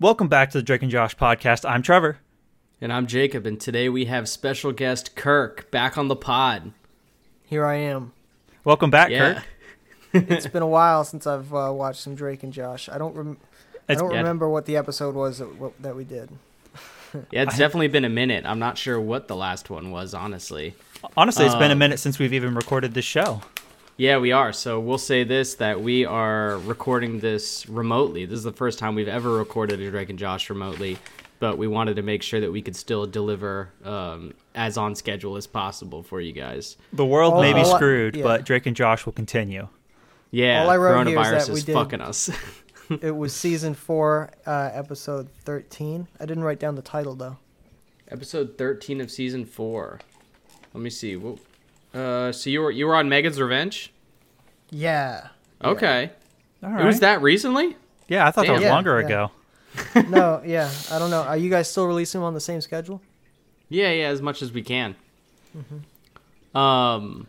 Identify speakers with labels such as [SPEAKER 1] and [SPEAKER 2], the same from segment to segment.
[SPEAKER 1] Welcome back to the Drake and Josh podcast. I'm Trevor.
[SPEAKER 2] And I'm Jacob, and today we have special guest Kirk back on the pod.
[SPEAKER 3] Here I am.
[SPEAKER 1] Welcome back,
[SPEAKER 2] Yeah.
[SPEAKER 1] Kirk.
[SPEAKER 3] It's been a while since I've uh, watched some Drake and Josh. I don't rem- I
[SPEAKER 1] It's-
[SPEAKER 3] don't
[SPEAKER 2] yeah.
[SPEAKER 3] remember what the episode was that, what, that we did.
[SPEAKER 2] Yeah, it's definitely been a minute. I'm not sure what the last one was, honestly.
[SPEAKER 1] Honestly, it's been a
[SPEAKER 2] Um,
[SPEAKER 1] minute since we've even recorded this show.
[SPEAKER 2] Yeah, we are. So we'll say this that we are recording this remotely. This is the first time we've ever recorded a Drake and Josh remotely, but we wanted to make sure that we could still deliver um, as on schedule as possible for you guys.
[SPEAKER 1] The world
[SPEAKER 3] All-
[SPEAKER 1] may be
[SPEAKER 2] Oh,
[SPEAKER 3] all I-
[SPEAKER 1] screwed,
[SPEAKER 3] yeah.
[SPEAKER 1] but Drake and Josh will continue.
[SPEAKER 2] Yeah,
[SPEAKER 3] All I wrote here is
[SPEAKER 2] coronavirus
[SPEAKER 3] that we
[SPEAKER 2] is
[SPEAKER 3] did-
[SPEAKER 2] fucking us.
[SPEAKER 3] It was season four, uh, episode thirteen. I didn't write down the title though.
[SPEAKER 2] Episode 13 of season 4. Let me see. Whoa. Uh, so you were you were on Megan's Revenge?
[SPEAKER 3] Yeah.
[SPEAKER 2] Okay.
[SPEAKER 1] All right.
[SPEAKER 2] It was that recently?
[SPEAKER 1] Yeah, I thought that was
[SPEAKER 2] Damn.
[SPEAKER 1] longer
[SPEAKER 3] Yeah.
[SPEAKER 1] ago.
[SPEAKER 3] no. Yeah. I don't know. Are you guys still releasing them on the same schedule?
[SPEAKER 2] Yeah, yeah, as much as we can. Um,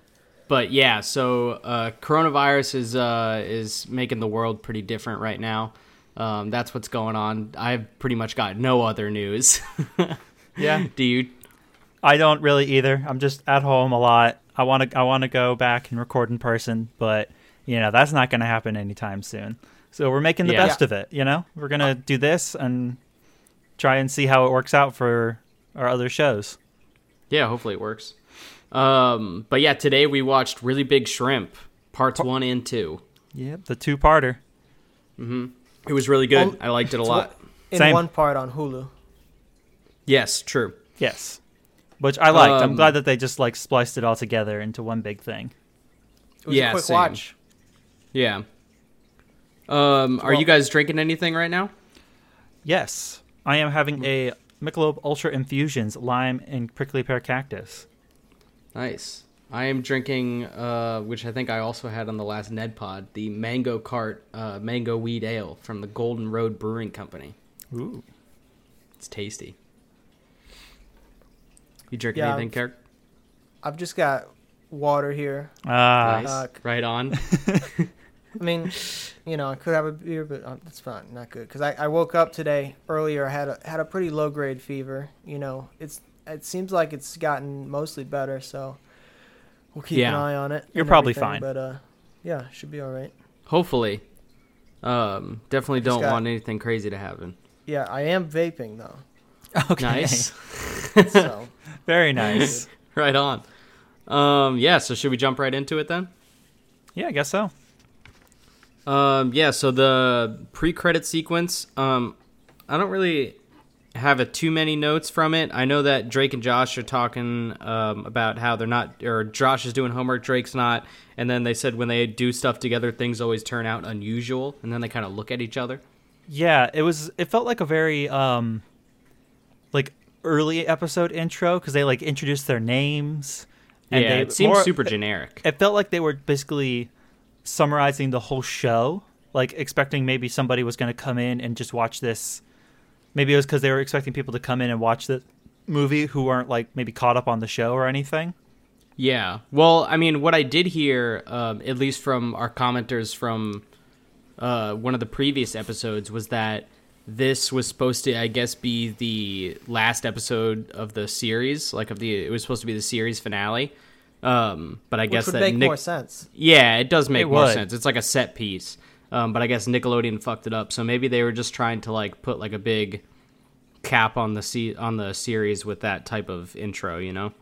[SPEAKER 2] but yeah, so uh, coronavirus is uh, is making the world pretty different right now. Um, that's what's going on. I've pretty much got no other news.
[SPEAKER 1] Yeah.
[SPEAKER 2] Do you?
[SPEAKER 1] I don't really either. I'm just at home a lot. I want to I want to go back and record in person, but you know, that's not going to happen anytime soon. So we're making the
[SPEAKER 2] Yeah. Uh,
[SPEAKER 1] best of it, you know? We're going to do this and try and see how it works out for our other shows.
[SPEAKER 2] Yeah, hopefully it works. Um, but yeah, today we watched Really Big Shrimp, parts one and two.
[SPEAKER 1] Yep. The two-parter.
[SPEAKER 2] It was really good.
[SPEAKER 3] Um,
[SPEAKER 2] I liked it a lot.
[SPEAKER 3] In
[SPEAKER 1] Same.
[SPEAKER 3] one part on Hulu.
[SPEAKER 2] Yes, true.
[SPEAKER 1] Yes. Which I liked. I'm
[SPEAKER 2] Um,
[SPEAKER 1] glad that they just like spliced it all together into one big thing.
[SPEAKER 3] It was
[SPEAKER 2] Yeah,
[SPEAKER 3] a quick
[SPEAKER 2] same.
[SPEAKER 3] watch.
[SPEAKER 2] Yeah. Um, are
[SPEAKER 3] Well-
[SPEAKER 2] you guys drinking anything right now?
[SPEAKER 1] Yes. I am having a Michelob Ultra Infusions lime and prickly pear cactus.
[SPEAKER 2] Nice. I am drinking, uh, which I think I also had on the last Ned Pod, the Mango Cart uh, Mango Weed Ale from the Golden Road Brewing Company.
[SPEAKER 1] Ooh.
[SPEAKER 2] It's tasty. You drinking
[SPEAKER 3] Yeah,
[SPEAKER 2] anything,
[SPEAKER 3] I've-
[SPEAKER 2] Kirk?
[SPEAKER 3] I've just got water here.
[SPEAKER 1] Ah.
[SPEAKER 2] Nice.
[SPEAKER 3] Fuck.
[SPEAKER 2] right on.
[SPEAKER 3] I mean, you know, I could have a beer, but um, that's not not good. Because I, I woke up today earlier, had a had a pretty low grade fever. You know, it's it seems like it's gotten mostly better, so we'll keep an
[SPEAKER 2] Yeah.
[SPEAKER 3] eye on it.
[SPEAKER 1] You're
[SPEAKER 3] and
[SPEAKER 1] probably
[SPEAKER 3] everything,
[SPEAKER 1] fine.
[SPEAKER 3] but uh, yeah, should be all right.
[SPEAKER 2] Hopefully. Um, definitely
[SPEAKER 3] just
[SPEAKER 2] don't
[SPEAKER 3] got-
[SPEAKER 2] want anything crazy to happen.
[SPEAKER 3] Yeah, I am vaping though,
[SPEAKER 1] Okay.
[SPEAKER 2] Nice.
[SPEAKER 3] so
[SPEAKER 1] Very nice.
[SPEAKER 2] right on. Um, yeah, so should we jump right into it then?
[SPEAKER 1] yeah, I guess so.
[SPEAKER 2] Um, yeah, so the pre-credit sequence, um, I don't really have a too many notes from it. I know that Drake and Josh are talking um, about how they're not, or Josh is doing homework, Drake's not, and then they said when they do stuff together, things always turn out unusual, and then they kind of look at each other.
[SPEAKER 1] Yeah, it was it felt like a very um like early episode intro cuz they like introduced their names
[SPEAKER 2] And yeah,
[SPEAKER 1] they
[SPEAKER 2] it seems
[SPEAKER 1] more-
[SPEAKER 2] super generic.
[SPEAKER 1] it felt like they were basically summarizing the whole show like expecting maybe somebody was going to come in and just watch this maybe it was because they were expecting people to come in and watch the movie who weren't like maybe caught up on the show or anything
[SPEAKER 2] Yeah. Well, I mean, what I did hear, um, at least from our commenters from uh, one of the previous episodes, was that this was supposed to, I guess, be the last episode of the series. Like, of the it was supposed to be the series finale. Um, but I
[SPEAKER 3] which
[SPEAKER 2] guess
[SPEAKER 3] would
[SPEAKER 2] that
[SPEAKER 3] make
[SPEAKER 2] Nick-
[SPEAKER 3] more sense.
[SPEAKER 2] yeah, it does make
[SPEAKER 1] It
[SPEAKER 2] more
[SPEAKER 1] would.
[SPEAKER 2] sense. It's like a set piece. Um, but I guess Nickelodeon fucked it up, so maybe they were just trying to like put like a big cap on the se- on the series with that type of intro, you know?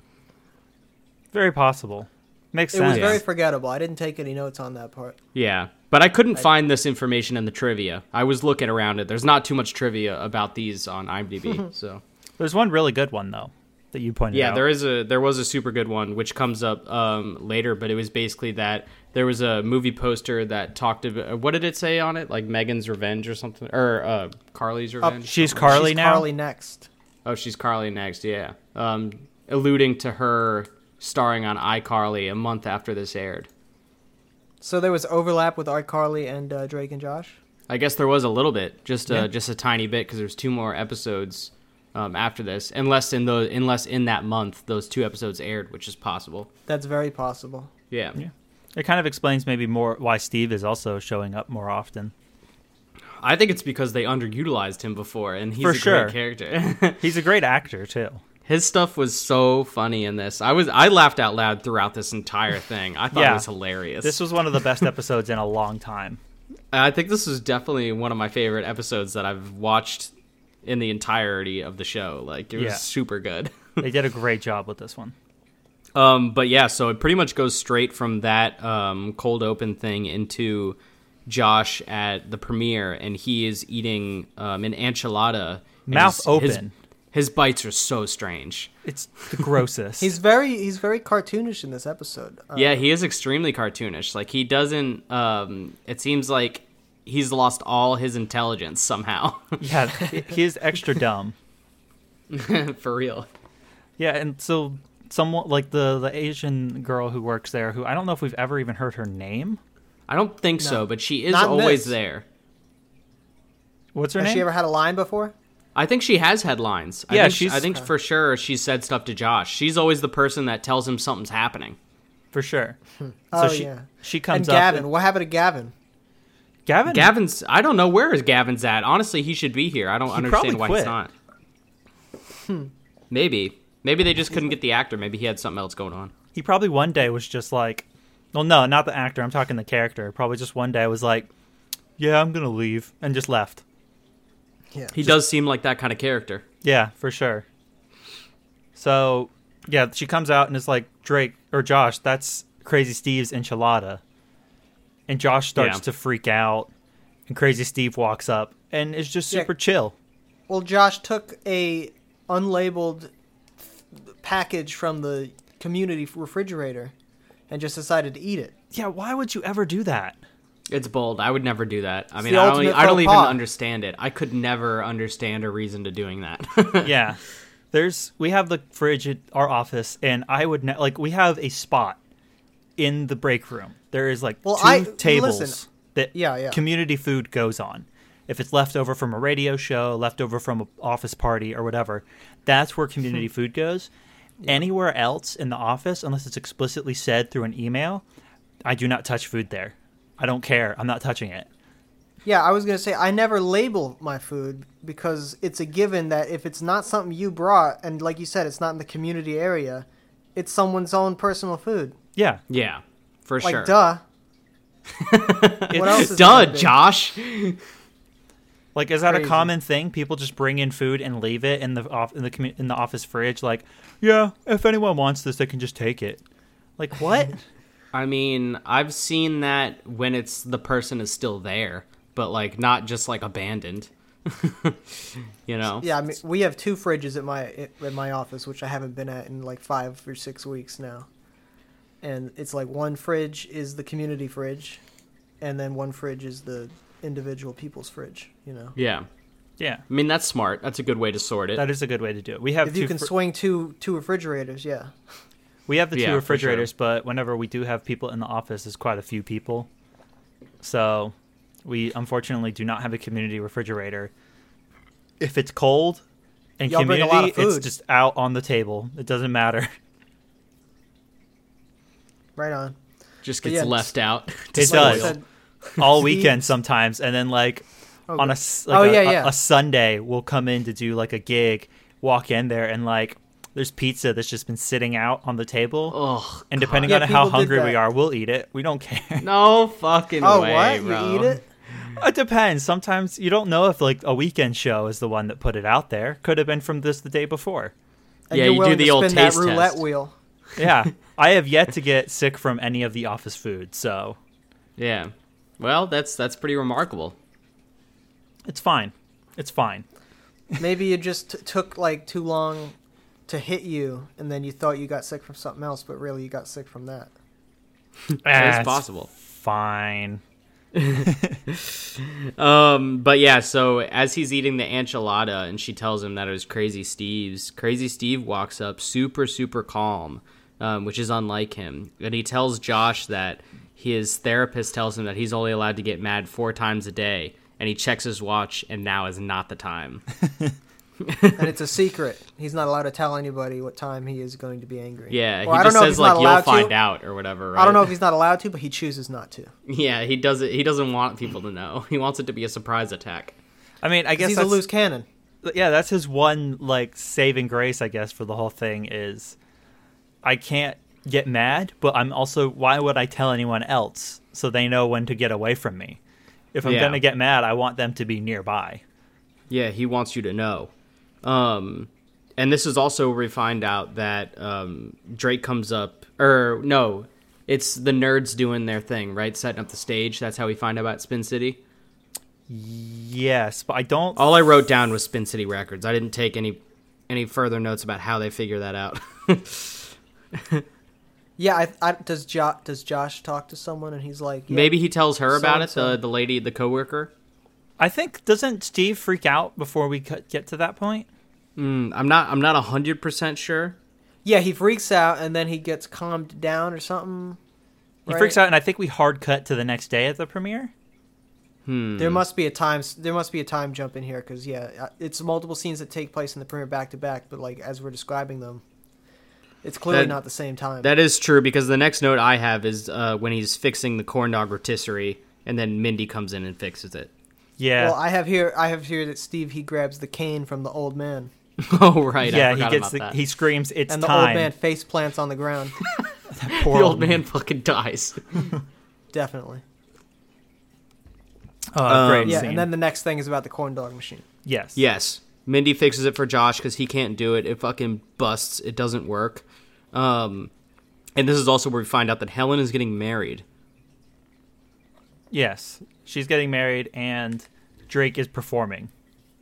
[SPEAKER 1] very possible makes
[SPEAKER 3] It
[SPEAKER 1] sense
[SPEAKER 3] was very forgettable. I didn't take any notes on that part.
[SPEAKER 2] Yeah, but I couldn't find this information in the trivia. I was looking around it. There's not too much trivia about these on IMDb. so
[SPEAKER 1] there's one really good one though that you pointed
[SPEAKER 2] yeah,
[SPEAKER 1] out
[SPEAKER 2] there is a there was a super good one which comes up um, later, but it was basically that there was a movie poster that talked about what did it say on it? Like Megan's Revenge or something, or uh, Carly's Revenge.
[SPEAKER 1] she's carly
[SPEAKER 3] She's
[SPEAKER 1] now
[SPEAKER 3] Carly next.
[SPEAKER 2] oh, she's Carly next. Yeah, um, alluding to her starring on iCarly a month after this aired.
[SPEAKER 3] So there was overlap with iCarly and uh, Drake and Josh.
[SPEAKER 2] I guess there was a little bit, just uh,
[SPEAKER 1] Yeah.
[SPEAKER 2] just a tiny bit, because there's two more episodes um, after this, unless in the unless in that month those two episodes aired, which is possible.
[SPEAKER 3] That's very possible.
[SPEAKER 2] Yeah,
[SPEAKER 1] it kind of explains maybe more why steve is also showing up more often
[SPEAKER 2] I think it's because they underutilized him before, and he's
[SPEAKER 1] For
[SPEAKER 2] a
[SPEAKER 1] sure.
[SPEAKER 2] great character.
[SPEAKER 1] He's a great actor too.
[SPEAKER 2] His stuff was so funny in this. I was I laughed out loud throughout this entire thing. I thought
[SPEAKER 1] Yeah.
[SPEAKER 2] it was hilarious.
[SPEAKER 1] This was one of the best episodes in a long time.
[SPEAKER 2] I think this was definitely one of my favorite episodes that I've watched in the entirety of the show. Like it
[SPEAKER 1] Yeah.
[SPEAKER 2] was super good.
[SPEAKER 1] They did a great job with this one.
[SPEAKER 2] Um, but yeah, so it pretty much goes straight from that um, cold open thing into Josh at the premiere, and he is eating um, an enchilada. and
[SPEAKER 1] Mouth
[SPEAKER 2] his-
[SPEAKER 1] open.
[SPEAKER 2] His, his bites are so strange.
[SPEAKER 1] It's the grossest.
[SPEAKER 3] He's very he's very cartoonish in this episode. Uh,
[SPEAKER 2] yeah, he is extremely cartoonish. Like he doesn't. Um, it seems like he's lost all his intelligence somehow.
[SPEAKER 1] yeah, he he is extra dumb.
[SPEAKER 2] For real.
[SPEAKER 1] Yeah, and so someone like the the Asian girl who works there, who I don't know if we've ever even heard her name.
[SPEAKER 2] I don't think so, but she is
[SPEAKER 3] Not in
[SPEAKER 2] always
[SPEAKER 3] this.
[SPEAKER 2] there.
[SPEAKER 1] What's her
[SPEAKER 3] Has
[SPEAKER 1] name?
[SPEAKER 3] she ever had a line before?
[SPEAKER 2] I think she has headlines. I
[SPEAKER 1] Yeah,
[SPEAKER 2] think,
[SPEAKER 1] she's-
[SPEAKER 2] I think for sure she said stuff to Josh. She's always the person that tells him something's happening.
[SPEAKER 1] For sure.
[SPEAKER 3] Oh
[SPEAKER 1] so she
[SPEAKER 3] yeah.
[SPEAKER 1] she
[SPEAKER 3] And
[SPEAKER 1] comes
[SPEAKER 3] Gavin,
[SPEAKER 1] up.
[SPEAKER 3] what happened to Gavin?
[SPEAKER 1] Gavin.
[SPEAKER 2] Gavin's. I don't know where is Gavin's at. Honestly, he should be here. I don't
[SPEAKER 1] He probably
[SPEAKER 2] understand why
[SPEAKER 1] quit.
[SPEAKER 2] he's not.
[SPEAKER 3] Hmm.
[SPEAKER 2] Maybe. Maybe they just couldn't get the actor. Maybe he had something else going on.
[SPEAKER 1] He probably one day was just like, well, no, not the actor. I'm talking the character. Probably just one day was like, yeah, I'm gonna leave, and just left.
[SPEAKER 3] Yeah.
[SPEAKER 2] He does seem like that kind of character.
[SPEAKER 1] Yeah, for sure. So, yeah, she comes out and it's like Drake or Josh. That's Crazy Steve's enchilada, and Josh starts
[SPEAKER 2] Yeah.
[SPEAKER 1] to freak out, and Crazy Steve walks up and is just
[SPEAKER 3] Yeah.
[SPEAKER 1] super chill.
[SPEAKER 3] Well, Josh took a unlabeled th- package from the community refrigerator and just decided to eat it.
[SPEAKER 1] Yeah, why would you ever do that?
[SPEAKER 2] It's bold. I would never do that. I mean,
[SPEAKER 3] the
[SPEAKER 2] I don't, e,
[SPEAKER 3] ultimate
[SPEAKER 2] I don't
[SPEAKER 3] faux
[SPEAKER 2] even
[SPEAKER 3] pas.
[SPEAKER 2] understand it. I could never understand a reason to doing that.
[SPEAKER 1] yeah. There's we have the fridge at our office, and I would ne- like we have a spot in the break room. There is like
[SPEAKER 3] Well,
[SPEAKER 1] two
[SPEAKER 3] I-
[SPEAKER 1] tables
[SPEAKER 3] listen.
[SPEAKER 1] that
[SPEAKER 3] Yeah, yeah.
[SPEAKER 1] community food goes on. If it's left over from a radio show, left over from an office party or whatever, that's where
[SPEAKER 3] Hmm.
[SPEAKER 1] community food goes. Anywhere else in the office, unless it's explicitly said through an email, I do not touch food there. I don't care. I'm not touching it.
[SPEAKER 3] Yeah, I was gonna say I never label my food because it's a given that if it's not something you brought and like you said, it's not in the community area, it's someone's own personal food.
[SPEAKER 1] Yeah,
[SPEAKER 2] yeah, for
[SPEAKER 3] Like
[SPEAKER 2] sure.
[SPEAKER 3] duh. what else is it
[SPEAKER 2] Duh,
[SPEAKER 3] gonna be?
[SPEAKER 2] Josh.
[SPEAKER 1] Like, is that a
[SPEAKER 3] Crazy.
[SPEAKER 1] common thing? People just bring in food and leave it in the off in the commu- in the office fridge. Like, yeah, if anyone wants this, they can just take it. Like, what?
[SPEAKER 2] I mean, I've seen that when it's the person is still there, but like not just like abandoned. you know?
[SPEAKER 3] Yeah, I mean, we have two fridges at my at my office, which I haven't been at in like five or six weeks now. And it's like one fridge is the community fridge, and then one fridge is the individual people's fridge. You know,
[SPEAKER 2] Yeah.
[SPEAKER 1] yeah,
[SPEAKER 2] I mean, that's smart. That's a good way to sort it.
[SPEAKER 1] that is a good way to do it. We have
[SPEAKER 3] if
[SPEAKER 1] two
[SPEAKER 3] you can
[SPEAKER 1] fr-
[SPEAKER 3] swing two two refrigerators, yeah.
[SPEAKER 1] we have the
[SPEAKER 2] Yeah,
[SPEAKER 1] two
[SPEAKER 2] for
[SPEAKER 1] refrigerators, but whenever we do have people in the office, there's quite a few people. So, we unfortunately do not have a community refrigerator. If it's cold and
[SPEAKER 3] Y'all bring a
[SPEAKER 1] community,
[SPEAKER 3] lot of
[SPEAKER 1] it's
[SPEAKER 3] food.
[SPEAKER 1] just out on the table. It doesn't matter.
[SPEAKER 3] Right on.
[SPEAKER 2] Just gets
[SPEAKER 3] Yeah.
[SPEAKER 2] left out. to
[SPEAKER 1] It
[SPEAKER 3] Like I
[SPEAKER 1] does.
[SPEAKER 2] spoil.
[SPEAKER 3] said-
[SPEAKER 1] all
[SPEAKER 3] Steve-
[SPEAKER 1] weekend sometimes, and then like
[SPEAKER 3] Oh,
[SPEAKER 1] on a
[SPEAKER 3] good.
[SPEAKER 1] s- like
[SPEAKER 3] Oh,
[SPEAKER 1] a,
[SPEAKER 3] yeah,
[SPEAKER 1] a-
[SPEAKER 3] yeah.
[SPEAKER 1] a Sunday, we'll come in to do like a gig, walk in there, and like there's pizza that's just been sitting out on the table,
[SPEAKER 2] Ugh,
[SPEAKER 1] and depending
[SPEAKER 3] Oh, Yeah,
[SPEAKER 1] on how
[SPEAKER 3] people did
[SPEAKER 1] hungry we
[SPEAKER 3] that.
[SPEAKER 1] are, we'll eat it. We don't care.
[SPEAKER 2] No fucking
[SPEAKER 3] Oh,
[SPEAKER 2] way,
[SPEAKER 3] what?
[SPEAKER 2] bro.
[SPEAKER 3] You eat it?
[SPEAKER 1] it depends. Sometimes you don't know if like a weekend show is the one that put it out there. Could have been from this the day before.
[SPEAKER 3] And
[SPEAKER 2] Yeah, you
[SPEAKER 3] you're
[SPEAKER 2] do
[SPEAKER 3] willing
[SPEAKER 2] the
[SPEAKER 3] to
[SPEAKER 2] old
[SPEAKER 3] spin that
[SPEAKER 2] taste
[SPEAKER 3] roulette
[SPEAKER 2] test.
[SPEAKER 3] wheel.
[SPEAKER 1] Yeah, I have yet to get sick from any of the office food, so
[SPEAKER 2] Yeah. Well, that's that's pretty remarkable.
[SPEAKER 1] it's fine. It's fine.
[SPEAKER 3] Maybe it just t- took like too long to hit you, and then you thought you got sick from something else, but really you got sick from that.
[SPEAKER 1] Eh,
[SPEAKER 2] It's
[SPEAKER 1] it's
[SPEAKER 2] possible.
[SPEAKER 1] Fine.
[SPEAKER 2] Um, but yeah, so as he's eating the enchilada and she tells him that it was Crazy Steve's, Crazy Steve walks up super, super calm, um, which is unlike him. And he tells Josh that his therapist tells him that he's only allowed to get mad four times a day. And he checks his watch, and now is not the time.
[SPEAKER 3] and it's a secret. He's not allowed to tell anybody what time he is going to be angry.
[SPEAKER 2] Yeah,
[SPEAKER 3] Or
[SPEAKER 2] he
[SPEAKER 3] I don't
[SPEAKER 2] just
[SPEAKER 3] know if
[SPEAKER 2] says
[SPEAKER 3] he's not
[SPEAKER 2] like you'll
[SPEAKER 3] allowed
[SPEAKER 2] find
[SPEAKER 3] to.
[SPEAKER 2] out or whatever. Right?
[SPEAKER 3] I don't know if he's not allowed to, but he chooses not to.
[SPEAKER 2] yeah, he doesn't. He doesn't want people to know. He wants it to be a surprise attack.
[SPEAKER 1] I mean, I guess
[SPEAKER 3] He's a
[SPEAKER 1] that's,
[SPEAKER 3] loose cannon.
[SPEAKER 1] yeah, that's his one like saving grace, I guess, for the whole thing is I can't get mad, but I'm also why would I tell anyone else so they know when to get away from me? If I'm
[SPEAKER 2] Yeah.
[SPEAKER 1] gonna get mad, I want them to be nearby.
[SPEAKER 2] Yeah, he wants you to know. Um, and this is also where we find out that um, Drake comes up, or no, it's the nerds doing their thing, right? Setting up the stage. That's how we find out about Spin City.
[SPEAKER 1] Yes, but I don't.
[SPEAKER 2] All I wrote down was Spin City Records. I didn't take any any further notes about how they figure that out.
[SPEAKER 3] Yeah, I, I, does jo- does Josh talk to someone and he's like, yeah,
[SPEAKER 2] Maybe he tells her about it,
[SPEAKER 3] So-and-so.
[SPEAKER 2] the the lady, the coworker.
[SPEAKER 1] I think doesn't Steve freak out before we cut- get to that point?
[SPEAKER 2] Mm, I'm not I'm not hundred percent sure.
[SPEAKER 3] yeah, he freaks out and then he gets calmed down or something.
[SPEAKER 1] He
[SPEAKER 3] right?
[SPEAKER 1] freaks out, and I think we hard cut to the next day at the premiere.
[SPEAKER 2] Hmm.
[SPEAKER 3] There must be a time. There must be a time jump in here because yeah, uh, it's multiple scenes that take place in the premiere back to back. But like as we're describing them, it's clearly
[SPEAKER 2] That-
[SPEAKER 3] not the same time.
[SPEAKER 2] That is true because the next note I have is uh, when he's fixing the corn dog rotisserie, and then Mindy comes in and fixes it.
[SPEAKER 1] Yeah,
[SPEAKER 3] Well, I have here. I have here that Steve he grabs the cane from the old man,
[SPEAKER 2] Oh right, I
[SPEAKER 1] yeah. He
[SPEAKER 2] forgot
[SPEAKER 1] gets
[SPEAKER 2] about
[SPEAKER 1] the,
[SPEAKER 2] that.
[SPEAKER 1] he screams, "It's
[SPEAKER 3] and the
[SPEAKER 1] time!"
[SPEAKER 3] old man face plants on the ground.
[SPEAKER 1] Poor
[SPEAKER 2] the old man fucking dies.
[SPEAKER 3] Definitely.
[SPEAKER 1] Oh,
[SPEAKER 2] Um,
[SPEAKER 1] great
[SPEAKER 3] Yeah,
[SPEAKER 1] scene.
[SPEAKER 3] and then the next thing is about the corn dog machine.
[SPEAKER 1] yes,
[SPEAKER 2] yes, Mindy fixes it for Josh because he can't do it. It fucking busts. It doesn't work. Um, and this is also where we find out that Helen is getting married.
[SPEAKER 1] Yes, she's getting married, and Drake is performing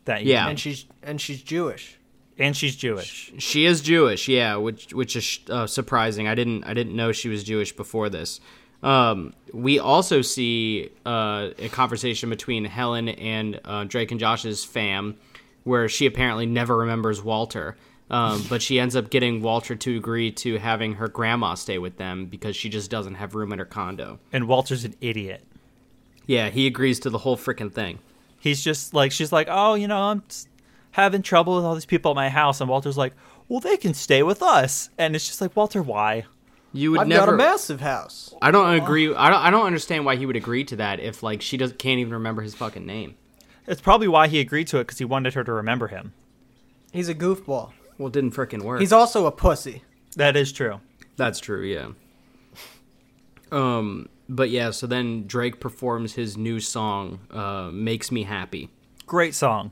[SPEAKER 1] that
[SPEAKER 2] Yeah.
[SPEAKER 1] evening,
[SPEAKER 3] And she's and she's Jewish.
[SPEAKER 1] and she's Jewish.
[SPEAKER 2] She is Jewish, yeah, which which is uh, surprising. I didn't I didn't know she was Jewish before this. Um, we also see uh, a conversation between Helen and uh, Drake and Josh's fam, where she apparently never remembers Walter, um, but she ends up getting Walter to agree to having her grandma stay with them because she just doesn't have room in her condo.
[SPEAKER 1] And Walter's an idiot.
[SPEAKER 2] Yeah, he agrees to the whole freaking thing.
[SPEAKER 1] He's just like she's like, oh, you know, I'm s- having trouble with all these people at my house, and Walter's like, well, they can stay with us, and it's just like, Walter, why?
[SPEAKER 2] You would
[SPEAKER 3] I've
[SPEAKER 2] never.
[SPEAKER 3] got a massive house.
[SPEAKER 2] I don't agree. I don't. I don't understand why he would agree to that if like she does not can't even remember his fucking name.
[SPEAKER 1] It's probably why he agreed to it because he wanted her to remember him.
[SPEAKER 3] He's a goofball.
[SPEAKER 2] Well, it didn't frickin' work.
[SPEAKER 3] He's also a pussy.
[SPEAKER 1] That is true.
[SPEAKER 2] That's true, yeah. Um, but yeah, so then Drake performs his new song, uh, "Makes Me Happy."
[SPEAKER 1] Great song.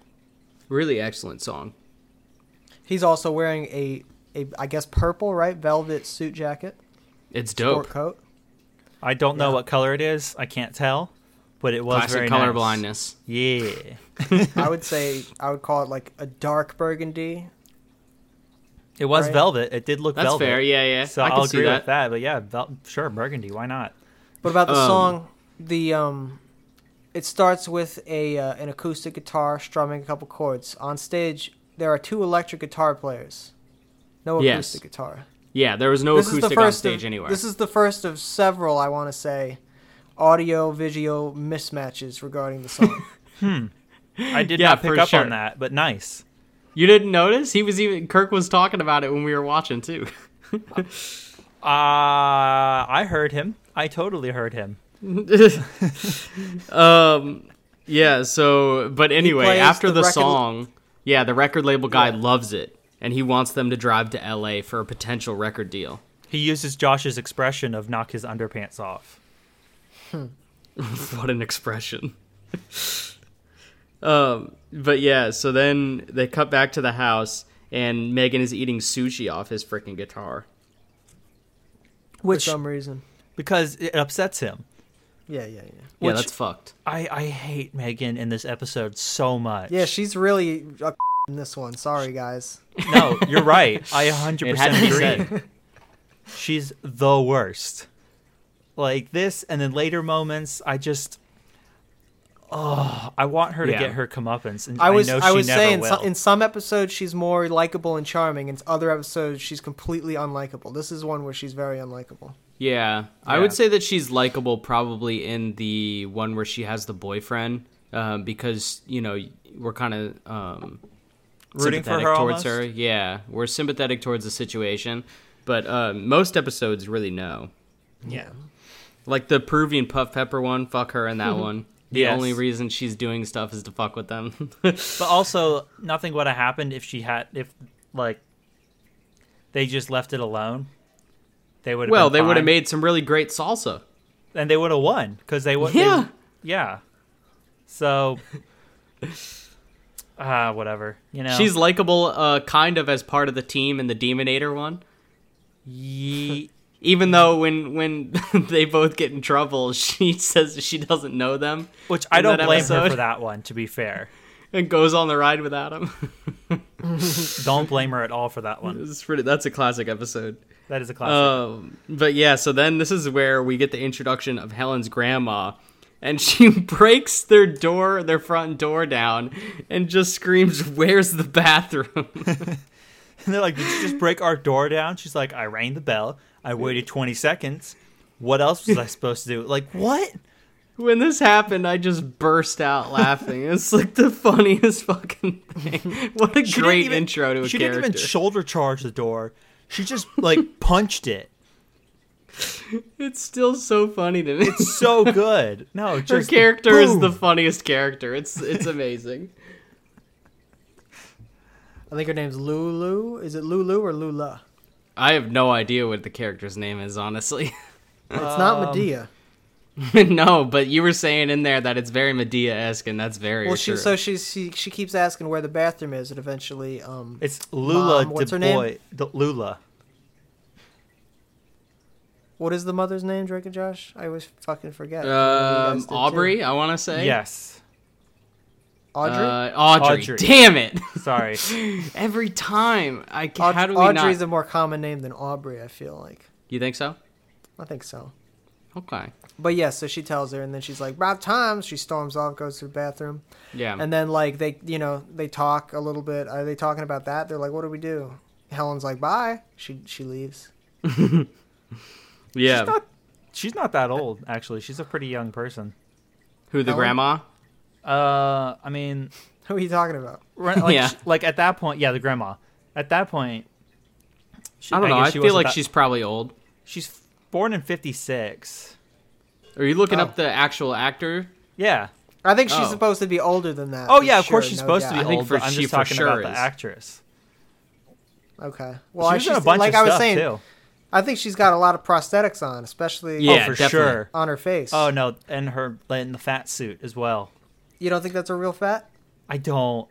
[SPEAKER 2] Really excellent song.
[SPEAKER 3] He's also wearing a, a I guess purple, right? Velvet suit jacket,
[SPEAKER 2] It's
[SPEAKER 3] sport
[SPEAKER 2] dope.
[SPEAKER 3] coat.
[SPEAKER 1] I don't know what color it is. I can't tell, but it was very
[SPEAKER 2] Classic
[SPEAKER 1] nice.
[SPEAKER 2] colorblindness.
[SPEAKER 1] Yeah,
[SPEAKER 3] I would say I would call it like a dark burgundy.
[SPEAKER 1] it was
[SPEAKER 3] Right.
[SPEAKER 1] velvet. It did look
[SPEAKER 2] That's
[SPEAKER 1] velvet.
[SPEAKER 2] fair. Yeah, yeah.
[SPEAKER 1] So
[SPEAKER 2] I can
[SPEAKER 1] I'll
[SPEAKER 2] see
[SPEAKER 1] agree
[SPEAKER 2] that.
[SPEAKER 1] with that. But yeah, vel- sure, burgundy. Why not?
[SPEAKER 3] What about the
[SPEAKER 2] Um,
[SPEAKER 3] song? The um, it starts with a uh, an acoustic guitar strumming a couple chords. On stage, there are two electric guitar players. No
[SPEAKER 2] Yes.
[SPEAKER 3] acoustic guitar.
[SPEAKER 2] Yeah, there was no
[SPEAKER 3] this is the
[SPEAKER 2] acoustic
[SPEAKER 3] first
[SPEAKER 2] on stage
[SPEAKER 3] of,
[SPEAKER 2] anywhere.
[SPEAKER 3] This is the first of several. I want to say, audio visual mismatches regarding the song.
[SPEAKER 1] I did
[SPEAKER 2] Yeah,
[SPEAKER 1] not pick
[SPEAKER 2] for
[SPEAKER 1] up
[SPEAKER 2] sure.
[SPEAKER 1] on that, but nice.
[SPEAKER 2] you didn't notice? He was even Kirk was talking about it when we were watching too.
[SPEAKER 1] Uh, I heard him. I totally heard him.
[SPEAKER 2] um, yeah. So, but anyway,
[SPEAKER 3] plays
[SPEAKER 2] after the,
[SPEAKER 3] the record-
[SPEAKER 2] song, yeah, the record label guy loves it, and he wants them to drive to L.A. for a potential record deal.
[SPEAKER 1] He uses Josh's expression of knock his underpants off.
[SPEAKER 2] what an expression. um, but yeah, so then they cut back to the house, and Megan is eating sushi off his freaking guitar.
[SPEAKER 1] Which-
[SPEAKER 3] for some reason.
[SPEAKER 1] Because it upsets him.
[SPEAKER 3] Yeah, yeah, yeah.
[SPEAKER 2] Yeah,
[SPEAKER 1] Which-
[SPEAKER 2] that's fucked.
[SPEAKER 1] I, I hate Megan in this episode so much.
[SPEAKER 3] Yeah, she's really a in this one. Sorry, guys.
[SPEAKER 1] no, you're right. I 100%
[SPEAKER 2] It had to be
[SPEAKER 1] agree.
[SPEAKER 2] said.
[SPEAKER 1] She's the worst. Like this, and then later moments, I just. Oh, I want her to
[SPEAKER 2] Yeah.
[SPEAKER 1] get her comeuppance, and
[SPEAKER 3] I was
[SPEAKER 1] know
[SPEAKER 3] I,
[SPEAKER 1] she
[SPEAKER 3] was
[SPEAKER 1] never
[SPEAKER 3] saying
[SPEAKER 1] will.
[SPEAKER 3] so- in some episodes she's more likable and charming, in other episodes she's completely unlikable. This is one where she's very unlikable.
[SPEAKER 2] Yeah, I
[SPEAKER 1] Yeah.
[SPEAKER 2] would say that she's likable probably in the uh, one where she has the boyfriend, um, because you know we're kind of um,
[SPEAKER 1] Rooting for
[SPEAKER 2] sympathetic
[SPEAKER 1] her
[SPEAKER 2] towards
[SPEAKER 1] almost?
[SPEAKER 2] her. Yeah, we're sympathetic towards the situation, but uh, most episodes really no.
[SPEAKER 1] Yeah.
[SPEAKER 2] Like the Peruvian puff pepper one, fuck her in that one. The
[SPEAKER 1] Mm-hmm. Yes.
[SPEAKER 2] only reason she's doing stuff is to fuck with them.
[SPEAKER 1] But also, nothing would have happened if she had if like they just left it alone. They would
[SPEAKER 2] well, they
[SPEAKER 1] would have
[SPEAKER 2] made some really great salsa.
[SPEAKER 1] and they would have won because they would
[SPEAKER 2] Yeah.
[SPEAKER 1] they, yeah. So ah whatever you know
[SPEAKER 2] She's likable, uh, kind of as part of the team in the Demonator one.
[SPEAKER 1] Ye-
[SPEAKER 2] Even though when when they both get in trouble, she says she doesn't know them
[SPEAKER 1] which I
[SPEAKER 2] in
[SPEAKER 1] don't
[SPEAKER 2] that
[SPEAKER 1] blame her
[SPEAKER 2] episode.
[SPEAKER 1] for that one. To be fair,
[SPEAKER 2] and goes on the ride without them.
[SPEAKER 1] don't blame her at all for that one.
[SPEAKER 2] It's pretty. That's a classic episode.
[SPEAKER 1] That is a classic.
[SPEAKER 2] Um, but yeah, so then this is where we get the introduction of Helen's grandma, and she breaks their door, their front door down, and just screams, "Where's the bathroom?"
[SPEAKER 1] And they're like, "Did you just break our door down?" She's like, "I rang the bell. I waited 20 seconds. What else was I supposed to do?" Like, what?
[SPEAKER 2] when this happened, I just burst out laughing. It's like the funniest fucking thing. What a
[SPEAKER 1] She didn't
[SPEAKER 2] great
[SPEAKER 1] even-
[SPEAKER 2] intro to a
[SPEAKER 1] She
[SPEAKER 2] character.
[SPEAKER 1] didn't even shoulder charge the door. She just like punched it.
[SPEAKER 2] it's still so funny to me.
[SPEAKER 1] So good. No,
[SPEAKER 2] Her
[SPEAKER 1] just
[SPEAKER 2] character is the
[SPEAKER 1] boom.
[SPEAKER 2] funniest character. It's it's amazing.
[SPEAKER 3] I think her name's Lulu. Is it Lulu or Lula?
[SPEAKER 2] I have no idea what the character's name is, honestly.
[SPEAKER 3] It's not Medea.
[SPEAKER 2] no, but you were saying in there that it's very Medea esque, and that's very
[SPEAKER 3] Well,
[SPEAKER 2] true.
[SPEAKER 3] she so she, she she keeps asking where the bathroom is, and eventually, um,
[SPEAKER 1] It's Lula
[SPEAKER 3] Mom, what's her
[SPEAKER 1] DeBoy. D- Lula.
[SPEAKER 3] what is the mother's name? Drake and Josh. I always fucking forget. You guys
[SPEAKER 2] um,
[SPEAKER 3] did too.
[SPEAKER 2] Aubrey, I want to say.
[SPEAKER 1] Yes.
[SPEAKER 3] Audrey.
[SPEAKER 2] Uh, Audrey.
[SPEAKER 1] Audrey.
[SPEAKER 2] Damn it!
[SPEAKER 1] Sorry.
[SPEAKER 2] Every time, I ca-
[SPEAKER 3] Aud-
[SPEAKER 2] how do we
[SPEAKER 3] Audrey's
[SPEAKER 2] not?
[SPEAKER 3] a more common name than Aubrey. I feel like.
[SPEAKER 2] you think so?
[SPEAKER 3] I think so.
[SPEAKER 2] Okay.
[SPEAKER 3] But yeah, so she tells her, and then she's like, "About time!" She storms off, goes to the bathroom,
[SPEAKER 1] Um,
[SPEAKER 2] Yeah.
[SPEAKER 3] and then like they, you know, they talk a little bit. Are they talking about that? They're like, "What do we do?" Helen's like, "Bye." She she leaves.
[SPEAKER 2] yeah.
[SPEAKER 1] She's not, she's not that old, actually. She's a pretty young person.
[SPEAKER 2] Who the
[SPEAKER 3] Ellen?
[SPEAKER 2] grandma?
[SPEAKER 1] Uh, I mean,
[SPEAKER 3] Who are you talking about?
[SPEAKER 1] re- like,
[SPEAKER 2] Yeah.
[SPEAKER 1] sh- like at that point, yeah, the grandma. At that point, she,
[SPEAKER 2] I don't know.
[SPEAKER 1] guess
[SPEAKER 2] I
[SPEAKER 1] she
[SPEAKER 2] feel
[SPEAKER 1] wasn't
[SPEAKER 2] like
[SPEAKER 1] that-
[SPEAKER 2] she's probably old.
[SPEAKER 1] she's born in '56.
[SPEAKER 2] Are you looking
[SPEAKER 3] Oh.
[SPEAKER 2] up the actual actor?
[SPEAKER 1] Yeah.
[SPEAKER 3] I think she's
[SPEAKER 2] Oh.
[SPEAKER 3] supposed to be older than that.
[SPEAKER 1] Oh
[SPEAKER 3] for
[SPEAKER 1] yeah, of course
[SPEAKER 3] sure,
[SPEAKER 1] she's
[SPEAKER 3] no
[SPEAKER 1] supposed
[SPEAKER 3] doubt.
[SPEAKER 1] to be
[SPEAKER 2] I think
[SPEAKER 1] old.
[SPEAKER 2] for-
[SPEAKER 1] but I'm
[SPEAKER 2] she
[SPEAKER 1] just
[SPEAKER 2] for
[SPEAKER 1] talking
[SPEAKER 2] sure
[SPEAKER 1] about the
[SPEAKER 2] is.
[SPEAKER 1] actress.
[SPEAKER 3] Okay. Well,
[SPEAKER 1] she
[SPEAKER 3] I,
[SPEAKER 1] was
[SPEAKER 3] she's,
[SPEAKER 1] in a bunch
[SPEAKER 3] like
[SPEAKER 1] of
[SPEAKER 3] I was
[SPEAKER 1] stuff
[SPEAKER 3] saying,
[SPEAKER 1] too.
[SPEAKER 3] I think she's got a lot of prosthetics on, especially
[SPEAKER 2] Yeah,
[SPEAKER 1] oh, for
[SPEAKER 2] definitely.
[SPEAKER 1] sure.
[SPEAKER 3] on her face.
[SPEAKER 1] Oh no, and her and the fat suit as well.
[SPEAKER 3] you don't think that's a real fat?
[SPEAKER 1] I don't.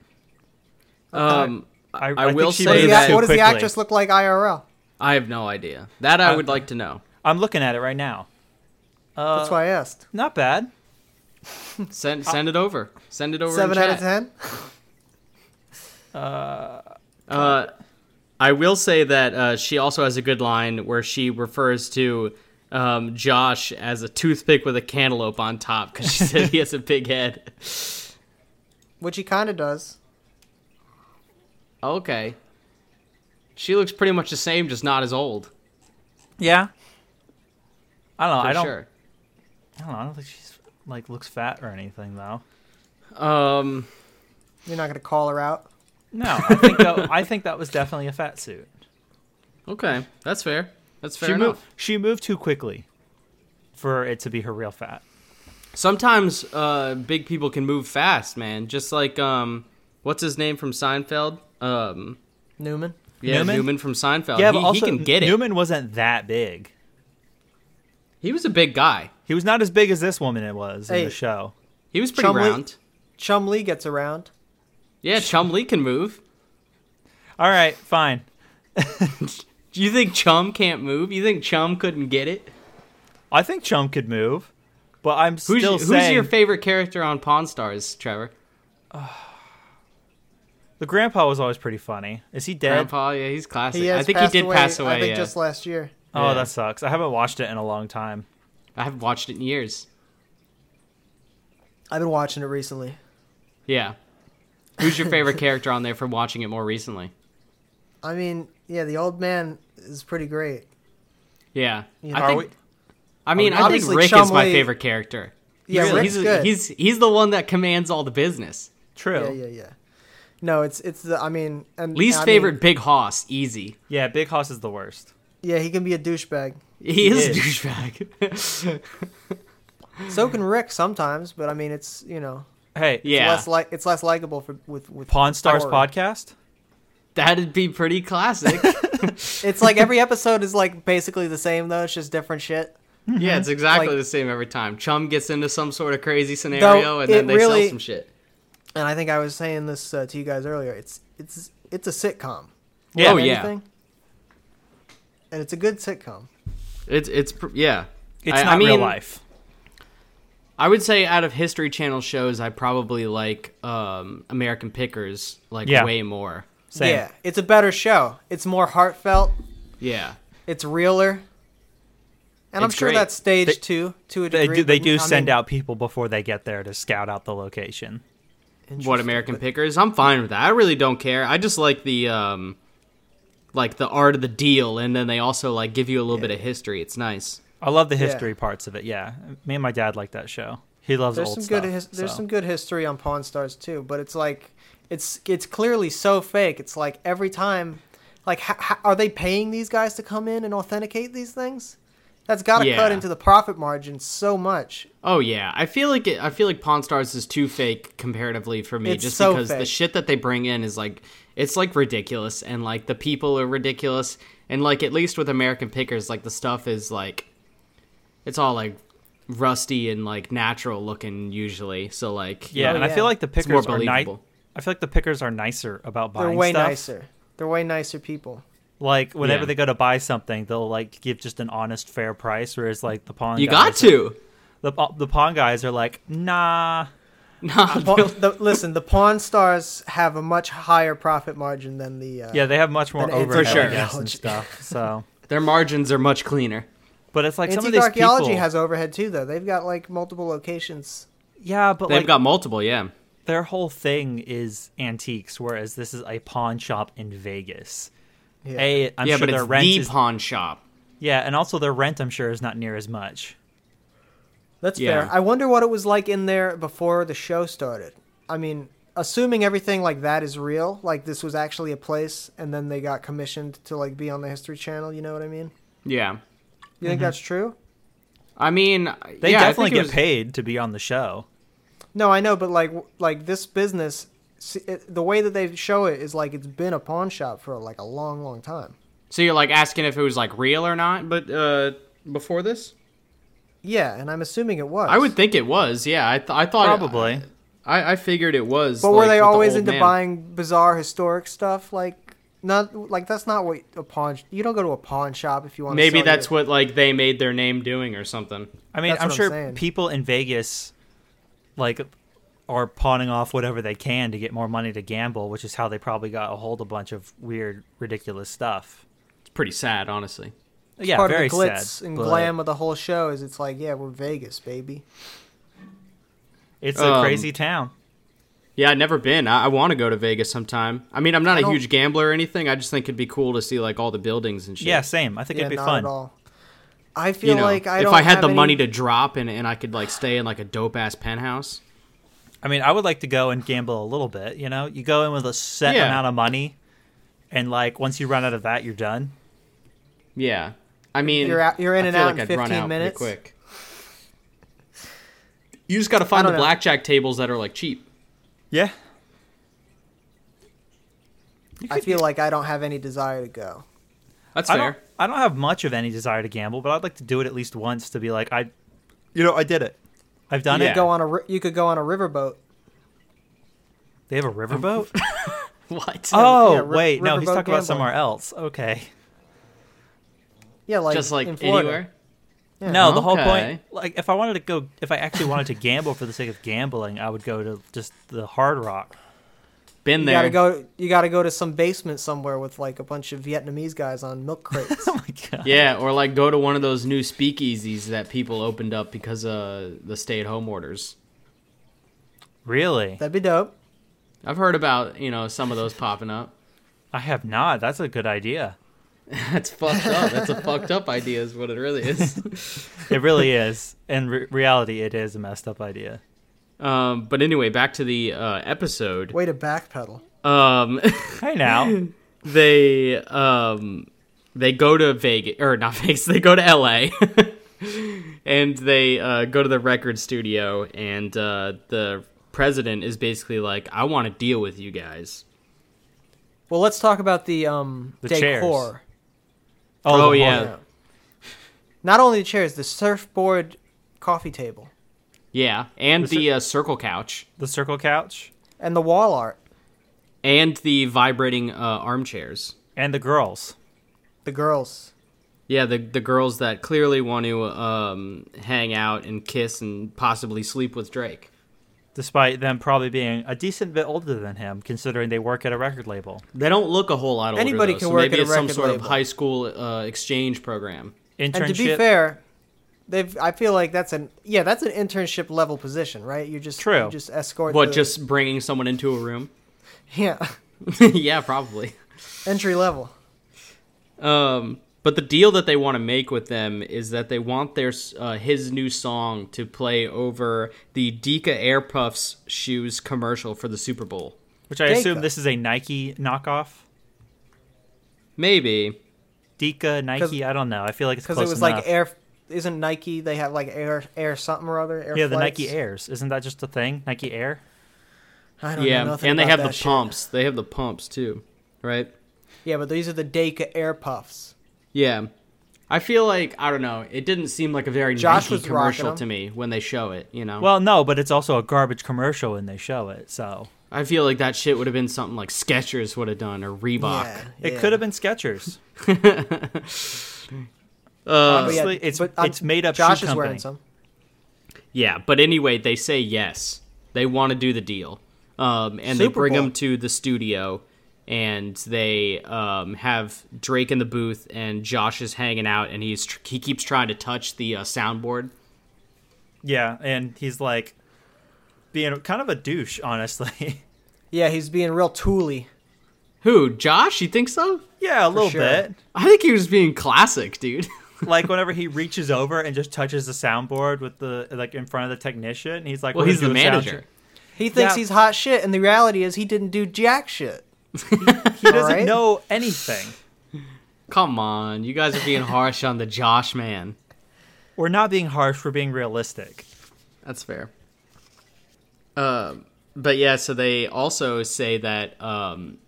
[SPEAKER 2] Um,
[SPEAKER 1] I,
[SPEAKER 2] I
[SPEAKER 1] think
[SPEAKER 2] will
[SPEAKER 1] she
[SPEAKER 2] say
[SPEAKER 3] What
[SPEAKER 1] moves
[SPEAKER 3] does,
[SPEAKER 2] that-
[SPEAKER 1] too
[SPEAKER 3] the, what does the
[SPEAKER 1] quickly.
[SPEAKER 3] actress look like IRL?
[SPEAKER 2] I have no idea. That I
[SPEAKER 1] Uh,
[SPEAKER 2] would like to know.
[SPEAKER 1] I'm looking at it right now. Uh,
[SPEAKER 3] That's why I asked.
[SPEAKER 1] Not bad.
[SPEAKER 2] Send send it over. Send it over. in
[SPEAKER 3] Uh, Seven out
[SPEAKER 2] chat.
[SPEAKER 3] of ten.
[SPEAKER 2] Uh, I will say that uh, she also has a good line where she refers to um, Josh as a toothpick with a cantaloupe on top because she said he has a big head.
[SPEAKER 3] Which he kind of does.
[SPEAKER 2] Okay. She looks pretty much the same, just not as old.
[SPEAKER 1] Yeah. I don't know.
[SPEAKER 2] For
[SPEAKER 1] I don't.
[SPEAKER 2] sure.
[SPEAKER 1] I don't know. I don't think she's like looks fat or anything though.
[SPEAKER 2] Um,
[SPEAKER 3] You're not gonna call her out.
[SPEAKER 1] No, I think that, I think that was definitely a fat suit.
[SPEAKER 2] okay. That's fair. That's fair
[SPEAKER 1] she
[SPEAKER 2] enough.
[SPEAKER 1] moved. She moved too quickly for it to be her real fat.
[SPEAKER 2] Sometimes uh, big people can move fast, man. Just like um, what's his name from Seinfeld? Um,
[SPEAKER 3] Newman.
[SPEAKER 2] yeah, Newman,
[SPEAKER 1] Newman?
[SPEAKER 2] from Seinfeld.
[SPEAKER 1] yeah,
[SPEAKER 2] Oh, he,
[SPEAKER 1] but also
[SPEAKER 2] he can get it.
[SPEAKER 1] Newman wasn't that big.
[SPEAKER 2] He was a big guy.
[SPEAKER 1] He was not as big as this woman it was in
[SPEAKER 3] Hey.
[SPEAKER 1] the show.
[SPEAKER 2] He was pretty
[SPEAKER 3] Chumley-
[SPEAKER 2] round.
[SPEAKER 3] Chumley gets around.
[SPEAKER 2] Yeah, Chum Lee can move.
[SPEAKER 1] All right, fine.
[SPEAKER 2] Do you think Chum can't move? You think Chum couldn't get it?
[SPEAKER 1] I think Chum could move, but I'm
[SPEAKER 2] Who's,
[SPEAKER 1] still
[SPEAKER 2] who's
[SPEAKER 1] saying
[SPEAKER 2] your favorite character on Pawn Stars, Trevor?
[SPEAKER 1] the grandpa was always pretty funny. Is he dead?
[SPEAKER 2] Grandpa, yeah, he's classic.
[SPEAKER 3] He has
[SPEAKER 2] I think he
[SPEAKER 3] passed
[SPEAKER 2] did
[SPEAKER 3] away,
[SPEAKER 2] pass away.
[SPEAKER 3] I think
[SPEAKER 2] yeah.
[SPEAKER 3] just last year.
[SPEAKER 1] Oh,
[SPEAKER 2] Yeah.
[SPEAKER 1] that sucks. I haven't watched it in a long time.
[SPEAKER 2] I haven't watched it in years.
[SPEAKER 3] I've been watching it recently.
[SPEAKER 2] Yeah. Who's your favorite character on there from watching it more recently?
[SPEAKER 3] I mean, yeah, the old man is pretty great.
[SPEAKER 2] Yeah.
[SPEAKER 3] You know,
[SPEAKER 2] I,
[SPEAKER 1] Are
[SPEAKER 2] think,
[SPEAKER 1] we,
[SPEAKER 2] I mean,
[SPEAKER 3] we-
[SPEAKER 2] I think
[SPEAKER 3] Obviously,
[SPEAKER 2] Rick is
[SPEAKER 3] Chum
[SPEAKER 2] my
[SPEAKER 3] Lee-
[SPEAKER 2] favorite character.
[SPEAKER 3] Yeah,
[SPEAKER 2] Really,
[SPEAKER 3] Rick's
[SPEAKER 2] he's,
[SPEAKER 3] good.
[SPEAKER 2] he's he's the one that commands all the business.
[SPEAKER 1] true.
[SPEAKER 3] yeah, yeah, yeah. No, it's it's the I mean and
[SPEAKER 2] Least
[SPEAKER 3] I mean,
[SPEAKER 2] favorite Big Hoss, easy.
[SPEAKER 1] Yeah, Big Hoss is the worst.
[SPEAKER 3] yeah, he can be a douchebag.
[SPEAKER 2] He is a
[SPEAKER 1] is.
[SPEAKER 2] douchebag.
[SPEAKER 3] So can Rick sometimes, but I mean it's you know
[SPEAKER 1] Hey,
[SPEAKER 3] it's
[SPEAKER 2] yeah,
[SPEAKER 3] less like it's less likable for with with
[SPEAKER 1] Pawn Stars
[SPEAKER 3] Power.
[SPEAKER 1] podcast.
[SPEAKER 2] that'd be pretty classic.
[SPEAKER 3] It's like every episode is like basically the same though. It's just different shit.
[SPEAKER 2] yeah, it's exactly
[SPEAKER 3] Like-
[SPEAKER 2] the same every time. Chum gets into some sort of crazy scenario, and
[SPEAKER 3] it
[SPEAKER 2] then they
[SPEAKER 3] really-
[SPEAKER 2] sell some shit.
[SPEAKER 3] And I think I was saying this uh, to you guys earlier. It's it's it's a sitcom.
[SPEAKER 1] Yeah.
[SPEAKER 2] oh
[SPEAKER 3] than
[SPEAKER 2] yeah,
[SPEAKER 3] anything. And it's a good sitcom.
[SPEAKER 2] it's it's pr- yeah.
[SPEAKER 1] It's
[SPEAKER 2] I-
[SPEAKER 1] not
[SPEAKER 2] I mean,
[SPEAKER 1] real life.
[SPEAKER 2] I would say out of History Channel shows, I probably like um, American Pickers like
[SPEAKER 1] Yeah.
[SPEAKER 2] way more.
[SPEAKER 1] Same.
[SPEAKER 3] Yeah, it's a better show. It's more heartfelt.
[SPEAKER 2] Yeah,
[SPEAKER 3] It's realer. And I'm
[SPEAKER 2] It's
[SPEAKER 3] sure
[SPEAKER 2] great.
[SPEAKER 3] that's staged
[SPEAKER 1] They-
[SPEAKER 3] too, to a
[SPEAKER 1] They
[SPEAKER 3] degree.
[SPEAKER 1] do, they
[SPEAKER 3] but,
[SPEAKER 1] do
[SPEAKER 3] I
[SPEAKER 1] send
[SPEAKER 3] mean,
[SPEAKER 1] out people before they get there to scout out the location.
[SPEAKER 2] what
[SPEAKER 3] interesting,
[SPEAKER 2] American
[SPEAKER 3] but-
[SPEAKER 2] Pickers? I'm fine with that. I really don't care. I just like the um, like the art of the deal, and then they also like give you a little bit of history. It's nice.
[SPEAKER 1] I love the
[SPEAKER 3] Yeah.
[SPEAKER 1] history parts of it. Yeah, me and my dad like that show. He loves
[SPEAKER 3] There's
[SPEAKER 1] old
[SPEAKER 3] some
[SPEAKER 1] stuff.
[SPEAKER 3] good his, there's
[SPEAKER 1] so.
[SPEAKER 3] some good history on Pawn Stars too, but it's like it's it's clearly so fake. It's like every time, like ha, ha, are they paying these guys to come in and authenticate these things? That's got to
[SPEAKER 2] Yeah.
[SPEAKER 3] cut into the profit margin so much.
[SPEAKER 2] Oh yeah, I feel like it, I feel like Pawn Stars is too fake comparatively for me,
[SPEAKER 3] It's
[SPEAKER 2] just
[SPEAKER 3] so
[SPEAKER 2] because the
[SPEAKER 3] fake.
[SPEAKER 2] shit that they bring in is like it's like ridiculous, and like the people are ridiculous, and like at least with American Pickers, like the stuff is like it's all like rusty and like natural looking usually. So like
[SPEAKER 1] Yeah,
[SPEAKER 3] Oh,
[SPEAKER 1] and I
[SPEAKER 3] yeah.
[SPEAKER 1] feel like the
[SPEAKER 2] it's more
[SPEAKER 1] pickers are nice.
[SPEAKER 2] believable.
[SPEAKER 1] I feel like the pickers are nicer about buying
[SPEAKER 3] They're way
[SPEAKER 1] stuff.
[SPEAKER 3] nicer. They're way nicer people.
[SPEAKER 1] Like whenever
[SPEAKER 2] Yeah.
[SPEAKER 1] they go to buy something, they'll like give just an honest, fair price. Whereas like the pawn,
[SPEAKER 2] You got
[SPEAKER 1] guys
[SPEAKER 2] to.
[SPEAKER 1] The the pawn guys are like, nah,
[SPEAKER 2] Nah,
[SPEAKER 3] Pa- the, listen, the Pawn Stars have a much higher profit margin than the uh,
[SPEAKER 1] yeah, they have much more
[SPEAKER 3] Then it's
[SPEAKER 1] overhead I
[SPEAKER 2] archaeology.
[SPEAKER 1] guess, and stuff. So,
[SPEAKER 2] their margins are much cleaner.
[SPEAKER 1] but it's like some of
[SPEAKER 3] Antique
[SPEAKER 1] these
[SPEAKER 3] archaeology
[SPEAKER 1] people,
[SPEAKER 3] has overhead too, though. They've got like multiple locations.
[SPEAKER 1] yeah, but
[SPEAKER 2] They've
[SPEAKER 1] like
[SPEAKER 2] got multiple, yeah.
[SPEAKER 1] their whole thing is antiques, whereas this is a pawn shop in Vegas.
[SPEAKER 3] Yeah.
[SPEAKER 1] A, I'm
[SPEAKER 2] yeah,
[SPEAKER 1] sure
[SPEAKER 2] but
[SPEAKER 1] their
[SPEAKER 2] it's
[SPEAKER 1] rent
[SPEAKER 2] the
[SPEAKER 1] is
[SPEAKER 2] pawn shop.
[SPEAKER 1] yeah, and also their rent, I'm sure, is not near as much.
[SPEAKER 3] That's
[SPEAKER 2] Yeah.
[SPEAKER 3] fair. I wonder what it was like in there before the show started. I mean, assuming everything like that is real, like this was actually a place, and then they got commissioned to like be on the History Channel. You know what I mean?
[SPEAKER 2] Yeah.
[SPEAKER 3] You
[SPEAKER 2] Mm-hmm.
[SPEAKER 3] think that's true?
[SPEAKER 2] I mean,
[SPEAKER 1] They
[SPEAKER 2] yeah, I
[SPEAKER 1] definitely
[SPEAKER 2] think it
[SPEAKER 1] get
[SPEAKER 2] was-
[SPEAKER 1] paid to be on the show.
[SPEAKER 3] No, I know, but like w- like this business, s- it, the way that they show it is like it's been a pawn shop for like a long, long time.
[SPEAKER 2] So you're like asking if it was like real or not, but uh, before this,
[SPEAKER 3] Yeah, and I'm assuming it was.
[SPEAKER 2] I would think it was. Oh, Yeah, Uh, I th- I thought
[SPEAKER 1] Probably.
[SPEAKER 2] I, I figured it was.
[SPEAKER 3] But were
[SPEAKER 2] like, with
[SPEAKER 3] they
[SPEAKER 2] the
[SPEAKER 3] always
[SPEAKER 2] old
[SPEAKER 3] into
[SPEAKER 2] man.
[SPEAKER 3] buying bizarre historic stuff? Like not like that's not what a pawn. You don't go to a pawn shop if you want.
[SPEAKER 2] Maybe
[SPEAKER 3] to sell
[SPEAKER 2] that's what like they made their name doing or something.
[SPEAKER 1] I mean,
[SPEAKER 3] That's
[SPEAKER 1] I'm
[SPEAKER 3] what I'm
[SPEAKER 1] sure
[SPEAKER 3] saying.
[SPEAKER 1] people in Vegas like are pawning off whatever they can to get more money to gamble, which is how they probably got a hold of a bunch of weird, ridiculous stuff.
[SPEAKER 2] It's pretty sad, honestly.
[SPEAKER 1] Yeah,
[SPEAKER 3] part
[SPEAKER 1] very
[SPEAKER 3] of the glitz
[SPEAKER 1] sad.
[SPEAKER 3] and
[SPEAKER 1] but
[SPEAKER 3] glam of the whole show is it's like, yeah, we're Vegas, baby.
[SPEAKER 1] It's a
[SPEAKER 2] Um,
[SPEAKER 1] crazy town.
[SPEAKER 2] Yeah, I've never been. I, I want to go to Vegas sometime. I mean, I'm not
[SPEAKER 3] I
[SPEAKER 2] a
[SPEAKER 3] don't-
[SPEAKER 2] huge gambler or anything. I just think it'd be cool to see like all the buildings and shit.
[SPEAKER 1] Yeah, same. I think
[SPEAKER 3] Yeah,
[SPEAKER 1] it'd be
[SPEAKER 3] not
[SPEAKER 1] fun.
[SPEAKER 3] at all. I feel
[SPEAKER 2] you know,
[SPEAKER 3] like I
[SPEAKER 2] if
[SPEAKER 3] don't
[SPEAKER 2] I had
[SPEAKER 3] have
[SPEAKER 2] the
[SPEAKER 3] any-
[SPEAKER 2] money to drop and, and I could like stay in like a dope ass penthouse.
[SPEAKER 1] I mean, I would like to go and gamble a little bit. You know, you go in with a set
[SPEAKER 2] Yeah.
[SPEAKER 1] amount of money, and like once you run out of that, you're done.
[SPEAKER 2] Yeah, I mean,
[SPEAKER 3] You're out- you're in
[SPEAKER 2] I
[SPEAKER 3] and
[SPEAKER 2] feel
[SPEAKER 3] out
[SPEAKER 2] like
[SPEAKER 3] in
[SPEAKER 2] I'd run
[SPEAKER 3] 15
[SPEAKER 2] out pretty
[SPEAKER 3] minutes.
[SPEAKER 2] Quick. You just got to find the
[SPEAKER 3] don't know.
[SPEAKER 2] blackjack tables that are like cheap.
[SPEAKER 1] Yeah,
[SPEAKER 3] I feel like I don't have any desire to go.
[SPEAKER 2] That's
[SPEAKER 1] I don't.
[SPEAKER 2] fair.
[SPEAKER 1] I don't have much of any desire to gamble, but I'd like to do it at least once to be like, I, you know, I did it. I've done
[SPEAKER 2] Yeah.
[SPEAKER 1] it.
[SPEAKER 3] Go on a ri- you could go on a riverboat.
[SPEAKER 1] They have a riverboat.
[SPEAKER 2] What?
[SPEAKER 1] oh
[SPEAKER 3] Yeah, ri-
[SPEAKER 1] wait, no, he's
[SPEAKER 3] riverboat
[SPEAKER 1] talking about
[SPEAKER 3] gambling.
[SPEAKER 1] somewhere else. Okay.
[SPEAKER 3] Yeah, like
[SPEAKER 2] just like
[SPEAKER 3] in Florida.
[SPEAKER 2] anywhere.
[SPEAKER 3] Yeah.
[SPEAKER 1] No, the whole
[SPEAKER 2] Okay.
[SPEAKER 1] point. Like, if I wanted to go, if I actually wanted to gamble for the sake of gambling, I would go to just the Hard Rock.
[SPEAKER 2] Been
[SPEAKER 3] You
[SPEAKER 2] there.
[SPEAKER 3] gotta go. You gotta go to some basement somewhere with like a bunch of Vietnamese guys on milk crates.
[SPEAKER 1] Oh my god.
[SPEAKER 2] Yeah, or like go to one of those new speakeasies that people opened up because of the stay-at-home orders.
[SPEAKER 1] Really?
[SPEAKER 3] That'd be dope.
[SPEAKER 2] I've heard about you know some of those popping up.
[SPEAKER 1] I have not. That's a good idea.
[SPEAKER 2] That's fucked up. That's a fucked up idea, is what it really is.
[SPEAKER 1] It really is. In re- reality, it is a messed up idea.
[SPEAKER 2] um, but anyway, back to the uh, episode.
[SPEAKER 3] Way to backpedal.
[SPEAKER 2] Um,
[SPEAKER 1] Hey now. Oh,
[SPEAKER 2] they um they go to Vegas or not Vegas, they go to LA. and they uh, go to the record studio and uh, the president is basically like I want to deal with you guys.
[SPEAKER 3] Well, let's talk about the um
[SPEAKER 1] The chairs.
[SPEAKER 3] decor.
[SPEAKER 2] Oh,
[SPEAKER 1] the
[SPEAKER 2] yeah.
[SPEAKER 1] horn.
[SPEAKER 3] Not only the chairs, the surfboard coffee table
[SPEAKER 2] Yeah, and
[SPEAKER 1] Was
[SPEAKER 2] the uh, circle couch
[SPEAKER 1] The circle couch
[SPEAKER 3] and the wall art.
[SPEAKER 2] and the vibrating uh, armchairs.
[SPEAKER 1] and the girls.
[SPEAKER 3] The girls.
[SPEAKER 2] Yeah, the the girls that clearly want to um, hang out and kiss and possibly sleep with Drake.
[SPEAKER 1] Despite them probably being a decent bit older than him, considering they work at a record label.
[SPEAKER 2] They don't look a whole lot older.
[SPEAKER 3] Anybody
[SPEAKER 2] though,
[SPEAKER 3] can
[SPEAKER 2] so
[SPEAKER 3] work
[SPEAKER 2] maybe
[SPEAKER 3] at a
[SPEAKER 2] it's some
[SPEAKER 3] record
[SPEAKER 2] sort of
[SPEAKER 3] label.
[SPEAKER 2] high school uh, exchange program.
[SPEAKER 1] Internship.
[SPEAKER 3] And to be fair, they've. I feel like that's an yeah, that's an internship level position, right? You just
[SPEAKER 1] True.
[SPEAKER 3] You just escort.
[SPEAKER 2] What,
[SPEAKER 3] the-
[SPEAKER 2] just bringing someone into a room?
[SPEAKER 3] yeah,
[SPEAKER 2] yeah, probably.
[SPEAKER 3] entry level.
[SPEAKER 2] Um, but the deal that they want to make with them is that they want their s- uh, his new song to play over the Dika Air Puffs shoes commercial for the Super Bowl.
[SPEAKER 1] which I
[SPEAKER 3] Dika.
[SPEAKER 1] assume this is a Nike knockoff.
[SPEAKER 2] Maybe.
[SPEAKER 1] Dika, Nike, I don't know. I feel like it's
[SPEAKER 3] because
[SPEAKER 1] close
[SPEAKER 3] it was
[SPEAKER 1] enough.
[SPEAKER 3] like air. Isn't Nike? They have like air, air something or other. Air
[SPEAKER 1] yeah, the
[SPEAKER 3] Flights?
[SPEAKER 1] Nike Airs. Isn't that just a thing? Nike Air?
[SPEAKER 3] I don't know
[SPEAKER 2] Yeah,
[SPEAKER 3] nothing
[SPEAKER 2] and they
[SPEAKER 3] about
[SPEAKER 2] have
[SPEAKER 3] that
[SPEAKER 2] the
[SPEAKER 3] shit.
[SPEAKER 2] pumps. They have the pumps too, right?
[SPEAKER 3] Yeah, but these are the Deka Air Puffs.
[SPEAKER 2] Yeah. I feel like I don't know. It didn't seem like a very
[SPEAKER 3] Josh
[SPEAKER 2] Nike
[SPEAKER 3] was rocking
[SPEAKER 2] commercial
[SPEAKER 3] them.
[SPEAKER 2] to me when they show it. You know,
[SPEAKER 1] Well, no, but it's also a garbage commercial and they show it. So
[SPEAKER 2] I feel like that shit would have been something like Skechers would have done or Reebok.
[SPEAKER 3] Yeah,
[SPEAKER 1] it
[SPEAKER 3] yeah.
[SPEAKER 1] could have been Skechers.
[SPEAKER 3] Uh, but
[SPEAKER 1] Honestly, it's-
[SPEAKER 3] um,
[SPEAKER 1] it's made up shoe
[SPEAKER 3] Josh is
[SPEAKER 1] company.
[SPEAKER 3] wearing some.
[SPEAKER 2] Yeah, but anyway, they say yes. They want to do the deal. Um, and they
[SPEAKER 3] Super
[SPEAKER 2] bring
[SPEAKER 3] Bowl.
[SPEAKER 2] him to the studio and they um, have Drake in the booth and Josh is hanging out and he's tr- he keeps trying to touch the uh, soundboard.
[SPEAKER 1] yeah, and he's like being kind of a douche, honestly.
[SPEAKER 3] Yeah, he's being real tooly.
[SPEAKER 2] Who? Josh? You think so?
[SPEAKER 1] yeah, a little
[SPEAKER 3] sure.
[SPEAKER 1] bit.
[SPEAKER 2] I think he was being classic, dude.
[SPEAKER 1] Like whenever he reaches over and just touches the soundboard with the like in front of the technician, he's like,
[SPEAKER 2] well,
[SPEAKER 1] "We're
[SPEAKER 2] he's the
[SPEAKER 1] gonna do a sound
[SPEAKER 2] manager.
[SPEAKER 1] check."
[SPEAKER 3] He thinks
[SPEAKER 1] Yeah.
[SPEAKER 3] he's hot shit, and the reality is he didn't do jack shit.
[SPEAKER 1] He doesn't
[SPEAKER 3] Alright.
[SPEAKER 1] know anything.
[SPEAKER 2] Come on, you guys are being harsh on the Josh man.
[SPEAKER 1] We're not being harsh. We're being realistic.
[SPEAKER 2] That's fair. Um, but yeah, so they also say that um,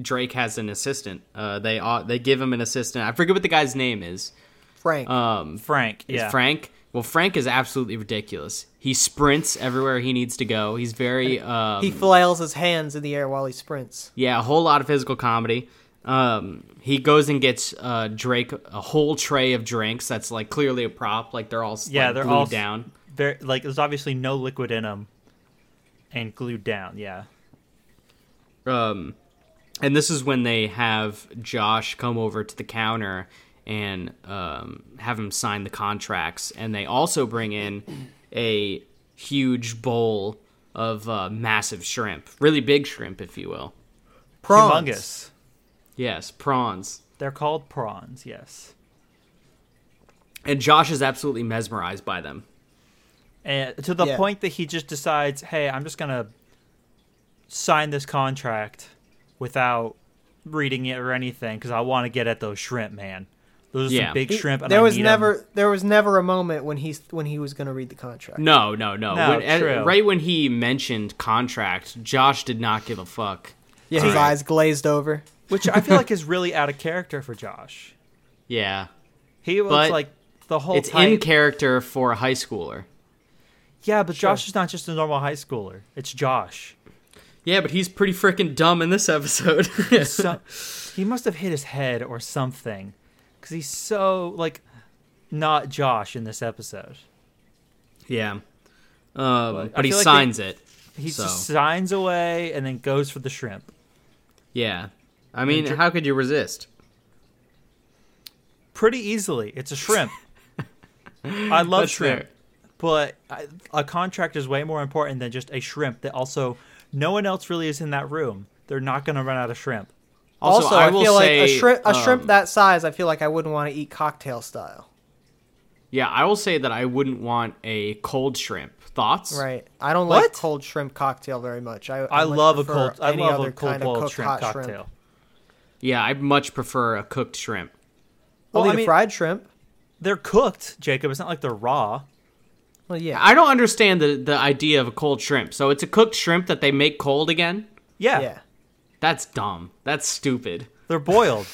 [SPEAKER 2] Drake has an assistant. Uh, they au- they give him an assistant. I forget what the guy's name is.
[SPEAKER 3] Frank.
[SPEAKER 2] Um,
[SPEAKER 1] Frank,
[SPEAKER 2] is
[SPEAKER 1] yeah,
[SPEAKER 2] Frank. Well, Frank is absolutely ridiculous. He sprints everywhere he needs to go. He's very um,
[SPEAKER 3] he flails his hands in the air while he sprints.
[SPEAKER 2] yeah, a whole lot of physical comedy. Um, he goes and gets uh, Drake a whole tray of drinks. That's like clearly a prop. Like they're all s-
[SPEAKER 1] Yeah,
[SPEAKER 2] like,
[SPEAKER 1] they're
[SPEAKER 2] glued
[SPEAKER 1] all s-
[SPEAKER 2] down.
[SPEAKER 1] very like there's obviously no liquid in them and glued down yeah
[SPEAKER 2] um, and this is when they have Josh come over to the counter and um, have him sign the contracts, and they also bring in a huge bowl of uh, massive shrimp, really big shrimp, if you will.
[SPEAKER 3] Prawns.
[SPEAKER 1] humongous
[SPEAKER 2] Yes, prawns.
[SPEAKER 1] they're called prawns yes
[SPEAKER 2] And Josh is absolutely mesmerized by them.
[SPEAKER 1] and to the
[SPEAKER 3] Yeah.
[SPEAKER 1] point that he just decides hey i'm just gonna sign this contract without reading it or anything because i want to get at those shrimp man those are
[SPEAKER 2] Yeah.
[SPEAKER 1] some big
[SPEAKER 3] He-
[SPEAKER 1] shrimp and
[SPEAKER 3] there
[SPEAKER 1] I
[SPEAKER 3] was
[SPEAKER 1] need 'em.
[SPEAKER 3] never there was never a moment when he's when he was going to read the contract.
[SPEAKER 2] No, no, no.
[SPEAKER 1] No,
[SPEAKER 2] When- at-
[SPEAKER 1] true.
[SPEAKER 2] right when he mentioned contract, Josh did not give a fuck.
[SPEAKER 3] Yeah, his eyes glazed over.
[SPEAKER 1] which i feel like is really out of character for josh
[SPEAKER 2] Yeah.
[SPEAKER 1] he was
[SPEAKER 2] But
[SPEAKER 1] like the whole
[SPEAKER 2] It's
[SPEAKER 1] time
[SPEAKER 2] in character for a high schooler.
[SPEAKER 1] yeah but josh is not just a normal high schooler it's josh
[SPEAKER 2] Yeah, but he's pretty freaking dumb in this episode.
[SPEAKER 1] so he must have hit his head or something because he's so like not josh in this episode
[SPEAKER 2] yeah. Um, but
[SPEAKER 1] I
[SPEAKER 2] he
[SPEAKER 1] feel like
[SPEAKER 2] signs it.
[SPEAKER 1] he
[SPEAKER 2] So.
[SPEAKER 1] just signs away and then goes for the shrimp
[SPEAKER 2] Yeah. I mean,
[SPEAKER 1] Dr-
[SPEAKER 2] how could you resist?
[SPEAKER 1] pretty easily it's a shrimp i love
[SPEAKER 2] That's
[SPEAKER 1] shrimp
[SPEAKER 2] fair.
[SPEAKER 1] but I, a contract is way more important than just a shrimp that also no one else really is in that room they're not going to run out of shrimp
[SPEAKER 2] Also, I will
[SPEAKER 3] feel
[SPEAKER 2] say,
[SPEAKER 3] like a shrimp a
[SPEAKER 2] um,
[SPEAKER 3] shrimp that size, I feel like I wouldn't want to eat cocktail style.
[SPEAKER 2] Yeah, I will say that I wouldn't want a cold shrimp. Thoughts?
[SPEAKER 3] Right. I don't
[SPEAKER 1] What?
[SPEAKER 3] like cold shrimp cocktail very much. I,
[SPEAKER 1] I,
[SPEAKER 3] much
[SPEAKER 1] love a
[SPEAKER 3] prefer
[SPEAKER 1] cold. I
[SPEAKER 3] any
[SPEAKER 1] love
[SPEAKER 3] other
[SPEAKER 1] a cold
[SPEAKER 3] kind of
[SPEAKER 1] boiled
[SPEAKER 3] cooked
[SPEAKER 1] shrimp
[SPEAKER 3] hot
[SPEAKER 1] cocktail.
[SPEAKER 2] Yeah, I much prefer a cooked shrimp.
[SPEAKER 3] I'll
[SPEAKER 1] Well,
[SPEAKER 3] eat
[SPEAKER 1] I mean-
[SPEAKER 3] a fried shrimp.
[SPEAKER 1] They're cooked, Jacob. It's not like they're raw.
[SPEAKER 3] Well, yeah.
[SPEAKER 2] I don't understand the the idea of a cold shrimp. So it's a cooked shrimp that they make cold again.
[SPEAKER 1] Ah, Yeah,
[SPEAKER 3] yeah.
[SPEAKER 2] That's dumb. That's stupid.
[SPEAKER 1] they're boiled.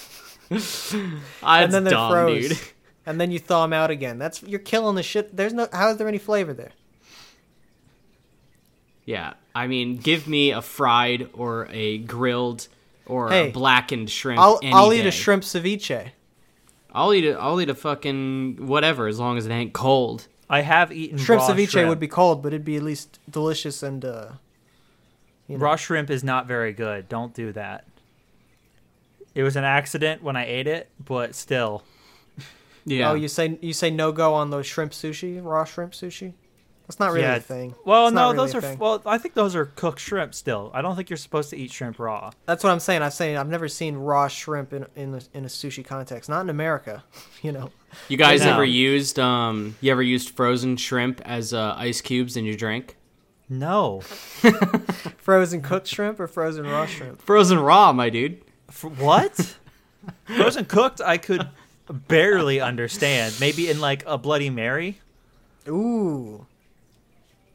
[SPEAKER 2] That's
[SPEAKER 3] And then they're
[SPEAKER 2] dumb,
[SPEAKER 3] froze.
[SPEAKER 2] dude.
[SPEAKER 3] And then you thaw them out again. That's you're killing the shit. There's no. How is there any flavor there?
[SPEAKER 2] Yeah, I mean, give me a fried or a grilled or
[SPEAKER 3] Hey,
[SPEAKER 2] a blackened shrimp.
[SPEAKER 3] I'll
[SPEAKER 2] any
[SPEAKER 3] I'll eat
[SPEAKER 2] day.
[SPEAKER 3] a shrimp ceviche.
[SPEAKER 2] I'll eat a, I'll eat a fucking whatever as long as it ain't cold.
[SPEAKER 1] I have eaten
[SPEAKER 3] Shrimp
[SPEAKER 1] raw
[SPEAKER 3] ceviche
[SPEAKER 1] shrimp.
[SPEAKER 3] would be cold, but it'd be at least delicious and uh, you know.
[SPEAKER 1] raw shrimp is not very good. Don't do that. It was an accident when I ate it, but still,
[SPEAKER 2] Yeah.
[SPEAKER 3] Oh, you say you say no go on those shrimp sushi, raw shrimp sushi. That's not really
[SPEAKER 1] yeah.
[SPEAKER 3] a thing.
[SPEAKER 1] Well,
[SPEAKER 3] It's
[SPEAKER 1] no,
[SPEAKER 3] not really
[SPEAKER 1] those
[SPEAKER 3] a
[SPEAKER 1] are
[SPEAKER 3] thing.
[SPEAKER 1] well. I think those are cooked shrimp. Still, I don't think you're supposed to eat shrimp raw.
[SPEAKER 3] That's what I'm saying. I'm saying I've never seen raw shrimp in in a, in a sushi context. Not in America, you know.
[SPEAKER 2] You guys
[SPEAKER 1] No.
[SPEAKER 2] ever used um you ever used frozen shrimp as uh, ice cubes in your drink?
[SPEAKER 1] No,
[SPEAKER 3] Frozen cooked shrimp or frozen raw shrimp?
[SPEAKER 2] Frozen raw, my dude.
[SPEAKER 1] For what? Frozen cooked, I could barely understand. Maybe in like a Bloody Mary.
[SPEAKER 3] Ooh,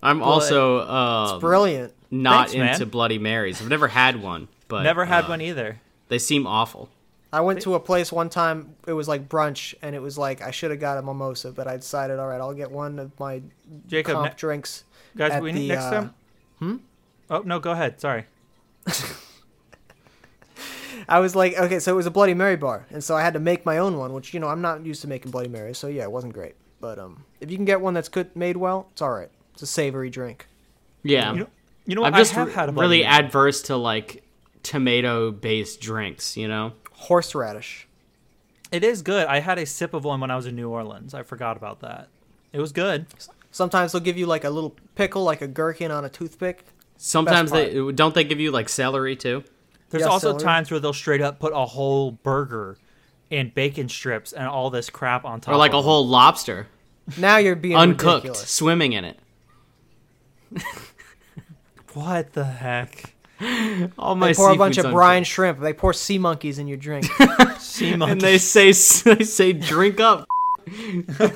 [SPEAKER 2] I'm also uh
[SPEAKER 3] brilliant.
[SPEAKER 2] not
[SPEAKER 1] Thanks, man.
[SPEAKER 2] into Bloody Marys. I've never had one, but
[SPEAKER 1] Never had
[SPEAKER 2] uh,
[SPEAKER 1] one e- either.
[SPEAKER 2] They seem awful.
[SPEAKER 3] I went to a place one time. It was like brunch, and it was like I should have got a mimosa, but I decided, all right, I'll get one of my
[SPEAKER 1] Jacob,
[SPEAKER 3] comp
[SPEAKER 1] ne-
[SPEAKER 3] drinks.
[SPEAKER 1] guys,
[SPEAKER 3] at
[SPEAKER 1] we need
[SPEAKER 3] the,
[SPEAKER 1] next
[SPEAKER 3] uh,
[SPEAKER 1] time. Oh no, go ahead. Sorry.
[SPEAKER 3] I was like, okay, so it was a Bloody Mary bar, and so I had to make my own one, which you know I'm not used to making Bloody Marys, so yeah, it wasn't great. But um, if you can get one that's good made well, it's all right. It's a savory drink.
[SPEAKER 2] Yeah.
[SPEAKER 1] You know, you know
[SPEAKER 2] Um, I'm
[SPEAKER 1] what?
[SPEAKER 2] just
[SPEAKER 1] I have had a Bloody
[SPEAKER 2] really
[SPEAKER 1] Mary.
[SPEAKER 2] adverse to like tomato based drinks, you know?
[SPEAKER 3] Horseradish.
[SPEAKER 1] It is good. I had a sip of one when I was in New Orleans. I forgot about that. It was good.
[SPEAKER 3] Sometimes they'll give you like a little pickle, like a gherkin on a toothpick.
[SPEAKER 2] Sometimes
[SPEAKER 3] Best
[SPEAKER 2] they don't they give you like celery too?
[SPEAKER 1] There's
[SPEAKER 3] Yeah,
[SPEAKER 1] also
[SPEAKER 3] celery.
[SPEAKER 1] times where they'll straight up put a whole burger and bacon strips and all this crap on top.
[SPEAKER 2] Or like
[SPEAKER 1] of
[SPEAKER 2] a
[SPEAKER 1] it.
[SPEAKER 2] whole lobster
[SPEAKER 3] Now you're being
[SPEAKER 2] uncooked
[SPEAKER 3] ridiculous.
[SPEAKER 2] swimming in it.
[SPEAKER 1] What the heck?
[SPEAKER 2] All my
[SPEAKER 3] They pour a bunch
[SPEAKER 2] seafood's
[SPEAKER 3] of brine
[SPEAKER 2] uncooked.
[SPEAKER 3] shrimp. They pour sea monkeys in your drink.
[SPEAKER 1] Sea
[SPEAKER 2] and they
[SPEAKER 1] monkey.
[SPEAKER 2] say they say drink up.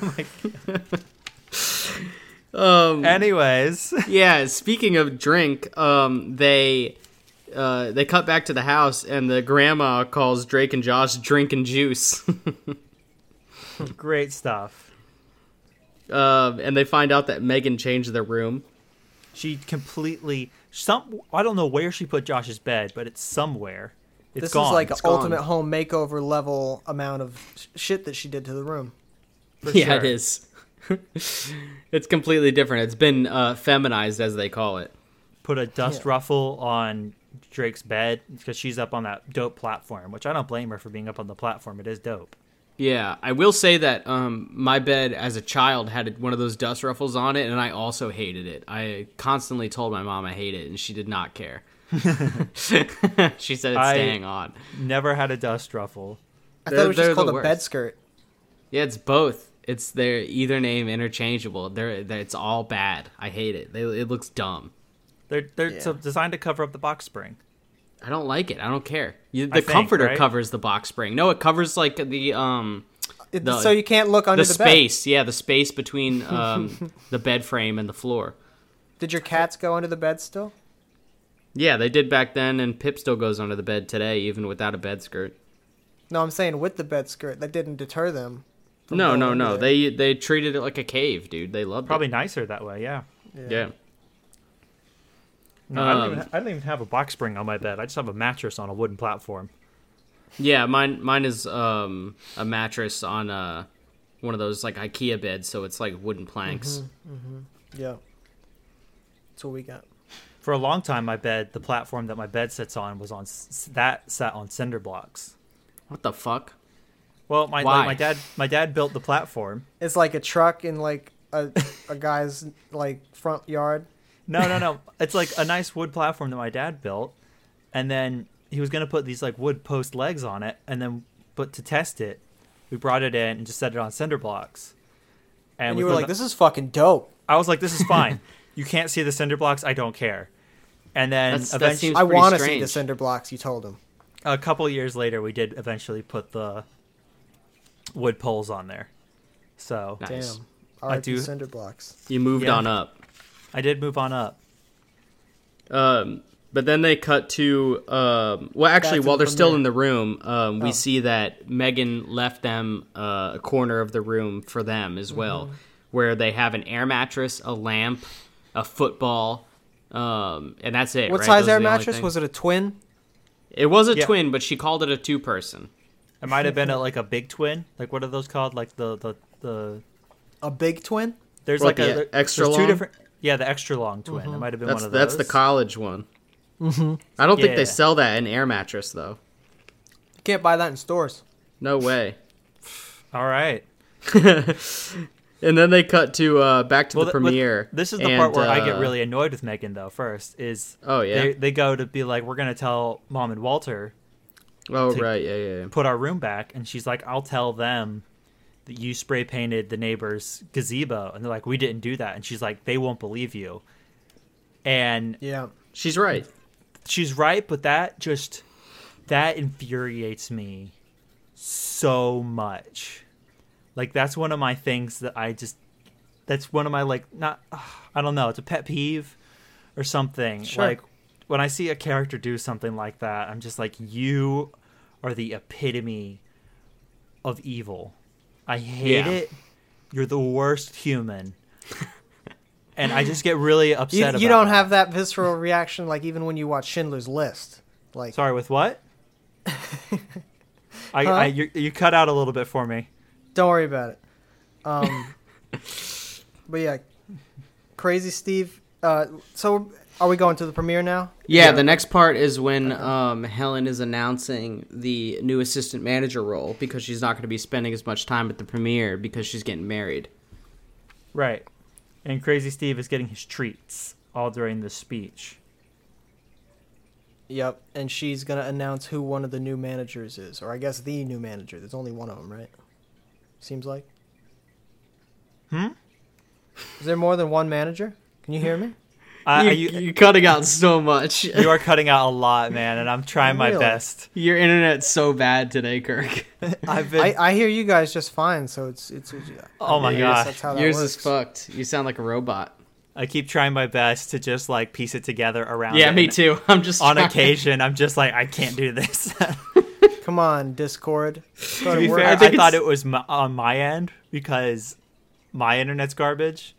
[SPEAKER 2] um
[SPEAKER 1] Anyways,
[SPEAKER 2] yeah, speaking of drink, um, they uh, they cut back to the house, and the grandma calls Drake and Josh drink and juice,
[SPEAKER 1] great stuff.
[SPEAKER 2] um, and they find out that Megan changed their room.
[SPEAKER 1] She completely some. I don't know where she put Josh's bed, but it's somewhere. It's
[SPEAKER 3] this
[SPEAKER 1] gone.
[SPEAKER 3] is like an
[SPEAKER 2] It's gone.
[SPEAKER 3] ultimate home makeover level amount of sh- shit that she did to the room.
[SPEAKER 1] for
[SPEAKER 2] yeah, it
[SPEAKER 1] sure.
[SPEAKER 2] is. it's completely different. It's been uh, feminized, as they call it.
[SPEAKER 1] Put a dust ruffle on Drake's bed because she's up on that dope platform, which I don't blame her for being up on the platform. It is dope.
[SPEAKER 2] Yeah, I will say that um, my bed as a child had one of those dust ruffles on it, and I also hated it. I constantly told my mom I hate it, and she did not care. she said it's
[SPEAKER 1] I-
[SPEAKER 2] staying on.
[SPEAKER 1] Never had a dust ruffle.
[SPEAKER 3] I
[SPEAKER 2] They're-
[SPEAKER 3] thought it was
[SPEAKER 2] they're
[SPEAKER 3] just called
[SPEAKER 2] the
[SPEAKER 3] a
[SPEAKER 2] worst.
[SPEAKER 3] bed skirt.
[SPEAKER 2] Yeah, it's both. It's their either name interchangeable. They're, they're- it's all bad. I hate it. They, it looks dumb.
[SPEAKER 1] They're they're so designed to cover up the box spring.
[SPEAKER 2] I don't like it. I don't care. You, the
[SPEAKER 1] I think,
[SPEAKER 2] comforter
[SPEAKER 1] right?
[SPEAKER 2] covers the box spring. No, it covers like the um
[SPEAKER 3] It-
[SPEAKER 2] The-
[SPEAKER 3] so you can't look under
[SPEAKER 2] the
[SPEAKER 3] the, bed.
[SPEAKER 2] space. Yeah, the space between um the bed frame and the floor.
[SPEAKER 3] Did your cats go under the bed still?
[SPEAKER 2] Yeah, they did back then, and Pip still goes under the bed today, even without a bed skirt.
[SPEAKER 3] No, I'm saying with the bed skirt. That didn't deter them. from
[SPEAKER 2] No,
[SPEAKER 3] going
[SPEAKER 2] no,
[SPEAKER 3] under
[SPEAKER 2] no.
[SPEAKER 3] there.
[SPEAKER 2] They they treated it like a cave, dude. They loved
[SPEAKER 1] Probably
[SPEAKER 2] it.
[SPEAKER 1] nicer that way. Yeah.
[SPEAKER 2] Yeah.
[SPEAKER 1] No, I, don't
[SPEAKER 2] Um,
[SPEAKER 1] even, I don't even have a box spring on my bed. I just have a mattress on a wooden platform.
[SPEAKER 2] Yeah, mine mine is um a mattress on a one of those like IKEA beds, so it's like wooden planks.
[SPEAKER 3] Mm-hmm. Yeah. That's what we got.
[SPEAKER 1] For a long time, my bed, the platform that my bed sits on, was on s- that sat on cinder blocks.
[SPEAKER 2] What the fuck?
[SPEAKER 1] Well, my
[SPEAKER 2] Why?
[SPEAKER 1] like, my dad my dad built the platform.
[SPEAKER 3] It's like a truck in like a a guy's like front yard.
[SPEAKER 1] No, no, no. it's like a nice wood platform that my dad built, and then he was gonna put these like wood post legs on it, and then but to test it, we brought it in and just set it on cinder blocks,
[SPEAKER 3] And,
[SPEAKER 1] we
[SPEAKER 3] you were
[SPEAKER 1] put
[SPEAKER 3] like,
[SPEAKER 1] it-
[SPEAKER 3] this is fucking dope.
[SPEAKER 1] I was like, this is fine. you can't see the cinder blocks. I don't care. And then
[SPEAKER 2] That's- that
[SPEAKER 1] eventually,
[SPEAKER 2] seems-
[SPEAKER 3] I
[SPEAKER 2] pretty
[SPEAKER 3] want to see the
[SPEAKER 2] strange.
[SPEAKER 3] cinder blocks, you told him.
[SPEAKER 1] a couple years later, we did eventually put the wood poles on there. So
[SPEAKER 2] Nice.
[SPEAKER 3] Damn. I
[SPEAKER 1] do-
[SPEAKER 3] do. cinder blocks.
[SPEAKER 2] You moved
[SPEAKER 1] Yeah.
[SPEAKER 2] on up.
[SPEAKER 1] I did move on up.
[SPEAKER 2] Um, but then they cut to um, well,
[SPEAKER 3] Back
[SPEAKER 2] actually,
[SPEAKER 3] to
[SPEAKER 2] while
[SPEAKER 3] the
[SPEAKER 2] they're still
[SPEAKER 3] premiere.
[SPEAKER 2] in the room, um,
[SPEAKER 3] Oh.
[SPEAKER 2] we see that Megan left them uh, a corner of the room for them
[SPEAKER 3] Mm-hmm.
[SPEAKER 2] as well, where they have an air mattress, a lamp, a football, um, and that's it.
[SPEAKER 3] What
[SPEAKER 2] right?
[SPEAKER 3] size
[SPEAKER 2] Those are
[SPEAKER 3] air
[SPEAKER 2] the only
[SPEAKER 3] mattress?
[SPEAKER 2] things.
[SPEAKER 3] Was it a twin?
[SPEAKER 2] It was a
[SPEAKER 1] Yeah.
[SPEAKER 2] twin, but she called it a two-person.
[SPEAKER 1] It might have been a, like a big twin. Like what are those called? Like the the the
[SPEAKER 3] A big twin?
[SPEAKER 1] there's
[SPEAKER 2] Or
[SPEAKER 1] like
[SPEAKER 2] the
[SPEAKER 1] a there-
[SPEAKER 2] extra
[SPEAKER 1] there's
[SPEAKER 2] long?
[SPEAKER 1] Two different. Yeah, the extra long twin. It might have been
[SPEAKER 2] That's
[SPEAKER 1] one of
[SPEAKER 2] that's
[SPEAKER 1] those.
[SPEAKER 2] the college one. Mm-hmm. I don't think
[SPEAKER 1] Yeah.
[SPEAKER 2] they sell that in air mattress though.
[SPEAKER 3] You can't buy that in stores.
[SPEAKER 2] No way.
[SPEAKER 1] All right.
[SPEAKER 2] And then they cut to uh, back to the
[SPEAKER 1] th- but
[SPEAKER 2] premiere.
[SPEAKER 1] This is the
[SPEAKER 2] and,
[SPEAKER 1] part where I
[SPEAKER 2] uh,
[SPEAKER 1] get really annoyed with Megan, though. First is
[SPEAKER 2] Oh, yeah?
[SPEAKER 1] they, they go to be like, we're gonna tell mom and Walter
[SPEAKER 2] Oh
[SPEAKER 1] to-
[SPEAKER 2] right, yeah, yeah. yeah.
[SPEAKER 1] put our room back, and she's like, I'll tell them that you spray painted the neighbor's gazebo, and they're like, we didn't do that, and she's like, they won't believe you, and
[SPEAKER 3] Yeah.
[SPEAKER 2] She's right.
[SPEAKER 1] she's right, but that just that infuriates me so much. Like that's one of my things that I just that's one of my like not I don't know, it's a pet peeve or something.
[SPEAKER 3] Sure.
[SPEAKER 1] Like when I see a character do something like that, I'm just like you are the epitome of evil. I hate
[SPEAKER 2] Yeah.
[SPEAKER 1] it. You're the worst human. and I just get really upset
[SPEAKER 3] You,
[SPEAKER 1] about
[SPEAKER 3] you don't
[SPEAKER 1] it.
[SPEAKER 3] have that visceral reaction like even when you watch Schindler's List. Like
[SPEAKER 1] Sorry, with what? I,
[SPEAKER 3] Huh?
[SPEAKER 1] I you, you cut out a little bit for me.
[SPEAKER 3] Don't worry about it. Um, but yeah, Crazy Steve. Uh, so are we going to the premiere now?
[SPEAKER 2] Yeah, the next part is when um, Helen is announcing the new assistant manager role because she's not going to be spending as much time at the premiere because she's getting married.
[SPEAKER 1] Right. And Crazy Steve is getting his treats all during this speech.
[SPEAKER 3] Yep. And she's gonna announce who one of the new managers is, or I guess the new manager. There's only one of them, right? Seems like.
[SPEAKER 1] Hmm?
[SPEAKER 3] Is there more than one manager? Can you hear me?
[SPEAKER 1] I,
[SPEAKER 2] you,
[SPEAKER 1] I-
[SPEAKER 2] are
[SPEAKER 1] you,
[SPEAKER 2] cutting out so much.
[SPEAKER 1] you are cutting out a lot, man, and I'm trying my
[SPEAKER 3] Really?
[SPEAKER 1] best.
[SPEAKER 2] Your internet's so bad today, Kirk.
[SPEAKER 1] I've been.
[SPEAKER 3] I, I hear you guys just fine, so it's it's.
[SPEAKER 1] oh my
[SPEAKER 2] Yours-
[SPEAKER 1] gosh.
[SPEAKER 3] That's how that
[SPEAKER 2] Yours is
[SPEAKER 3] works.
[SPEAKER 2] fucked. You sound like a robot.
[SPEAKER 1] I keep trying my best to just like piece it together around.
[SPEAKER 2] Yeah,
[SPEAKER 1] it.
[SPEAKER 2] me
[SPEAKER 1] And
[SPEAKER 2] too. I'm just
[SPEAKER 1] On
[SPEAKER 2] trying.
[SPEAKER 1] occasion, I'm just like, I can't do this.
[SPEAKER 3] Come on, Discord. Go
[SPEAKER 1] to be
[SPEAKER 3] work.
[SPEAKER 1] fair,
[SPEAKER 2] I
[SPEAKER 1] I,
[SPEAKER 2] think
[SPEAKER 1] thought
[SPEAKER 2] it's-
[SPEAKER 1] it was my, on my end because my internet's garbage.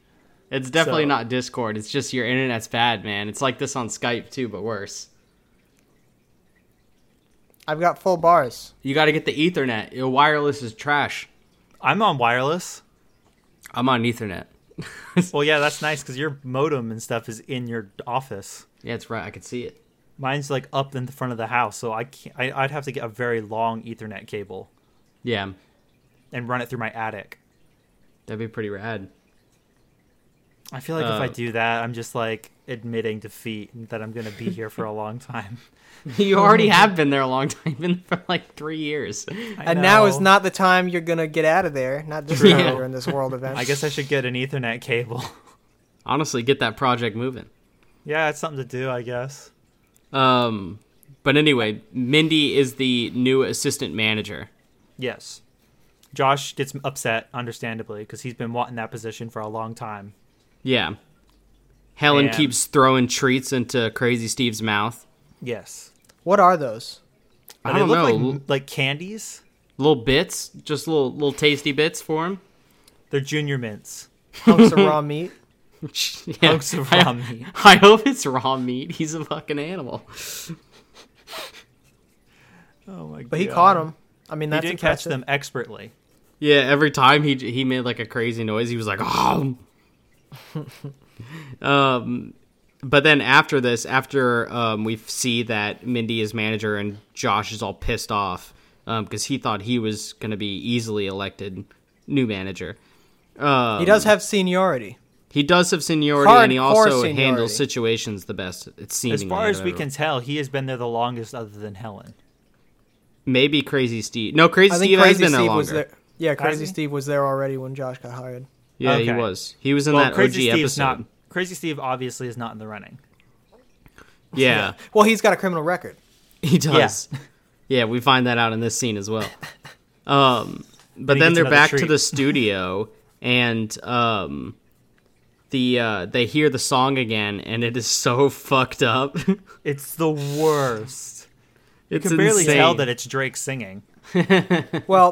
[SPEAKER 2] It's definitely
[SPEAKER 1] So-
[SPEAKER 2] not Discord. It's just your internet's bad, man. It's like this on Skype too, but worse.
[SPEAKER 3] I've got full bars.
[SPEAKER 2] You got to get the Ethernet. Your wireless is trash.
[SPEAKER 1] I'm on wireless.
[SPEAKER 2] I'm on Ethernet.
[SPEAKER 1] Well, yeah, that's nice because your modem and stuff is in your office.
[SPEAKER 2] Yeah, it's right. I can see it.
[SPEAKER 1] Mine's like up in the front of the house, so I can't. I, I'd have to get a very long Ethernet cable
[SPEAKER 2] Yeah,
[SPEAKER 1] and run it through my attic.
[SPEAKER 2] that'd be pretty rad.
[SPEAKER 1] I feel like if I
[SPEAKER 2] Uh,
[SPEAKER 1] do that, I'm just like admitting defeat and that I'm gonna be here for a long time.
[SPEAKER 2] you already have been there a long time. You've been there for like three years.
[SPEAKER 1] I
[SPEAKER 3] And now is
[SPEAKER 1] know.
[SPEAKER 3] not the time you're gonna get out of there. Not this
[SPEAKER 2] True.
[SPEAKER 3] time we're in this world event.
[SPEAKER 1] I guess I should get an Ethernet cable.
[SPEAKER 2] Honestly, get that project moving.
[SPEAKER 1] yeah, it's something to do, I guess.
[SPEAKER 2] Um, but anyway, Mindy is the new assistant manager.
[SPEAKER 1] Yes. Josh gets upset, understandably, because he's been wanting that position for a long time.
[SPEAKER 2] Yeah. Helen
[SPEAKER 1] Yeah.
[SPEAKER 2] keeps throwing treats into Crazy Steve's mouth.
[SPEAKER 1] Yes.
[SPEAKER 3] What are those?
[SPEAKER 2] I
[SPEAKER 1] they
[SPEAKER 2] don't
[SPEAKER 1] look
[SPEAKER 2] know,
[SPEAKER 1] like-
[SPEAKER 2] l-
[SPEAKER 1] like candies.
[SPEAKER 2] little bits, just little little tasty bits for him.
[SPEAKER 1] They're junior mints.
[SPEAKER 3] Hunks of raw meat.
[SPEAKER 2] yeah.
[SPEAKER 1] Hunks of
[SPEAKER 2] I-
[SPEAKER 1] raw meat.
[SPEAKER 2] I hope it's raw meat. He's a fucking animal.
[SPEAKER 1] Oh my god!
[SPEAKER 3] But he caught 'em. caught them. I mean,
[SPEAKER 1] He
[SPEAKER 3] that's
[SPEAKER 1] did catch
[SPEAKER 3] impressive.
[SPEAKER 1] them expertly.
[SPEAKER 2] Yeah, every time he he made like a crazy noise, he was like, "Oh." um, but then after this, after um, we see that Mindy is manager and Josh is all pissed off because he thought he was going to be easily elected new manager. Um,
[SPEAKER 3] He does have seniority.
[SPEAKER 2] He does have seniority, and he
[SPEAKER 3] Hardcore
[SPEAKER 2] also
[SPEAKER 3] seniority.
[SPEAKER 2] handles situations the best. It's seeming
[SPEAKER 1] As far as we can tell, he has been there the longest, other than Helen.
[SPEAKER 2] maybe Crazy Steve. No, Crazy
[SPEAKER 3] I think
[SPEAKER 2] Steve has
[SPEAKER 3] Crazy
[SPEAKER 2] been there
[SPEAKER 3] Steve
[SPEAKER 2] longer.
[SPEAKER 3] was there. Yeah, Crazy
[SPEAKER 1] he?
[SPEAKER 3] Steve was there already when Josh got hired.
[SPEAKER 2] Yeah, he
[SPEAKER 1] Okay.
[SPEAKER 2] was. He was in
[SPEAKER 1] well,
[SPEAKER 2] that
[SPEAKER 1] Crazy
[SPEAKER 2] OG
[SPEAKER 1] Steve's
[SPEAKER 2] episode.
[SPEAKER 1] not. Crazy Steve obviously is not in the running.
[SPEAKER 2] yeah,
[SPEAKER 3] Well, he's got a criminal record.
[SPEAKER 2] he does. Yeah. we find that out in this scene as well. Um, but
[SPEAKER 1] he
[SPEAKER 2] then
[SPEAKER 1] gets
[SPEAKER 2] they're
[SPEAKER 1] another
[SPEAKER 2] back to
[SPEAKER 1] treat.
[SPEAKER 2] the studio, and um, the uh, they hear the song again, and it is so fucked up.
[SPEAKER 1] It's the worst.
[SPEAKER 2] you
[SPEAKER 1] You can barely tell that it's Drake singing.
[SPEAKER 3] Well,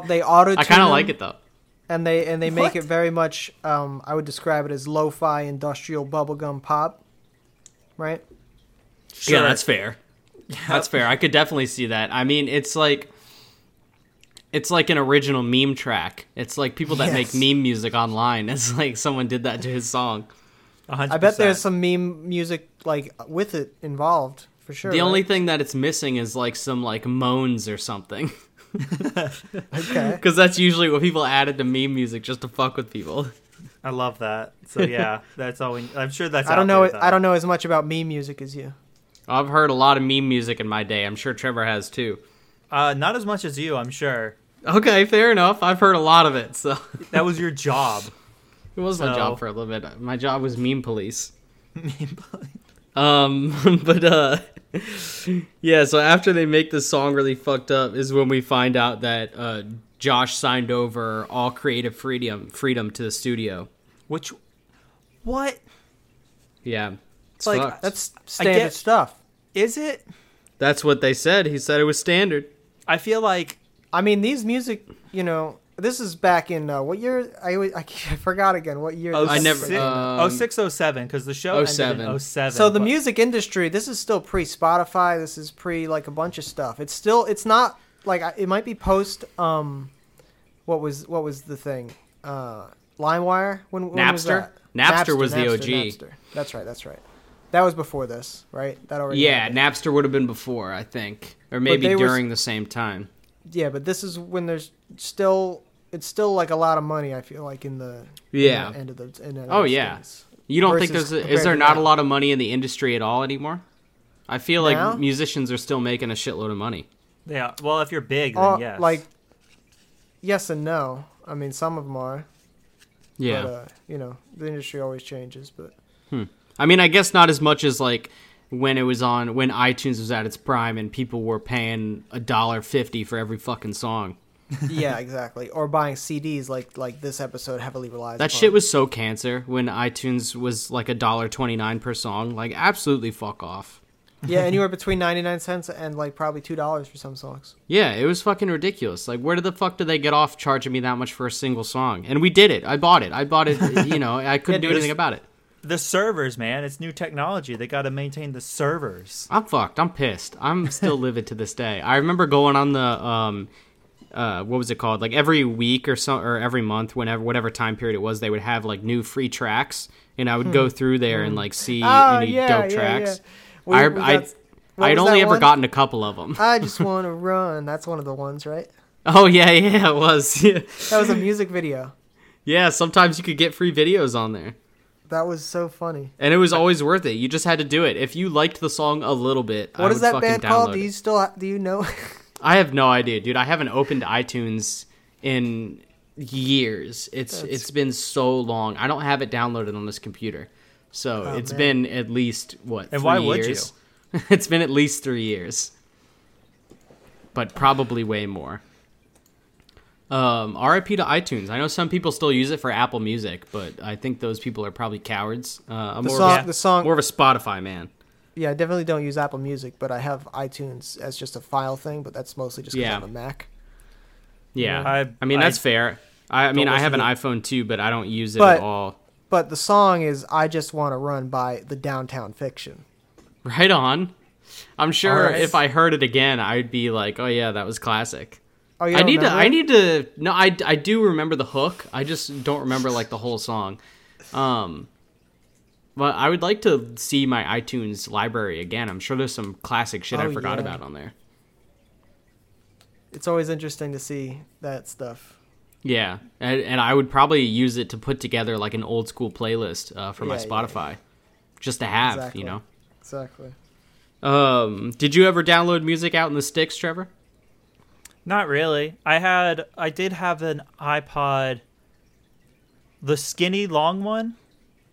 [SPEAKER 3] they auto.
[SPEAKER 2] I kind of like it though.
[SPEAKER 3] and they and they make
[SPEAKER 1] What?
[SPEAKER 3] it very much. Um, I would describe it as lo-fi industrial bubblegum pop, right?
[SPEAKER 2] Yeah, that's fair. That's fair. I could definitely see that. I mean, it's like it's like an original meme track. It's like people that
[SPEAKER 3] Yes.
[SPEAKER 2] make meme music online. It's like someone did that to his song.
[SPEAKER 1] 100%.
[SPEAKER 3] I bet there's some meme music like with it involved for sure.
[SPEAKER 2] The
[SPEAKER 3] right?
[SPEAKER 2] only thing that it's missing is like some like moans or something.
[SPEAKER 3] okay.
[SPEAKER 2] Because that's usually what people added to meme music just to fuck with people.
[SPEAKER 1] I love that. So yeah, that's all. We, I'm sure that's.
[SPEAKER 3] I
[SPEAKER 1] out
[SPEAKER 3] don't know.
[SPEAKER 1] there,
[SPEAKER 3] it-
[SPEAKER 1] though.
[SPEAKER 3] I don't know as much about meme music as you.
[SPEAKER 2] I've heard a lot of meme music in my day. I'm sure Trevor has too.
[SPEAKER 1] Uh, not as much as you, I'm sure.
[SPEAKER 2] Okay, fair enough. I've heard a lot of it. So
[SPEAKER 1] That was your job.
[SPEAKER 2] it was my
[SPEAKER 1] So-
[SPEAKER 2] job for a little bit. My job was meme police.
[SPEAKER 1] Meme police.
[SPEAKER 2] Um, but uh, yeah. So after they make this song really fucked up, is when we find out that uh, Josh signed over all creative freedom freedom to the studio.
[SPEAKER 1] Which, what
[SPEAKER 2] Yeah, it's
[SPEAKER 1] Like,
[SPEAKER 2] fucked. that's
[SPEAKER 3] That's standard
[SPEAKER 1] get-
[SPEAKER 3] stuff.
[SPEAKER 1] is it?
[SPEAKER 2] what they said. He said it was standard.
[SPEAKER 1] I feel like
[SPEAKER 3] I mean, these music, you know, this is back in uh, what year? I always, I, can't- I forgot again what year.
[SPEAKER 1] oh
[SPEAKER 2] I
[SPEAKER 3] this
[SPEAKER 2] never-
[SPEAKER 3] was.
[SPEAKER 1] six,
[SPEAKER 2] um,
[SPEAKER 1] oh six oh seven because the show ended
[SPEAKER 2] 07.
[SPEAKER 1] in 07.
[SPEAKER 3] so the
[SPEAKER 1] but-
[SPEAKER 3] music industry, this is still pre Spotify. This is pre like a bunch of stuff. It's still, it's not like I- it might be post. Um, what was what was the thing? Uh, LimeWire. When, when was
[SPEAKER 2] Napster?
[SPEAKER 3] that?
[SPEAKER 2] Napster was the OG.
[SPEAKER 3] Napster. That's right. That's right. That was before this, right? That already.
[SPEAKER 2] Yeah,
[SPEAKER 3] happened.
[SPEAKER 2] Napster would have been before, I think, or maybe
[SPEAKER 3] they were s-
[SPEAKER 2] during the same time.
[SPEAKER 3] yeah, but this is when there's still. It's still like a lot of money. I feel like in the in
[SPEAKER 2] Yeah.
[SPEAKER 3] the end of the in the
[SPEAKER 2] Oh, yeah.
[SPEAKER 3] things.
[SPEAKER 2] You don't think
[SPEAKER 3] Versus
[SPEAKER 2] there's a,
[SPEAKER 3] compared
[SPEAKER 2] is there
[SPEAKER 3] to
[SPEAKER 2] not a
[SPEAKER 3] now.
[SPEAKER 2] lot of money in the industry at all anymore? I feel like
[SPEAKER 3] Now?
[SPEAKER 2] musicians are still making a shitload of money.
[SPEAKER 1] yeah. Well, if you're big, then
[SPEAKER 3] Uh,
[SPEAKER 1] yes.
[SPEAKER 3] Like, yes and no. I mean, some of them are.
[SPEAKER 2] Yeah,
[SPEAKER 3] But, uh, you know, the industry always changes, but
[SPEAKER 2] I mean, I guess not as much as like when it was on when iTunes was at its prime and people were paying a dollar fifty for every fucking song.
[SPEAKER 3] yeah, exactly. Or buying CDs like like this episode heavily relies.
[SPEAKER 2] That
[SPEAKER 3] upon.
[SPEAKER 2] shit was so cancer when iTunes was like a dollar twenty nine per song. Like absolutely fuck off.
[SPEAKER 3] yeah, anywhere between ninety nine cents and like probably two dollars for some songs.
[SPEAKER 2] Yeah, it was fucking ridiculous. Like, where the fuck did they get off charging me that much for a single song? And we did it. I bought it. I bought it. You know, I couldn't
[SPEAKER 1] Yeah,
[SPEAKER 2] do
[SPEAKER 1] dude,
[SPEAKER 2] anything
[SPEAKER 1] it's-
[SPEAKER 2] about it.
[SPEAKER 1] the servers, man. It's new technology. They got to maintain the servers.
[SPEAKER 2] I'm fucked. I'm pissed. I'm still livid to this day. I remember going on the um, uh, what was it called? Like every week or so, or every month, whenever whatever time period it was, they would have like new free tracks, and I would go
[SPEAKER 3] Hmm.
[SPEAKER 2] through there and like see
[SPEAKER 3] Oh,
[SPEAKER 2] any dope tracks.
[SPEAKER 3] We-
[SPEAKER 2] I
[SPEAKER 3] we
[SPEAKER 2] I
[SPEAKER 3] got- what
[SPEAKER 2] I'd
[SPEAKER 3] was
[SPEAKER 2] only
[SPEAKER 3] that
[SPEAKER 2] ever
[SPEAKER 3] one?
[SPEAKER 2] gotten a couple of them.
[SPEAKER 3] I just want to run. That's one of the ones, right?
[SPEAKER 2] Oh yeah, yeah, it was. Yeah.
[SPEAKER 3] That was a music video.
[SPEAKER 2] yeah, sometimes you could get free videos on there.
[SPEAKER 3] That was so funny.
[SPEAKER 2] And it was always worth it. You just had to do it. If you liked the song a little bit, I
[SPEAKER 3] What is
[SPEAKER 2] would
[SPEAKER 3] that
[SPEAKER 2] fucking
[SPEAKER 3] band called?
[SPEAKER 2] download
[SPEAKER 3] Do
[SPEAKER 2] it.
[SPEAKER 3] you still ha- do you know?
[SPEAKER 2] I have no idea, dude. I haven't opened iTunes in years. It's it's been so long. I don't have it downloaded on this computer. So
[SPEAKER 3] Oh,
[SPEAKER 2] it's
[SPEAKER 3] man.
[SPEAKER 2] been at least what
[SPEAKER 1] And
[SPEAKER 2] three
[SPEAKER 1] why would
[SPEAKER 2] years? it's been at least three years. But probably way more. Um, RIP to iTunes. I know some people still use it for Apple Music, but I think those people are probably cowards. Uh, I'm
[SPEAKER 3] the
[SPEAKER 2] more,
[SPEAKER 3] song.
[SPEAKER 1] yeah.
[SPEAKER 3] The song.
[SPEAKER 2] of a, more of a Spotify man.
[SPEAKER 3] Yeah, I definitely don't use Apple Music, but I have iTunes as just a file thing, but that's mostly just because
[SPEAKER 2] Yeah.
[SPEAKER 3] I'm a Mac.
[SPEAKER 2] Yeah,
[SPEAKER 1] I-
[SPEAKER 2] I, mean
[SPEAKER 1] I
[SPEAKER 2] that's fair. I, I mean I
[SPEAKER 1] listen
[SPEAKER 2] have an
[SPEAKER 1] to-
[SPEAKER 2] iPhone too, but I don't use it
[SPEAKER 3] But-
[SPEAKER 2] at all.
[SPEAKER 3] But the song is I Just Want to Run by the Downtown Fiction.
[SPEAKER 2] Right on. I'm sure
[SPEAKER 1] Alright.
[SPEAKER 2] if I heard it again, I'd be like, "Oh yeah, that was classic."
[SPEAKER 3] Oh, you
[SPEAKER 2] I
[SPEAKER 3] don't
[SPEAKER 2] need to.
[SPEAKER 3] remember
[SPEAKER 2] I
[SPEAKER 3] it?
[SPEAKER 2] need to. No, I I do remember the hook. I just don't remember like the whole song. Um, but I would like to see my iTunes library again. I'm sure there's some classic shit I
[SPEAKER 3] Oh,
[SPEAKER 2] forgot
[SPEAKER 3] yeah.
[SPEAKER 2] about on there.
[SPEAKER 3] It's always interesting to see that stuff.
[SPEAKER 2] Yeah, and, and I would probably use it to put together like an old school playlist uh, for my
[SPEAKER 3] Yeah, yeah,
[SPEAKER 2] Spotify, just to have.
[SPEAKER 3] Exactly.
[SPEAKER 2] You know.
[SPEAKER 3] Exactly.
[SPEAKER 2] Um, did you ever download music out in the sticks, Trevor?
[SPEAKER 1] Not really. I had I did have an iPod the skinny long one,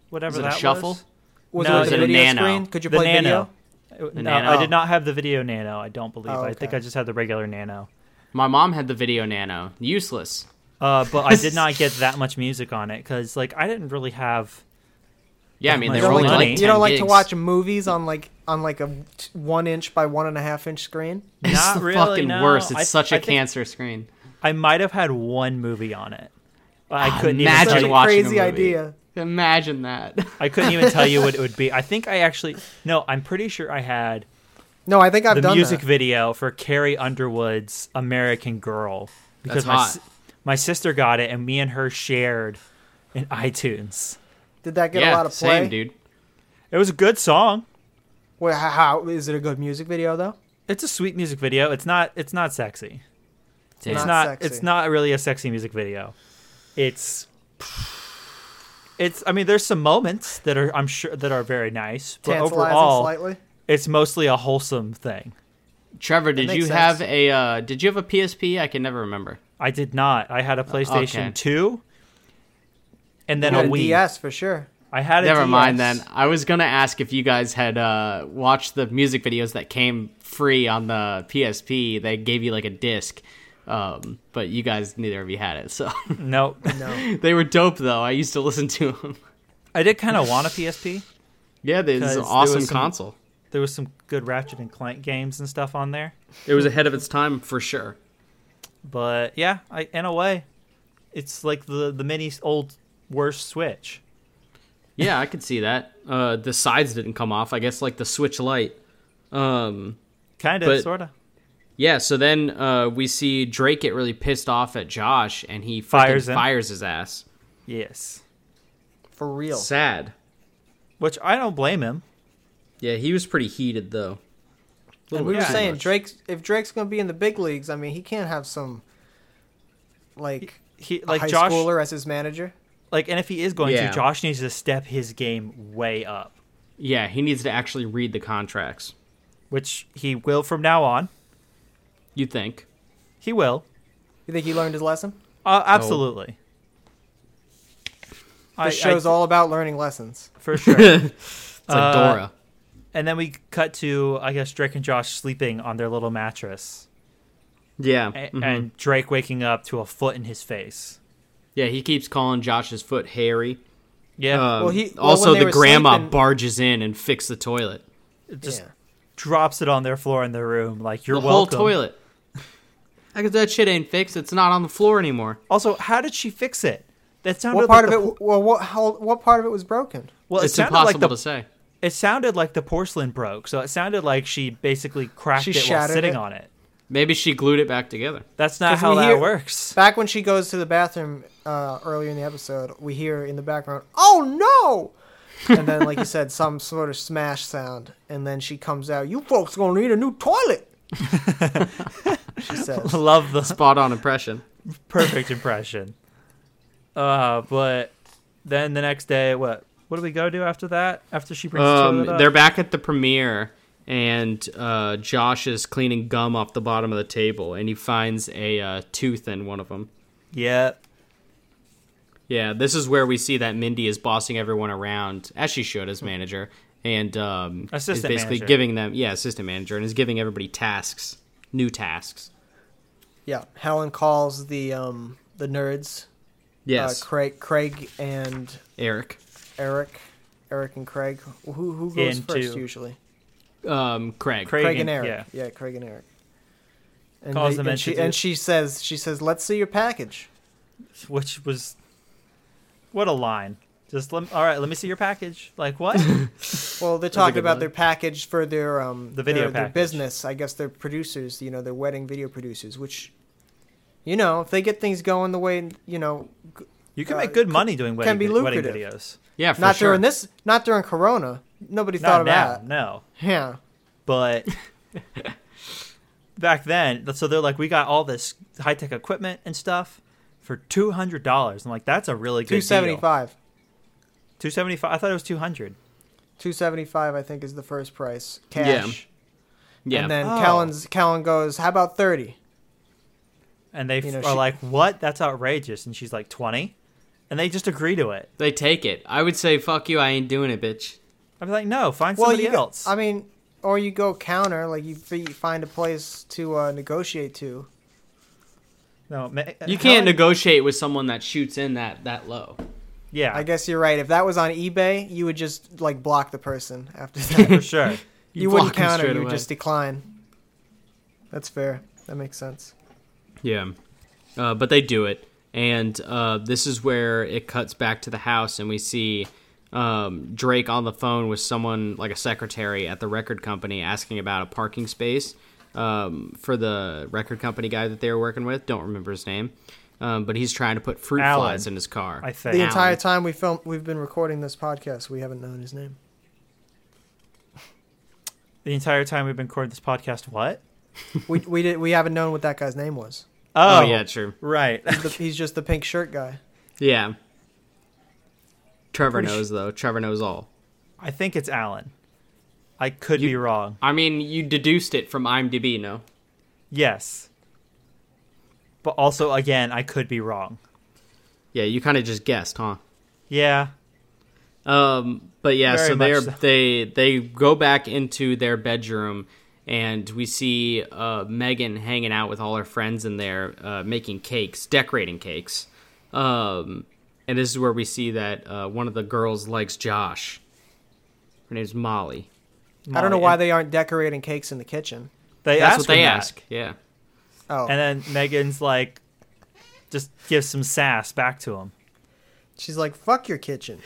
[SPEAKER 1] whatever
[SPEAKER 2] Is it a
[SPEAKER 1] that
[SPEAKER 2] shuffle?
[SPEAKER 1] was.
[SPEAKER 3] Was
[SPEAKER 1] No,
[SPEAKER 3] it
[SPEAKER 1] it's
[SPEAKER 3] the
[SPEAKER 1] a
[SPEAKER 3] video
[SPEAKER 4] nano.
[SPEAKER 3] screen? Could you
[SPEAKER 1] the
[SPEAKER 3] play
[SPEAKER 1] nano.
[SPEAKER 3] video?
[SPEAKER 1] No,
[SPEAKER 2] nano?
[SPEAKER 1] I did not have the video nano. I don't believe.
[SPEAKER 3] Oh,
[SPEAKER 1] I think
[SPEAKER 3] okay.
[SPEAKER 1] I just had the regular nano.
[SPEAKER 2] My mom had the video nano. Useless.
[SPEAKER 1] Uh, but I did not get that much music on it because, like, I didn't really have.
[SPEAKER 2] Yeah, I mean
[SPEAKER 1] You
[SPEAKER 2] they
[SPEAKER 1] don't
[SPEAKER 2] were only
[SPEAKER 1] like-
[SPEAKER 2] like,
[SPEAKER 1] you
[SPEAKER 2] 10
[SPEAKER 1] Ten
[SPEAKER 3] you don't like to
[SPEAKER 2] gigs.
[SPEAKER 3] watch movies on like on like a t- one inch by one and a half inch screen.
[SPEAKER 2] It's
[SPEAKER 1] Not
[SPEAKER 2] the
[SPEAKER 1] really,
[SPEAKER 2] fucking
[SPEAKER 1] no.
[SPEAKER 2] worst. It's
[SPEAKER 1] I-
[SPEAKER 2] such
[SPEAKER 1] I
[SPEAKER 2] a
[SPEAKER 1] think-
[SPEAKER 2] cancer screen.
[SPEAKER 1] I might have had one movie on it. I
[SPEAKER 2] Ah,
[SPEAKER 1] couldn't
[SPEAKER 2] imagine
[SPEAKER 1] even.
[SPEAKER 3] Such
[SPEAKER 1] tell
[SPEAKER 3] a
[SPEAKER 1] you-
[SPEAKER 2] watching a
[SPEAKER 3] crazy
[SPEAKER 2] movie.
[SPEAKER 3] idea.
[SPEAKER 2] Imagine that.
[SPEAKER 1] I couldn't even tell you what it would be. I think I actually no. I'm pretty sure I had
[SPEAKER 3] No, I think I've
[SPEAKER 1] the
[SPEAKER 3] done
[SPEAKER 1] music
[SPEAKER 3] that.
[SPEAKER 1] video for Carrie Underwood's American Girl because
[SPEAKER 2] That's
[SPEAKER 1] my
[SPEAKER 2] hot.
[SPEAKER 1] si- my sister got it and me and her shared in iTunes.
[SPEAKER 3] Did that get
[SPEAKER 2] yeah,
[SPEAKER 3] a lot of play?
[SPEAKER 2] same dude.
[SPEAKER 1] It was a good song.
[SPEAKER 3] Wait, how, how is it a good music video though?
[SPEAKER 1] It's a sweet music video. It's not. It's not sexy.
[SPEAKER 2] Damn.
[SPEAKER 1] It's
[SPEAKER 3] Not
[SPEAKER 1] not.
[SPEAKER 3] sexy.
[SPEAKER 1] It's not really a sexy music video. It's. It's. I mean, there's some moments that are. I'm sure that are very nice, but
[SPEAKER 3] Tantalizing
[SPEAKER 1] overall,
[SPEAKER 3] slightly.
[SPEAKER 1] it's mostly a wholesome thing.
[SPEAKER 2] Trevor, did you
[SPEAKER 3] makes
[SPEAKER 2] have
[SPEAKER 3] sense.
[SPEAKER 2] a uh, did you have a PSP? I can never remember.
[SPEAKER 1] I did not. I had a PlayStation
[SPEAKER 2] okay.
[SPEAKER 1] Two, and then
[SPEAKER 3] You had
[SPEAKER 1] a
[SPEAKER 3] a
[SPEAKER 1] Wii.
[SPEAKER 3] DS for sure.
[SPEAKER 1] I had a
[SPEAKER 2] Never mind
[SPEAKER 1] DS.
[SPEAKER 2] then. I was gonna ask if you guys had uh, watched the music videos that came free on the PSP. They gave you like a disc, um, but you guys neither of you had it. So
[SPEAKER 1] Nope.
[SPEAKER 3] No,
[SPEAKER 2] they were dope though. I used to listen to them.
[SPEAKER 1] I did kind of want a PSP.
[SPEAKER 2] Yeah, this
[SPEAKER 1] Because
[SPEAKER 2] is
[SPEAKER 1] there
[SPEAKER 2] an
[SPEAKER 1] was
[SPEAKER 2] awesome
[SPEAKER 1] some-
[SPEAKER 2] console.
[SPEAKER 1] There was some good Ratchet and Clank games and stuff on there,
[SPEAKER 2] It was ahead of its time for sure.
[SPEAKER 1] but yeah, I, in a way, it's like the the mini old worse Switch.
[SPEAKER 2] Yeah, I could see that. Uh, the sides didn't come off. I guess like the Switch Lite. Um,
[SPEAKER 1] Kind of,
[SPEAKER 2] But-
[SPEAKER 1] sort of.
[SPEAKER 2] Yeah, so then uh, we see Drake get really pissed off at Josh, and he fires
[SPEAKER 1] Fires him.
[SPEAKER 2] fires his ass.
[SPEAKER 1] Yes.
[SPEAKER 3] for real.
[SPEAKER 2] Sad.
[SPEAKER 1] Which I don't blame him.
[SPEAKER 2] Yeah, he was pretty heated though.
[SPEAKER 3] And we were saying Drake's if Drake's gonna be in the big leagues, I mean, he can't have some like
[SPEAKER 1] He
[SPEAKER 3] like
[SPEAKER 1] like
[SPEAKER 3] high
[SPEAKER 1] Josh
[SPEAKER 3] schooler as his manager.
[SPEAKER 1] like and if he is going
[SPEAKER 2] Yeah.
[SPEAKER 1] to, Josh needs to step his game way up.
[SPEAKER 2] Yeah, he needs to actually read the contracts.
[SPEAKER 1] Which he will from now on.
[SPEAKER 2] You think?
[SPEAKER 1] He will.
[SPEAKER 3] You think he learned his lesson?
[SPEAKER 1] Uh, absolutely. I-
[SPEAKER 3] This show's
[SPEAKER 1] I,
[SPEAKER 3] all about learning lessons.
[SPEAKER 1] for sure.
[SPEAKER 2] It's like
[SPEAKER 1] Uh,
[SPEAKER 2] Dora.
[SPEAKER 1] and then we cut to I guess Drake and Josh sleeping on their little mattress,
[SPEAKER 2] Yeah,
[SPEAKER 1] a-
[SPEAKER 2] mhm.
[SPEAKER 1] and Drake waking up to a foot in his face.
[SPEAKER 2] yeah, he keeps calling Josh's foot hairy.
[SPEAKER 1] Yeah,
[SPEAKER 2] Um,
[SPEAKER 3] Well, he- well,
[SPEAKER 2] also,
[SPEAKER 3] when they
[SPEAKER 2] the
[SPEAKER 3] were
[SPEAKER 2] grandma
[SPEAKER 3] sleeping-
[SPEAKER 2] barges in and fixes the toilet.
[SPEAKER 1] it just
[SPEAKER 3] yeah.
[SPEAKER 1] drops it on their floor in their room. Like you're
[SPEAKER 2] The whole
[SPEAKER 1] welcome.
[SPEAKER 2] toilet. I guess that shit ain't fixed. It's not on the floor anymore.
[SPEAKER 1] Also, how did she fix it? That sounded
[SPEAKER 3] What
[SPEAKER 1] like
[SPEAKER 3] part of
[SPEAKER 1] the-
[SPEAKER 3] it? Well, what how, what part of it was broken?
[SPEAKER 1] Well, it
[SPEAKER 2] it's
[SPEAKER 1] sounded
[SPEAKER 2] impossible
[SPEAKER 1] like the
[SPEAKER 2] to say.
[SPEAKER 1] it sounded like the porcelain broke, so it sounded like she basically cracked
[SPEAKER 3] She
[SPEAKER 1] it while
[SPEAKER 3] shattered
[SPEAKER 1] sitting
[SPEAKER 3] it.
[SPEAKER 1] on it.
[SPEAKER 2] Maybe she glued it back together.
[SPEAKER 1] That's not
[SPEAKER 3] 'Cause
[SPEAKER 1] how
[SPEAKER 3] we
[SPEAKER 1] that
[SPEAKER 3] hear-
[SPEAKER 1] works.
[SPEAKER 3] Back when she goes to the bathroom uh, earlier in the episode, we hear in the background, "Oh no!" and then, like you said, some sort of smash sound, and then she comes out. You folks gonna need a new toilet. she says,
[SPEAKER 1] Love the
[SPEAKER 2] Spot on impression.
[SPEAKER 1] perfect impression. Uh, but then the next day, what? What do we go do after that? After she brings the
[SPEAKER 2] Um,
[SPEAKER 1] toilet up?
[SPEAKER 2] they're back at the premiere, and uh, Josh is cleaning gum off the bottom of the table, and he finds a uh, tooth in one of them.
[SPEAKER 1] yeah.
[SPEAKER 2] Yeah, this is where we see that Mindy is bossing everyone around, as she should as manager, and um, is
[SPEAKER 1] Assistant
[SPEAKER 2] basically
[SPEAKER 1] manager.
[SPEAKER 2] giving them, yeah, assistant manager, and is giving everybody tasks, new tasks.
[SPEAKER 3] "Yeah." Helen calls the um, the nerds,
[SPEAKER 2] Yes,
[SPEAKER 3] uh, Craig, Craig and
[SPEAKER 2] Eric.
[SPEAKER 3] Eric, Eric and Craig. Who who goes
[SPEAKER 1] Into-
[SPEAKER 3] first usually?
[SPEAKER 2] Um, Craig.
[SPEAKER 1] Craig.
[SPEAKER 3] Craig and
[SPEAKER 1] and-
[SPEAKER 3] Eric.
[SPEAKER 1] yeah.
[SPEAKER 3] Yeah, Craig and Eric. And,
[SPEAKER 1] Calls
[SPEAKER 3] they-
[SPEAKER 1] them in
[SPEAKER 3] and
[SPEAKER 1] to
[SPEAKER 3] she
[SPEAKER 1] do-
[SPEAKER 3] and she says she says let's see your package.
[SPEAKER 1] which was what a line. Just let all right. Let me see your package. Like what?
[SPEAKER 3] Well, they're
[SPEAKER 2] a
[SPEAKER 3] talking
[SPEAKER 2] good
[SPEAKER 3] about
[SPEAKER 2] line.
[SPEAKER 3] their package for their um
[SPEAKER 1] The video
[SPEAKER 3] their, their
[SPEAKER 1] package.
[SPEAKER 3] business. I guess their producers, you know, their wedding video producers, which you know, if they get things going the way you know, g-
[SPEAKER 1] You can
[SPEAKER 3] Uh,
[SPEAKER 1] make good money doing wedding,
[SPEAKER 3] can be
[SPEAKER 1] wedding
[SPEAKER 3] lucrative.
[SPEAKER 1] videos.
[SPEAKER 2] Yeah, for
[SPEAKER 3] not
[SPEAKER 2] sure.
[SPEAKER 3] during this, not during Corona, nobody thought
[SPEAKER 1] Not
[SPEAKER 3] of
[SPEAKER 1] now,
[SPEAKER 3] that.
[SPEAKER 1] no.
[SPEAKER 3] Yeah,
[SPEAKER 1] But back then, so they're like, we got all this high tech equipment and stuff for two hundred dollars. I'm like, that's a really good
[SPEAKER 3] two seventy five.
[SPEAKER 1] Two seventy five. I thought it was two hundred.
[SPEAKER 3] Two seventy five, I think, is the first price cash.
[SPEAKER 2] Yeah. yeah,
[SPEAKER 3] And then
[SPEAKER 1] Oh.
[SPEAKER 3] Callan's Callan goes, "How about 30?
[SPEAKER 1] And they
[SPEAKER 3] You know,
[SPEAKER 1] f-
[SPEAKER 3] she-
[SPEAKER 1] are like, what? That's outrageous. And she's like, twenty. and they just agree to it.
[SPEAKER 2] They take it. I would say, fuck you, I ain't doing it, bitch.
[SPEAKER 1] I'd be like, no, find
[SPEAKER 3] Well,
[SPEAKER 1] somebody
[SPEAKER 3] you
[SPEAKER 1] else.
[SPEAKER 3] I mean, or you go counter, like you fi- find a place to uh, negotiate to.
[SPEAKER 1] no, ma- uh,
[SPEAKER 2] You
[SPEAKER 1] how
[SPEAKER 2] can't
[SPEAKER 1] I-
[SPEAKER 2] negotiate with someone that shoots in that, that low.
[SPEAKER 1] Yeah,
[SPEAKER 3] I guess you're right. If that was on eBay, you would just like block the person after
[SPEAKER 1] for
[SPEAKER 3] that.
[SPEAKER 1] sure.
[SPEAKER 3] you,
[SPEAKER 2] You
[SPEAKER 3] wouldn't
[SPEAKER 2] block 'em
[SPEAKER 3] counter.
[SPEAKER 2] straight
[SPEAKER 3] You would
[SPEAKER 2] away.
[SPEAKER 3] just decline. That's fair. That makes sense.
[SPEAKER 2] Yeah. Uh, but they do it. And uh, this is where it cuts back to the house, and we see um, Drake on the phone with someone, like a secretary at the record company, asking about a parking space um, for the record company guy that they were working with. Don't remember his name. Um, but he's trying to put fruit
[SPEAKER 1] Alan,
[SPEAKER 2] flies in his car.
[SPEAKER 1] I
[SPEAKER 3] The
[SPEAKER 1] think.
[SPEAKER 2] Alan.
[SPEAKER 3] entire time we film, we've been recording this podcast. We haven't known his name.
[SPEAKER 1] The entire time we've been recording this podcast, what?
[SPEAKER 3] We we did we haven't known what that guy's name was.
[SPEAKER 2] Oh, yeah, true.
[SPEAKER 1] right.
[SPEAKER 3] He's, the, he's just the pink shirt guy.
[SPEAKER 2] Yeah. Trevor
[SPEAKER 1] Pretty
[SPEAKER 2] knows, though. Trevor knows all.
[SPEAKER 1] I think it's Alan. I could
[SPEAKER 2] You-
[SPEAKER 1] be wrong.
[SPEAKER 2] I mean, you deduced it from IMDb, no?
[SPEAKER 1] Yes, but also again, I could be wrong.
[SPEAKER 2] Yeah, you kind of just guessed, huh?
[SPEAKER 1] Yeah,
[SPEAKER 2] Um, but yeah,
[SPEAKER 1] Very
[SPEAKER 2] so they are,
[SPEAKER 1] much so.
[SPEAKER 2] they they go back into their bedroom, and we see uh, Megan hanging out with all her friends in there, uh, making cakes, decorating cakes. Um, and this is where we see that uh, one of the girls likes Josh. Her name's Molly.
[SPEAKER 3] I don't know
[SPEAKER 1] Molly,
[SPEAKER 3] why
[SPEAKER 1] and
[SPEAKER 3] they aren't decorating cakes in the kitchen.
[SPEAKER 1] they
[SPEAKER 2] That's
[SPEAKER 1] ask
[SPEAKER 2] what they
[SPEAKER 1] him that.
[SPEAKER 2] ask. Yeah.
[SPEAKER 3] Oh,
[SPEAKER 1] and then Megan's like, just gives some sass back to him.
[SPEAKER 3] she's like, "Fuck your kitchen."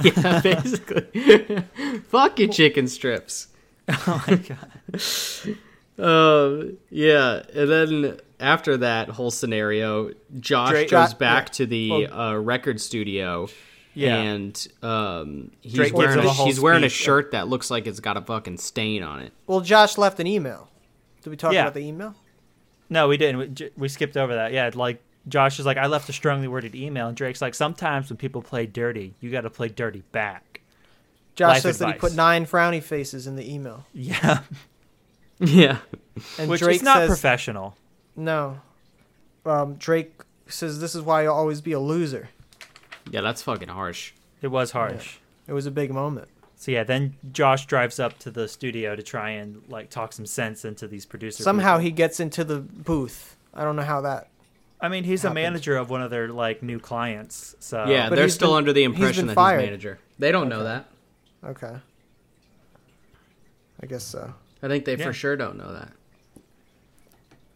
[SPEAKER 2] yeah, basically. Fuck your chicken strips.
[SPEAKER 1] Oh my god.
[SPEAKER 2] Um, yeah, and then after that whole scenario, Josh
[SPEAKER 1] Drake-
[SPEAKER 2] goes
[SPEAKER 3] Jo-
[SPEAKER 2] back
[SPEAKER 3] yeah.
[SPEAKER 2] to the
[SPEAKER 1] Well-
[SPEAKER 2] uh, record studio.
[SPEAKER 1] Yeah.
[SPEAKER 2] and um, he's
[SPEAKER 1] Drake gives
[SPEAKER 2] wearing
[SPEAKER 1] him
[SPEAKER 2] a,
[SPEAKER 1] a whole
[SPEAKER 2] he's wearing a
[SPEAKER 1] speech.
[SPEAKER 2] shirt that looks like it's got a fucking stain on it.
[SPEAKER 3] Well, Josh left an email. Did we talk
[SPEAKER 1] Yeah.
[SPEAKER 3] about the email?
[SPEAKER 1] No, we didn't. We, j- we skipped over that. Yeah, like Josh is like, I left a strongly worded email, and Drake's like, sometimes when people play dirty, you got to play dirty back.
[SPEAKER 3] Josh
[SPEAKER 1] Life
[SPEAKER 3] says that he
[SPEAKER 1] advice.
[SPEAKER 3] put nine frowny faces in the email,
[SPEAKER 1] Yeah,
[SPEAKER 2] Yeah,
[SPEAKER 3] and
[SPEAKER 1] which
[SPEAKER 3] Drake
[SPEAKER 1] is not
[SPEAKER 3] says,
[SPEAKER 1] professional.
[SPEAKER 3] "No." Um, Drake says, "This is why you'll always be a loser."
[SPEAKER 2] yeah, that's fucking harsh.
[SPEAKER 1] It was harsh.
[SPEAKER 3] It was a big moment.
[SPEAKER 1] So yeah, then Josh drives up to the studio to try and like talk some sense into these producers.
[SPEAKER 3] Somehow he gets into the booth. I don't know how that.
[SPEAKER 1] I mean, he's
[SPEAKER 3] happened.
[SPEAKER 1] a manager of one of their like new clients. So
[SPEAKER 2] yeah,
[SPEAKER 3] But
[SPEAKER 2] they're
[SPEAKER 3] he's
[SPEAKER 2] still
[SPEAKER 3] been-
[SPEAKER 2] under the
[SPEAKER 3] he's
[SPEAKER 2] impression
[SPEAKER 3] been
[SPEAKER 2] that he's
[SPEAKER 3] fired.
[SPEAKER 2] manager. They don't know
[SPEAKER 3] Okay.
[SPEAKER 2] that.
[SPEAKER 3] Okay. I guess so.
[SPEAKER 2] I think they
[SPEAKER 1] Yeah.
[SPEAKER 2] for sure don't know that.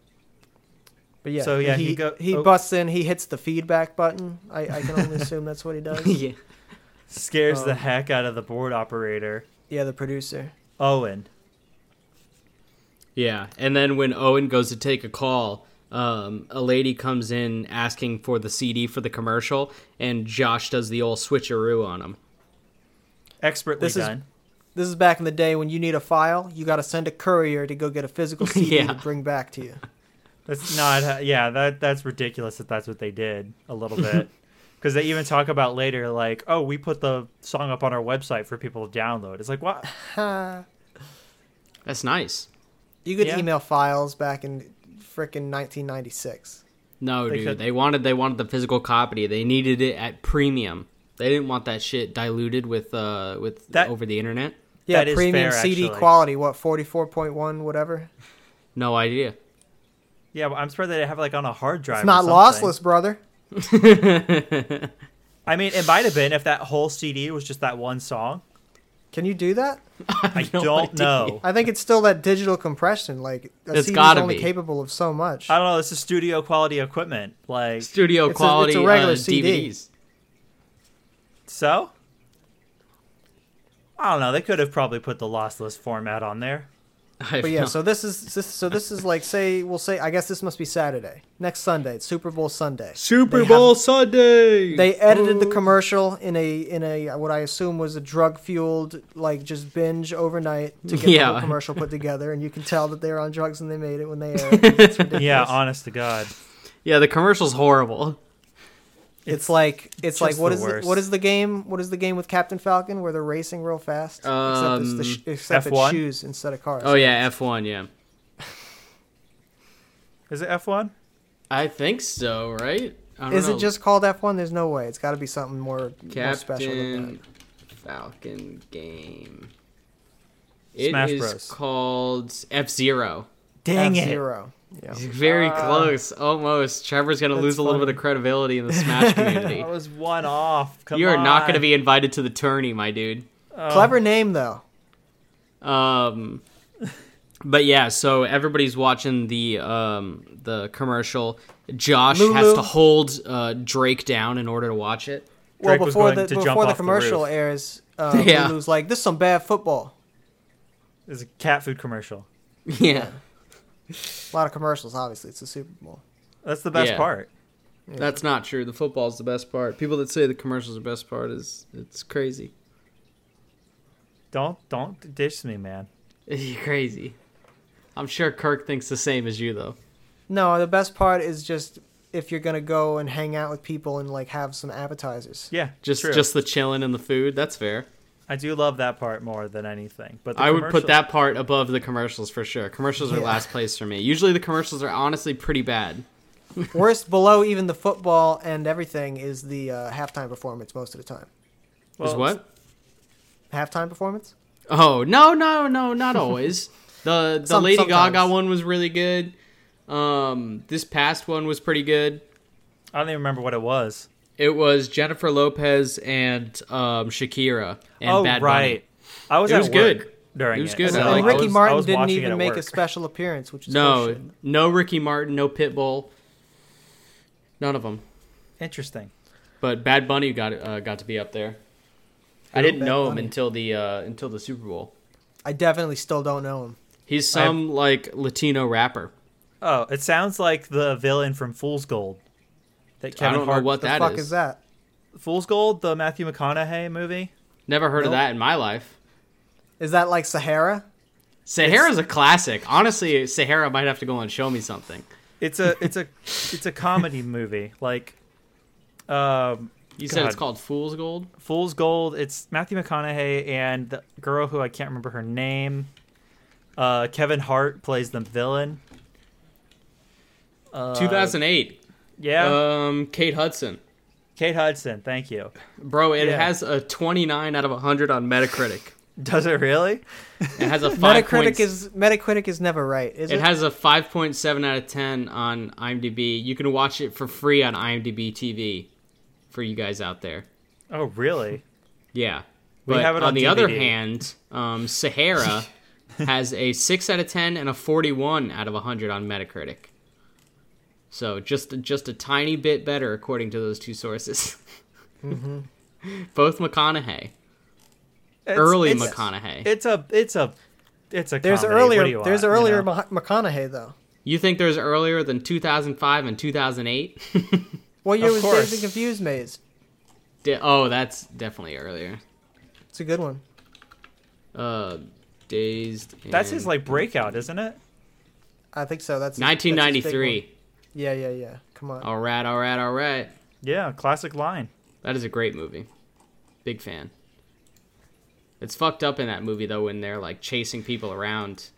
[SPEAKER 3] But yeah,
[SPEAKER 1] So, yeah,
[SPEAKER 3] he
[SPEAKER 1] he
[SPEAKER 3] he,
[SPEAKER 1] go- oh.
[SPEAKER 3] busts in. He hits the feedback button. I, I can only assume that's what he does.
[SPEAKER 2] yeah,
[SPEAKER 1] scares the
[SPEAKER 3] Um,
[SPEAKER 1] heck out of the board operator
[SPEAKER 3] Yeah, the producer.
[SPEAKER 1] Owen.
[SPEAKER 2] yeah. And then when Owen goes to take a call. Um, a lady comes in asking for the CD for the commercial, and Josh does the old switcheroo on him.
[SPEAKER 1] Expertly
[SPEAKER 3] This is-
[SPEAKER 1] done.
[SPEAKER 3] This is back in the day when you need a file, you got to send a courier to go get a physical CD
[SPEAKER 2] Yeah.
[SPEAKER 3] to bring back to you.
[SPEAKER 1] That's not. how- Yeah, that that's ridiculous that that's what they did a little bit, because they even talk about later like, oh, we put the song up on our website for people to download. It's like what?
[SPEAKER 3] Ha.
[SPEAKER 2] That's nice.
[SPEAKER 3] you could
[SPEAKER 1] Yeah.
[SPEAKER 3] email files back in frickin' 1996.
[SPEAKER 2] No,
[SPEAKER 1] They
[SPEAKER 2] dude.
[SPEAKER 1] could-
[SPEAKER 2] They wanted they wanted the physical copy. They needed it at premium. They didn't want that shit diluted with uh with
[SPEAKER 1] That-
[SPEAKER 2] over the internet.
[SPEAKER 3] Yeah,
[SPEAKER 1] That is
[SPEAKER 3] premium
[SPEAKER 1] fair,
[SPEAKER 3] CD
[SPEAKER 1] actually.
[SPEAKER 3] quality. What 44.1, whatever.
[SPEAKER 2] No idea.
[SPEAKER 1] Yeah, but I'm sure they have like on a hard drive.
[SPEAKER 3] It's
[SPEAKER 1] or
[SPEAKER 3] not
[SPEAKER 1] something.
[SPEAKER 3] lossless, brother.
[SPEAKER 1] I mean, it might have been if that whole CD was just that one song.
[SPEAKER 3] Can you do that?
[SPEAKER 1] I
[SPEAKER 2] no
[SPEAKER 1] don't
[SPEAKER 2] idea.
[SPEAKER 1] know.
[SPEAKER 3] I think it's still that digital compression. Like a
[SPEAKER 2] It's
[SPEAKER 3] CD's
[SPEAKER 2] gotta
[SPEAKER 3] only
[SPEAKER 2] be.
[SPEAKER 3] capable of so much.
[SPEAKER 1] I don't know. This is studio quality equipment. Like
[SPEAKER 2] Studio
[SPEAKER 3] It's a- it's a
[SPEAKER 2] quality
[SPEAKER 3] regular
[SPEAKER 2] uh,
[SPEAKER 3] CD.
[SPEAKER 2] DVDs.
[SPEAKER 1] so. I don't know. They could have probably put the lossless format on there.
[SPEAKER 2] I
[SPEAKER 3] But yeah,
[SPEAKER 2] don't-
[SPEAKER 3] so this is this, so this is like say we'll say I guess this must be Saturday next Sunday. It's Super Bowl Sunday.
[SPEAKER 2] Super
[SPEAKER 3] They have-
[SPEAKER 1] Oh,
[SPEAKER 2] Bowl Sunday.
[SPEAKER 3] They edited the commercial in a in a what I assume was a drug fueled like just binge overnight to get the
[SPEAKER 2] Yeah.
[SPEAKER 3] whole commercial put together, and you can tell that they were on drugs and they made it when they aired. It's ridiculous.
[SPEAKER 1] Yeah, honest to God.
[SPEAKER 2] yeah, the commercial's horrible.
[SPEAKER 3] it's, like it's like
[SPEAKER 1] just
[SPEAKER 3] what
[SPEAKER 1] the
[SPEAKER 3] is the,
[SPEAKER 1] worst.
[SPEAKER 3] what is the game? What is the game with Captain Falcon where they're racing real fast? except it's, the sh-
[SPEAKER 2] Um,
[SPEAKER 3] except it's
[SPEAKER 1] F1?
[SPEAKER 3] shoes instead of cars.
[SPEAKER 2] Oh yeah, F one. Yeah,
[SPEAKER 1] Is it F1?
[SPEAKER 2] I think so. Right? I don't
[SPEAKER 3] Is
[SPEAKER 2] know.
[SPEAKER 3] it just called F1? There's no way. It's got to be something more, more special than that.
[SPEAKER 2] Captain Falcon game? It is
[SPEAKER 1] Smash Bros.
[SPEAKER 2] called F Zero.
[SPEAKER 1] Dang it.
[SPEAKER 3] F-Zero. Yeah.
[SPEAKER 2] Very
[SPEAKER 1] Ah.
[SPEAKER 2] close, almost. Trevor's gonna
[SPEAKER 3] Oh. That's
[SPEAKER 2] lose a little
[SPEAKER 3] funny. Oh,
[SPEAKER 2] bit of credibility in the Smash community.
[SPEAKER 1] I was one off. Come
[SPEAKER 2] you are not
[SPEAKER 1] on.
[SPEAKER 2] gonna be invited to the tourney, my dude.
[SPEAKER 1] Oh.
[SPEAKER 3] Clever name though.
[SPEAKER 2] Um, but yeah, so everybody's watching the um the commercial. Josh has
[SPEAKER 3] Lulu.
[SPEAKER 2] to hold uh, Drake down in order to watch it.
[SPEAKER 1] Drake
[SPEAKER 3] well,
[SPEAKER 1] was
[SPEAKER 3] before
[SPEAKER 1] going
[SPEAKER 3] the
[SPEAKER 1] to jump
[SPEAKER 3] before the
[SPEAKER 1] off the
[SPEAKER 3] commercial
[SPEAKER 1] roof.
[SPEAKER 3] airs, uh,
[SPEAKER 2] Yeah.
[SPEAKER 3] Lulu's like, "This is some bad football."
[SPEAKER 1] It's a cat food commercial.
[SPEAKER 2] Yeah,
[SPEAKER 3] A lot of commercials, obviously. It's the Super Bowl.
[SPEAKER 1] That's the best
[SPEAKER 2] Yeah.
[SPEAKER 1] part.
[SPEAKER 2] that's not true. The football's the best part. People that say the commercials are the best part is it's crazy.
[SPEAKER 1] Don't don't dish me, man.
[SPEAKER 2] You're crazy. I'm sure Kirk thinks the same as you though.
[SPEAKER 3] No, the best part is just if you're gonna go and hang out with people and like have some appetizers.
[SPEAKER 1] Yeah,
[SPEAKER 2] Just
[SPEAKER 1] true.
[SPEAKER 2] just the chilling and the food. That's fair.
[SPEAKER 1] I do love that part more than anything. But the
[SPEAKER 2] I would put
[SPEAKER 1] commercial-
[SPEAKER 2] that part above the commercials for sure. Commercials are
[SPEAKER 3] Yeah.
[SPEAKER 2] last place for me. Usually the commercials are honestly pretty bad.
[SPEAKER 3] Worst below even the football and everything is the uh, halftime performance most of the time.
[SPEAKER 2] is what?
[SPEAKER 3] Halftime performance?
[SPEAKER 2] Oh no no no not always. the the
[SPEAKER 3] Some-
[SPEAKER 2] Lady
[SPEAKER 3] sometimes.
[SPEAKER 2] Gaga one was really good. Um, this past one was pretty good.
[SPEAKER 1] I don't even remember what it was.
[SPEAKER 2] It was Jennifer Lopez and um, Shakira and
[SPEAKER 1] oh
[SPEAKER 2] Bad Bunny.
[SPEAKER 1] right, I was
[SPEAKER 2] It
[SPEAKER 1] at
[SPEAKER 2] was
[SPEAKER 1] work
[SPEAKER 2] good.
[SPEAKER 1] during
[SPEAKER 2] It was good.
[SPEAKER 1] so
[SPEAKER 2] I
[SPEAKER 3] and
[SPEAKER 2] like
[SPEAKER 1] I
[SPEAKER 3] Ricky
[SPEAKER 1] was- I
[SPEAKER 3] Martin
[SPEAKER 1] was
[SPEAKER 3] didn't
[SPEAKER 1] watching it
[SPEAKER 3] even
[SPEAKER 1] at
[SPEAKER 3] make a
[SPEAKER 1] work.
[SPEAKER 3] special appearance, which is
[SPEAKER 2] No
[SPEAKER 3] bullshit.
[SPEAKER 2] no Ricky Martin no Pitbull. None of them.
[SPEAKER 1] Interesting.
[SPEAKER 2] But Bad Bunny got uh, got to be up there. I didn't
[SPEAKER 3] Bad
[SPEAKER 2] know him
[SPEAKER 3] Bunny?
[SPEAKER 2] until the uh, until the Super Bowl.
[SPEAKER 3] I definitely still don't know him.
[SPEAKER 2] He's
[SPEAKER 1] I have-
[SPEAKER 2] some like Latino rapper.
[SPEAKER 1] Oh, it sounds like the villain from Fool's Gold. That Kevin
[SPEAKER 2] I don't
[SPEAKER 1] Hart,
[SPEAKER 2] know what
[SPEAKER 3] The
[SPEAKER 2] that
[SPEAKER 3] fuck
[SPEAKER 2] is.
[SPEAKER 3] is that?
[SPEAKER 1] Fool's Gold, the Matthew McConaughey movie.
[SPEAKER 2] Never heard of
[SPEAKER 3] Nope.
[SPEAKER 2] that in my life.
[SPEAKER 3] Is that like Sahara?
[SPEAKER 2] Sahara's a classic. Honestly, Sahara might have to go and show me something.
[SPEAKER 1] It's a it's a it's a comedy movie. Like, um,
[SPEAKER 2] You said it's
[SPEAKER 1] God.
[SPEAKER 2] called Fool's Gold.
[SPEAKER 1] Fool's Gold. It's Matthew McConaughey and the girl who I can't remember her name. Uh, Kevin Hart plays the villain. Uh,
[SPEAKER 2] 2008.
[SPEAKER 1] Yeah,
[SPEAKER 2] Um, Kate Hudson.
[SPEAKER 1] Kate Hudson. Thank you.
[SPEAKER 2] Bro, it
[SPEAKER 1] Yeah.
[SPEAKER 2] has a 29 out of 100 on Metacritic.
[SPEAKER 1] Does it really?
[SPEAKER 2] It has a 5.
[SPEAKER 3] Metacritic
[SPEAKER 2] points-
[SPEAKER 3] is Metacritic is never right, is it?
[SPEAKER 2] It has a 5.7 out of 10 on IMDb. You can watch it for free on IMDb TV for you guys out there.
[SPEAKER 1] Oh, really?
[SPEAKER 2] Yeah.
[SPEAKER 1] We
[SPEAKER 2] But
[SPEAKER 1] have it on
[SPEAKER 2] the other
[SPEAKER 1] DVD.
[SPEAKER 2] hand, um, Sahara has a 6 out of 10 and a 41 out of 100 on Metacritic. So just just a tiny bit better according to those two sources. Both McConaughey.
[SPEAKER 1] Mm-hmm. It's-
[SPEAKER 2] early
[SPEAKER 1] it's-
[SPEAKER 2] McConaughey.
[SPEAKER 1] It's a it's a it's a. comedy. What
[SPEAKER 3] there's
[SPEAKER 1] do
[SPEAKER 3] earlier
[SPEAKER 1] you
[SPEAKER 3] there's
[SPEAKER 1] want, you
[SPEAKER 3] earlier
[SPEAKER 1] know?
[SPEAKER 3] Mah- McConaughey though.
[SPEAKER 2] you think there's earlier than 2005 and 2008?
[SPEAKER 3] What year
[SPEAKER 1] Of
[SPEAKER 3] was
[SPEAKER 1] course.
[SPEAKER 3] Dazed and Confused made?
[SPEAKER 2] Da- oh, that's definitely earlier.
[SPEAKER 3] It's a good one.
[SPEAKER 2] Uh, dazed.
[SPEAKER 1] That's
[SPEAKER 2] and-
[SPEAKER 1] his like breakout, isn't it?
[SPEAKER 3] I think so. That's his- that's his big one.
[SPEAKER 2] 1993.
[SPEAKER 3] Yeah, yeah, yeah. Come on.
[SPEAKER 2] All right, all right, all right.
[SPEAKER 1] Yeah, classic line.
[SPEAKER 2] That is a great movie. Big fan. It's fucked up in that movie though when they're like chasing people around.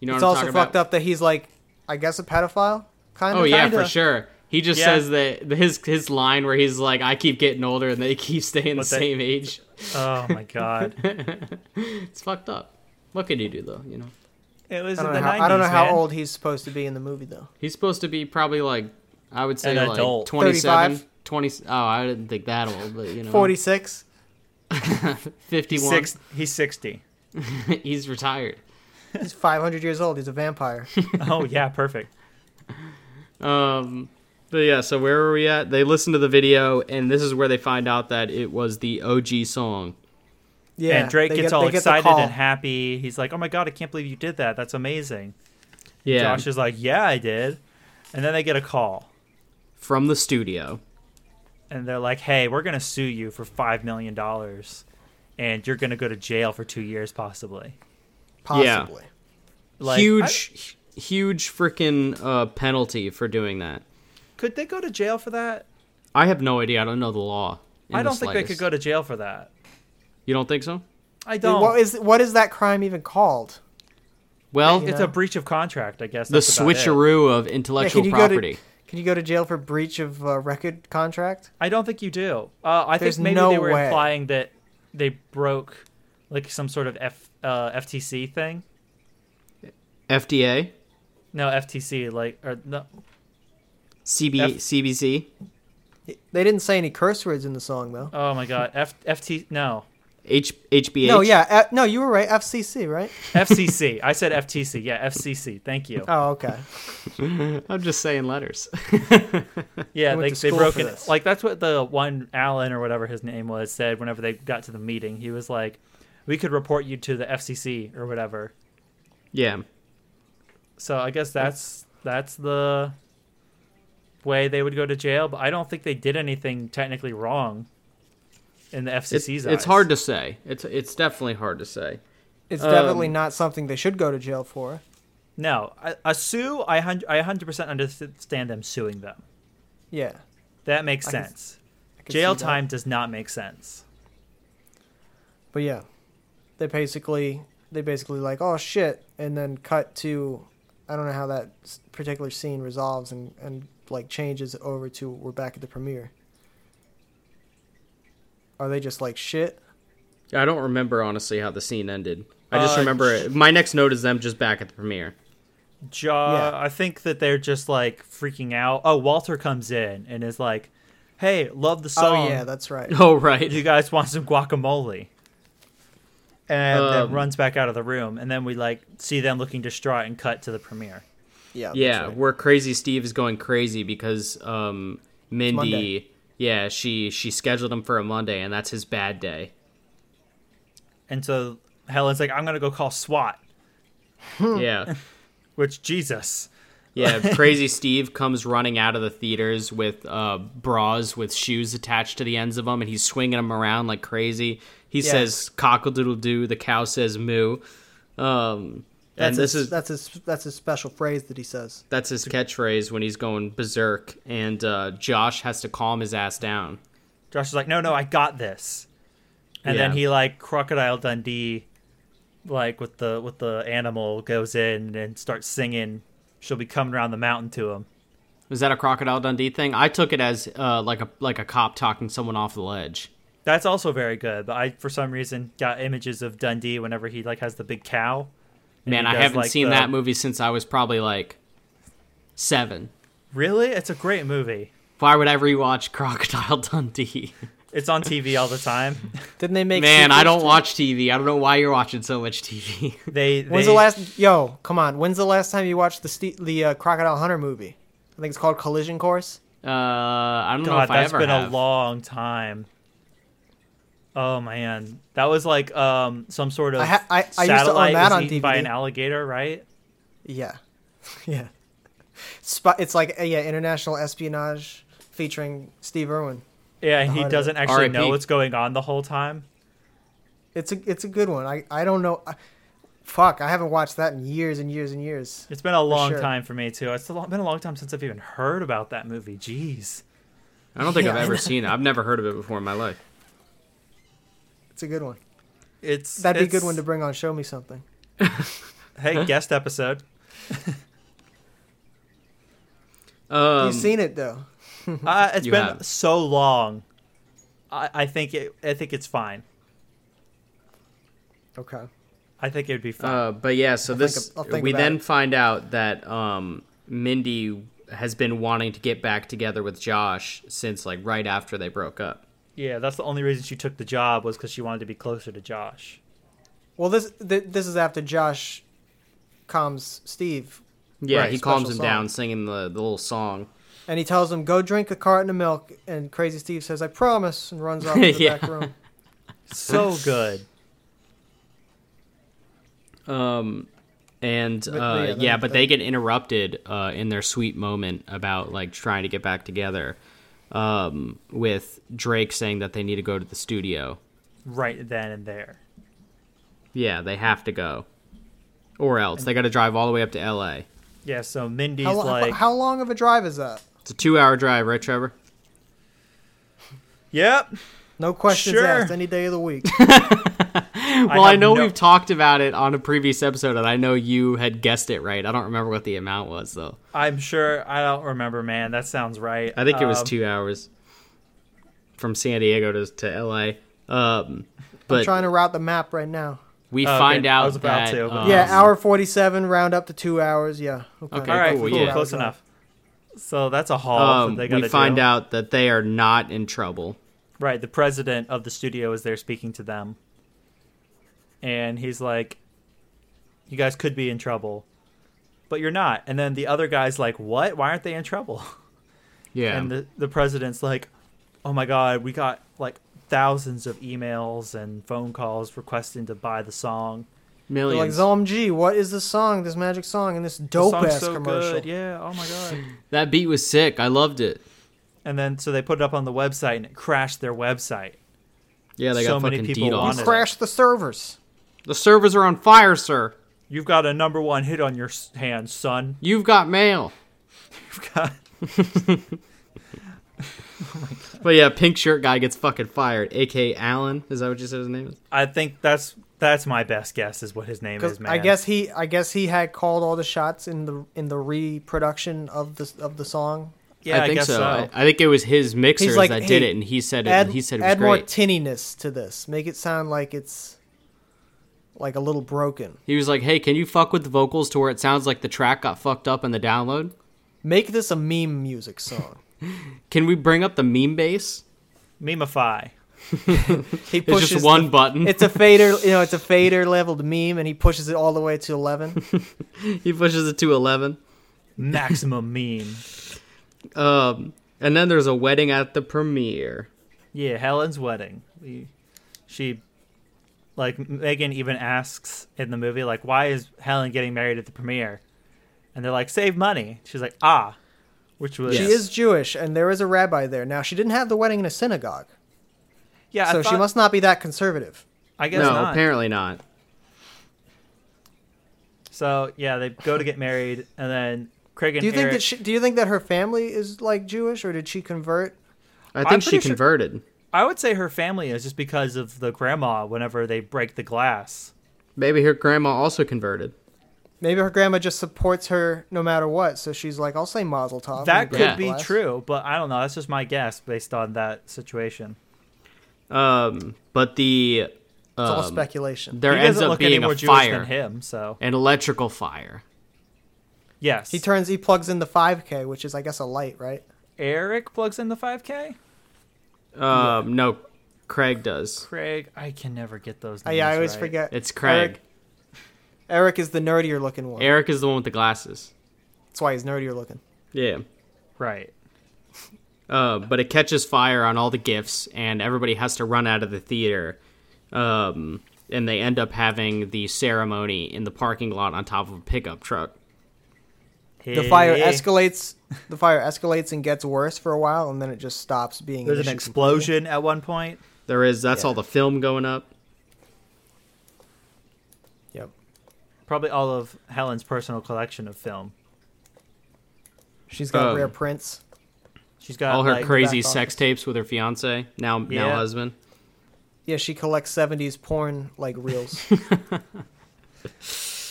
[SPEAKER 2] You know
[SPEAKER 3] it's
[SPEAKER 2] what I'm
[SPEAKER 3] also
[SPEAKER 2] talking
[SPEAKER 3] fucked
[SPEAKER 2] about?
[SPEAKER 3] up that he's like, I guess a pedophile. Kind of.
[SPEAKER 2] Oh yeah,
[SPEAKER 1] kinda.
[SPEAKER 2] for sure. He just
[SPEAKER 1] Yeah.
[SPEAKER 2] says that his his line where he's like, "I keep getting older and they keep staying
[SPEAKER 1] What
[SPEAKER 2] the
[SPEAKER 1] the-
[SPEAKER 2] same age."
[SPEAKER 1] Oh my god,
[SPEAKER 2] It's fucked up. What could you do though? You know,
[SPEAKER 1] it was
[SPEAKER 3] I don't
[SPEAKER 1] in
[SPEAKER 3] know,
[SPEAKER 1] the
[SPEAKER 3] how,
[SPEAKER 1] 90s.
[SPEAKER 3] I don't know how
[SPEAKER 1] man.
[SPEAKER 3] old he's supposed to be in the movie though.
[SPEAKER 2] he's supposed to be probably like, I would say
[SPEAKER 1] An
[SPEAKER 2] like
[SPEAKER 1] adult.
[SPEAKER 2] 27,
[SPEAKER 3] 35?
[SPEAKER 2] 20. Oh, I didn't think that old, but you know,
[SPEAKER 3] Forty six.
[SPEAKER 2] 51.
[SPEAKER 1] Six, he's sixty.
[SPEAKER 2] he's retired.
[SPEAKER 3] He's five hundred years old. He's a vampire.
[SPEAKER 1] Oh yeah, perfect.
[SPEAKER 2] Um, but yeah, so where were we at? They listen to the video, and this is where they find out that it was the OG song.
[SPEAKER 3] Yeah.
[SPEAKER 1] and Drake
[SPEAKER 3] they
[SPEAKER 1] gets
[SPEAKER 3] get-
[SPEAKER 1] all
[SPEAKER 3] they get the
[SPEAKER 1] excited
[SPEAKER 3] call.
[SPEAKER 1] and happy. He's like, "Oh my god, I can't believe you did that. That's amazing."
[SPEAKER 2] Yeah,
[SPEAKER 1] Josh is like, "Yeah, I did." And then they get a call,
[SPEAKER 2] from the studio.
[SPEAKER 1] and they're like, "Hey, we're gonna sue you for five million dollars, and you're gonna go to jail for two years, possibly."
[SPEAKER 2] Yeah.
[SPEAKER 3] Possibly.
[SPEAKER 1] Like,
[SPEAKER 2] huge, huge freaking uh, penalty for doing that.
[SPEAKER 1] I- could they go to jail for that?
[SPEAKER 2] I have no idea. I don't know the law. in
[SPEAKER 1] I
[SPEAKER 2] the
[SPEAKER 1] don't think they
[SPEAKER 2] slightest.
[SPEAKER 1] could go to jail for that.
[SPEAKER 2] You don't think so?
[SPEAKER 1] I
[SPEAKER 3] Dude,
[SPEAKER 1] don't.
[SPEAKER 3] What is what is that crime even called?
[SPEAKER 2] Well,
[SPEAKER 1] it's
[SPEAKER 3] Yeah.
[SPEAKER 1] a breach of contract, I guess.
[SPEAKER 2] the
[SPEAKER 1] that's about it.
[SPEAKER 2] switcheroo of
[SPEAKER 3] Yeah,
[SPEAKER 2] intellectual
[SPEAKER 3] you
[SPEAKER 2] property.
[SPEAKER 3] go to Can you go to jail for breach of uh, record contract?
[SPEAKER 1] I don't think you do. Uh, I
[SPEAKER 3] There's
[SPEAKER 1] think maybe
[SPEAKER 3] no
[SPEAKER 1] they were
[SPEAKER 3] way.
[SPEAKER 1] implying that they broke like some sort of F, uh, FTC thing.
[SPEAKER 2] FDA,
[SPEAKER 1] No, FTC like or no,
[SPEAKER 2] CB,
[SPEAKER 1] F-
[SPEAKER 2] CBC,
[SPEAKER 3] They didn't say any curse words in the song though.
[SPEAKER 1] oh my god, F, FT no,
[SPEAKER 2] H, HBH.
[SPEAKER 3] No, yeah, F- no, you were right. FCC, right?
[SPEAKER 1] FCC. I said FTC. Yeah, FCC. Thank you.
[SPEAKER 3] Oh, okay.
[SPEAKER 2] I'm just saying letters.
[SPEAKER 1] Yeah,
[SPEAKER 3] I went
[SPEAKER 1] they,
[SPEAKER 3] to
[SPEAKER 1] they
[SPEAKER 3] school
[SPEAKER 1] broke
[SPEAKER 3] for
[SPEAKER 1] it.
[SPEAKER 3] this.
[SPEAKER 1] Like that's what the one Allen or whatever his name was said whenever they got to the meeting. He was like, "We could report you to the FCC or whatever."
[SPEAKER 2] yeah.
[SPEAKER 1] So I guess that's that's the way they would go to jail. But I don't think they did anything technically wrong in the
[SPEAKER 2] It's,
[SPEAKER 1] FCC's eyes.
[SPEAKER 2] it's hard to say. It's it's definitely hard to say.
[SPEAKER 3] It's
[SPEAKER 2] Um,
[SPEAKER 3] definitely not something they should go to jail for.
[SPEAKER 1] No, I, a sue. I hun- I hundred percent understand them suing them.
[SPEAKER 3] Yeah.
[SPEAKER 1] That makes
[SPEAKER 3] I can-
[SPEAKER 1] sense.
[SPEAKER 3] I can
[SPEAKER 1] Jail
[SPEAKER 3] see that.
[SPEAKER 1] time does not make sense.
[SPEAKER 3] But yeah, they basically they basically like oh shit, and then cut to I don't know how that s- particular scene resolves and and like changes over to we're back at the premiere. Are they just like shit?
[SPEAKER 2] I don't remember honestly how the scene ended. I just
[SPEAKER 1] Uh,
[SPEAKER 2] remember it. my next note is them just back at the premiere.
[SPEAKER 1] Ja,
[SPEAKER 3] Yeah.
[SPEAKER 1] I think that they're just like freaking out. Oh, Walter comes in and is like, "Hey, love the song.
[SPEAKER 3] Oh yeah, that's right.
[SPEAKER 2] Oh right.
[SPEAKER 1] you guys want some guacamole?" And then
[SPEAKER 2] Um,
[SPEAKER 1] runs back out of the room, and then we like see them looking distraught and cut to the premiere.
[SPEAKER 3] Yeah. that's
[SPEAKER 2] yeah,
[SPEAKER 3] right.
[SPEAKER 2] where Crazy Steve is going crazy because um,
[SPEAKER 3] Monday.
[SPEAKER 2] Mindy, yeah, she she scheduled him for a Monday, and that's his bad day.
[SPEAKER 1] And so Helen's like, "I'm gonna go call SWAT,"
[SPEAKER 2] yeah,
[SPEAKER 1] which Jesus.
[SPEAKER 2] yeah. Crazy Steve comes running out of the theaters with uh, bras with shoes attached to the ends of them, and he's swinging them around like crazy. He
[SPEAKER 3] Yeah.
[SPEAKER 2] says cockle-doodle doo. The cow says moo. Um, and
[SPEAKER 3] That's
[SPEAKER 2] this
[SPEAKER 3] his,
[SPEAKER 2] is
[SPEAKER 3] that's his that's his special phrase that he says.
[SPEAKER 2] that's his catchphrase when he's going berserk, and uh, Josh has to calm his ass down.
[SPEAKER 1] Josh is like, "No, no, I got this," and then
[SPEAKER 2] Yeah.
[SPEAKER 1] he like crocodile Dundee, like with the with the animal goes in and starts singing. She'll be coming around the mountain to him.
[SPEAKER 2] Was that a crocodile Dundee thing? I took it as uh, like a like a cop talking someone off the ledge.
[SPEAKER 1] That's also very good, but I for some reason got images of Dundee whenever he like has the big cow. and
[SPEAKER 2] Man,
[SPEAKER 1] he
[SPEAKER 2] I
[SPEAKER 1] does,
[SPEAKER 2] haven't
[SPEAKER 1] like,
[SPEAKER 2] seen
[SPEAKER 1] the-
[SPEAKER 2] that movie since I was probably like seven.
[SPEAKER 1] Really, it's a great movie.
[SPEAKER 2] Why would I rewatch Crocodile Dundee?
[SPEAKER 1] It's on TV all the time.
[SPEAKER 3] Didn't they make
[SPEAKER 2] Man, I
[SPEAKER 3] sequels
[SPEAKER 2] don't
[SPEAKER 3] to-
[SPEAKER 2] watch TV. I don't know why you're watching so much TV.
[SPEAKER 1] They
[SPEAKER 3] When's
[SPEAKER 1] they-
[SPEAKER 3] the last yo? Come on, when's the last time you watched the Ste the uh, Crocodile Hunter movie? I think it's called Collision Course.
[SPEAKER 2] Uh, I don't know
[SPEAKER 1] God,
[SPEAKER 2] if I
[SPEAKER 1] that's
[SPEAKER 2] ever
[SPEAKER 1] been
[SPEAKER 2] have.
[SPEAKER 1] a long time. Oh man, that was like um some sort of
[SPEAKER 3] I ha- I- I used to own
[SPEAKER 1] satellite
[SPEAKER 3] that
[SPEAKER 1] was
[SPEAKER 3] on
[SPEAKER 1] eaten by
[SPEAKER 3] DVD.
[SPEAKER 1] an alligator, right?
[SPEAKER 3] Yeah, yeah. Spy, it's like uh, yeah, international espionage featuring Steve Irwin.
[SPEAKER 1] Yeah, and he
[SPEAKER 3] Got it.
[SPEAKER 1] doesn't actually
[SPEAKER 2] RIP.
[SPEAKER 1] know what's going on the whole time.
[SPEAKER 3] It's a it's a good one. I I don't know. I, fuck, I haven't watched that in years and years and years.
[SPEAKER 1] It's been a long
[SPEAKER 3] sure.
[SPEAKER 1] time for me too. It's a lo- been a long time since I've even heard about that movie. Jeez,
[SPEAKER 2] I don't think
[SPEAKER 3] Yeah,
[SPEAKER 2] I've
[SPEAKER 3] I
[SPEAKER 2] ever
[SPEAKER 3] know.
[SPEAKER 2] seen it. I've never heard of it before in my life.
[SPEAKER 3] It's a good one.
[SPEAKER 1] it's
[SPEAKER 3] That'd be a
[SPEAKER 1] it's-
[SPEAKER 3] good one to bring on. Show me something.
[SPEAKER 1] Hey, guest episode.
[SPEAKER 2] Um,
[SPEAKER 3] You've seen it though.
[SPEAKER 1] Uh, it's
[SPEAKER 2] You
[SPEAKER 1] been
[SPEAKER 2] have.
[SPEAKER 1] so long. I, I think it. I think it's fine.
[SPEAKER 3] Okay.
[SPEAKER 1] I think it would be fine.
[SPEAKER 2] Uh, but yeah, so this
[SPEAKER 3] think- I'll think
[SPEAKER 2] we
[SPEAKER 3] about
[SPEAKER 2] then
[SPEAKER 3] it.
[SPEAKER 2] find out that um, Mindy has been wanting to get back together with Josh since like right after they broke up.
[SPEAKER 1] yeah, that's the only reason she took the job was because she wanted to be closer to Josh.
[SPEAKER 3] Well, this th- this is after Josh calms Steve,
[SPEAKER 2] Yeah,
[SPEAKER 1] Right,
[SPEAKER 2] he calms him
[SPEAKER 3] special
[SPEAKER 2] down
[SPEAKER 3] song.
[SPEAKER 2] singing the, the little song.
[SPEAKER 3] and he tells him go drink a carton of milk. And Crazy Steve says, "I promise," and runs off to the
[SPEAKER 2] Yeah.
[SPEAKER 3] back room.
[SPEAKER 1] So good.
[SPEAKER 2] Um, and uh,
[SPEAKER 3] But- yeah,
[SPEAKER 2] yeah,
[SPEAKER 3] that-
[SPEAKER 2] but they get interrupted uh, in their sweet moment about like trying to get back together um, with Drake saying that they need to go to the studio.
[SPEAKER 1] Right then and there.
[SPEAKER 2] Yeah, they have to go. Or else they got to drive all the way up to L.A.
[SPEAKER 1] Yeah. So Mindy's
[SPEAKER 3] How, lo-
[SPEAKER 1] like,
[SPEAKER 3] how long of a drive is that?
[SPEAKER 2] It's a two-hour drive, right, Trevor?
[SPEAKER 1] "Yep,
[SPEAKER 3] No questions
[SPEAKER 1] Sure.
[SPEAKER 3] asked. Any day of the week.
[SPEAKER 2] well, I,
[SPEAKER 1] have
[SPEAKER 2] know
[SPEAKER 1] no-
[SPEAKER 2] we've talked about it on a previous episode, and I know you had guessed it right. I don't remember what the amount was though.
[SPEAKER 1] I'm sure. I don't remember, man. That sounds right.
[SPEAKER 2] I think it was
[SPEAKER 1] Um,
[SPEAKER 2] two hours from San Diego to to LA. Um, but
[SPEAKER 3] trying to route the map right now.
[SPEAKER 2] we
[SPEAKER 1] Oh, okay.
[SPEAKER 2] find
[SPEAKER 1] I
[SPEAKER 2] out
[SPEAKER 1] was about
[SPEAKER 2] that
[SPEAKER 1] to, but-
[SPEAKER 2] um,
[SPEAKER 3] yeah, hour forty-seven, round up to two hours. Yeah.
[SPEAKER 2] Okay,
[SPEAKER 1] All right,
[SPEAKER 2] cool,
[SPEAKER 1] cool,
[SPEAKER 2] yeah.
[SPEAKER 1] close enough. So that's a haul.
[SPEAKER 2] um,
[SPEAKER 1] that they
[SPEAKER 2] we
[SPEAKER 1] gotta
[SPEAKER 2] find
[SPEAKER 1] do.
[SPEAKER 2] out that they are not in trouble.
[SPEAKER 1] Right, the president of the studio is there speaking to them. And he's like, You guys could be in trouble, but you're not. And then the other guy's like, What? Why aren't they in trouble?
[SPEAKER 2] Yeah,
[SPEAKER 1] And the, the president's like, Oh my God, we got like thousands of emails and phone calls requesting to buy the song.
[SPEAKER 3] They're like
[SPEAKER 2] millions.
[SPEAKER 3] Zalm G, what is this song? This magic song and this
[SPEAKER 1] The
[SPEAKER 3] dope
[SPEAKER 1] song's
[SPEAKER 3] ass
[SPEAKER 1] so
[SPEAKER 3] commercial.
[SPEAKER 1] good. Yeah, oh my God.
[SPEAKER 2] that beat was sick. I loved it.
[SPEAKER 1] And then so they put it up on the website and it crashed their website.
[SPEAKER 2] Yeah, they
[SPEAKER 1] So
[SPEAKER 2] got
[SPEAKER 1] many
[SPEAKER 2] fucking
[SPEAKER 1] people
[SPEAKER 2] DDoS.
[SPEAKER 1] wanted it.
[SPEAKER 3] Crash the servers.
[SPEAKER 2] The servers are on fire, sir.
[SPEAKER 1] You've got a number one hit on your s- hands, son.
[SPEAKER 2] You've got mail.
[SPEAKER 1] You've got
[SPEAKER 2] But yeah, pink shirt guy gets fucking fired. A.K. Allen. Is that what you said his name is?
[SPEAKER 1] I think that's that's my best guess is what his name
[SPEAKER 3] Because
[SPEAKER 1] is, man.
[SPEAKER 3] I guess he, I guess he had called all the shots in the in the reproduction of the of the song.
[SPEAKER 1] yeah, I,
[SPEAKER 2] think
[SPEAKER 1] guess so.
[SPEAKER 2] I, I think it was his mixers
[SPEAKER 3] like,
[SPEAKER 2] that did
[SPEAKER 3] "Hey,
[SPEAKER 2] it, and he said it.
[SPEAKER 3] Add,
[SPEAKER 2] and he said it was
[SPEAKER 3] add more
[SPEAKER 2] great.
[SPEAKER 3] tinniness to this. Make it sound like it's like a little broken.
[SPEAKER 2] he was like, "Hey, can you fuck with the vocals to where it sounds like the track got fucked up in the download?
[SPEAKER 3] Make this a meme music song.
[SPEAKER 2] Can we bring up the meme base?
[SPEAKER 1] Memify.
[SPEAKER 3] He
[SPEAKER 2] It's
[SPEAKER 3] pushes
[SPEAKER 2] just one
[SPEAKER 3] the-
[SPEAKER 2] button.
[SPEAKER 3] it's a fader, you know, it's a fader leveled meme, and he pushes it all the way to eleven.
[SPEAKER 2] he pushes it to eleven.
[SPEAKER 1] Maximum meme.
[SPEAKER 2] Um, and then there's a wedding at the premiere.
[SPEAKER 1] Yeah, Helen's wedding. We- She like Megan even asks in the movie, like, why is Helen getting married at the premiere? And they're like, save money. She's like, ah. Which was
[SPEAKER 2] Yes.
[SPEAKER 3] She is Jewish, and there is a rabbi there. Now she didn't have the wedding in a synagogue,
[SPEAKER 1] yeah, I
[SPEAKER 3] so she
[SPEAKER 1] thought-
[SPEAKER 3] must not be that conservative.
[SPEAKER 1] I guess
[SPEAKER 2] No,
[SPEAKER 1] not.
[SPEAKER 2] apparently not.
[SPEAKER 1] So yeah, they go to get married, and then Craig and
[SPEAKER 3] Do you think
[SPEAKER 1] Eric-
[SPEAKER 3] that she, do you think that her family is like Jewish, or did she convert?
[SPEAKER 2] I think she
[SPEAKER 1] pretty sure-
[SPEAKER 2] converted.
[SPEAKER 1] I would say her family is just because of the grandma. Whenever they break the glass,
[SPEAKER 2] Maybe her grandma also converted.
[SPEAKER 3] Maybe her grandma just supports her no matter what, so she's like, "I'll say Mazel Tov." when you
[SPEAKER 1] That
[SPEAKER 3] break
[SPEAKER 1] could
[SPEAKER 2] Yeah.
[SPEAKER 1] be
[SPEAKER 3] glass."
[SPEAKER 1] true, but I don't know. That's just my guess based on that situation.
[SPEAKER 2] Um, but the
[SPEAKER 3] It's all
[SPEAKER 2] um,
[SPEAKER 3] speculation.
[SPEAKER 2] there
[SPEAKER 1] he
[SPEAKER 2] ends
[SPEAKER 1] doesn't
[SPEAKER 2] up
[SPEAKER 1] look any
[SPEAKER 2] being
[SPEAKER 1] more
[SPEAKER 2] a
[SPEAKER 1] Jewish
[SPEAKER 2] fire,
[SPEAKER 1] than him, so
[SPEAKER 2] an electrical fire.
[SPEAKER 1] yes.
[SPEAKER 3] He turns, he plugs in the 5K, which is, I guess, a light, right?
[SPEAKER 1] Eric plugs in the 5K.
[SPEAKER 2] Um, no, Craig does.
[SPEAKER 1] Craig, I can never get those.
[SPEAKER 3] Oh,
[SPEAKER 1] Names
[SPEAKER 3] yeah, I always
[SPEAKER 1] right.
[SPEAKER 3] forget.
[SPEAKER 2] It's Craig.
[SPEAKER 3] Eric, Eric is the nerdier looking one.
[SPEAKER 2] Eric is the one with the glasses.
[SPEAKER 3] That's why he's nerdier looking.
[SPEAKER 2] Yeah.
[SPEAKER 1] Right.
[SPEAKER 2] Uh, but it catches fire on all the gifts, and everybody has to run out of the theater. Um, and they end up having the ceremony in the parking lot on top of a pickup truck.
[SPEAKER 3] The fire
[SPEAKER 1] Hey.
[SPEAKER 3] escalates. The fire escalates and gets worse for a while, and then it just stops being.
[SPEAKER 1] There's an
[SPEAKER 3] issue
[SPEAKER 1] explosion at one point.
[SPEAKER 2] There is that's
[SPEAKER 3] Yeah.
[SPEAKER 2] all the film going up.
[SPEAKER 3] completely. Yep.
[SPEAKER 1] Probably all of Helen's personal collection of film.
[SPEAKER 3] She's got
[SPEAKER 1] Oh.
[SPEAKER 2] Um,
[SPEAKER 3] rare prints.
[SPEAKER 1] She's got
[SPEAKER 2] all her
[SPEAKER 1] like,
[SPEAKER 2] crazy
[SPEAKER 3] back
[SPEAKER 2] sex
[SPEAKER 3] office.
[SPEAKER 2] tapes with her fiance now now
[SPEAKER 1] Yeah.
[SPEAKER 2] husband.
[SPEAKER 3] Yeah, she collects '70s porn like reels.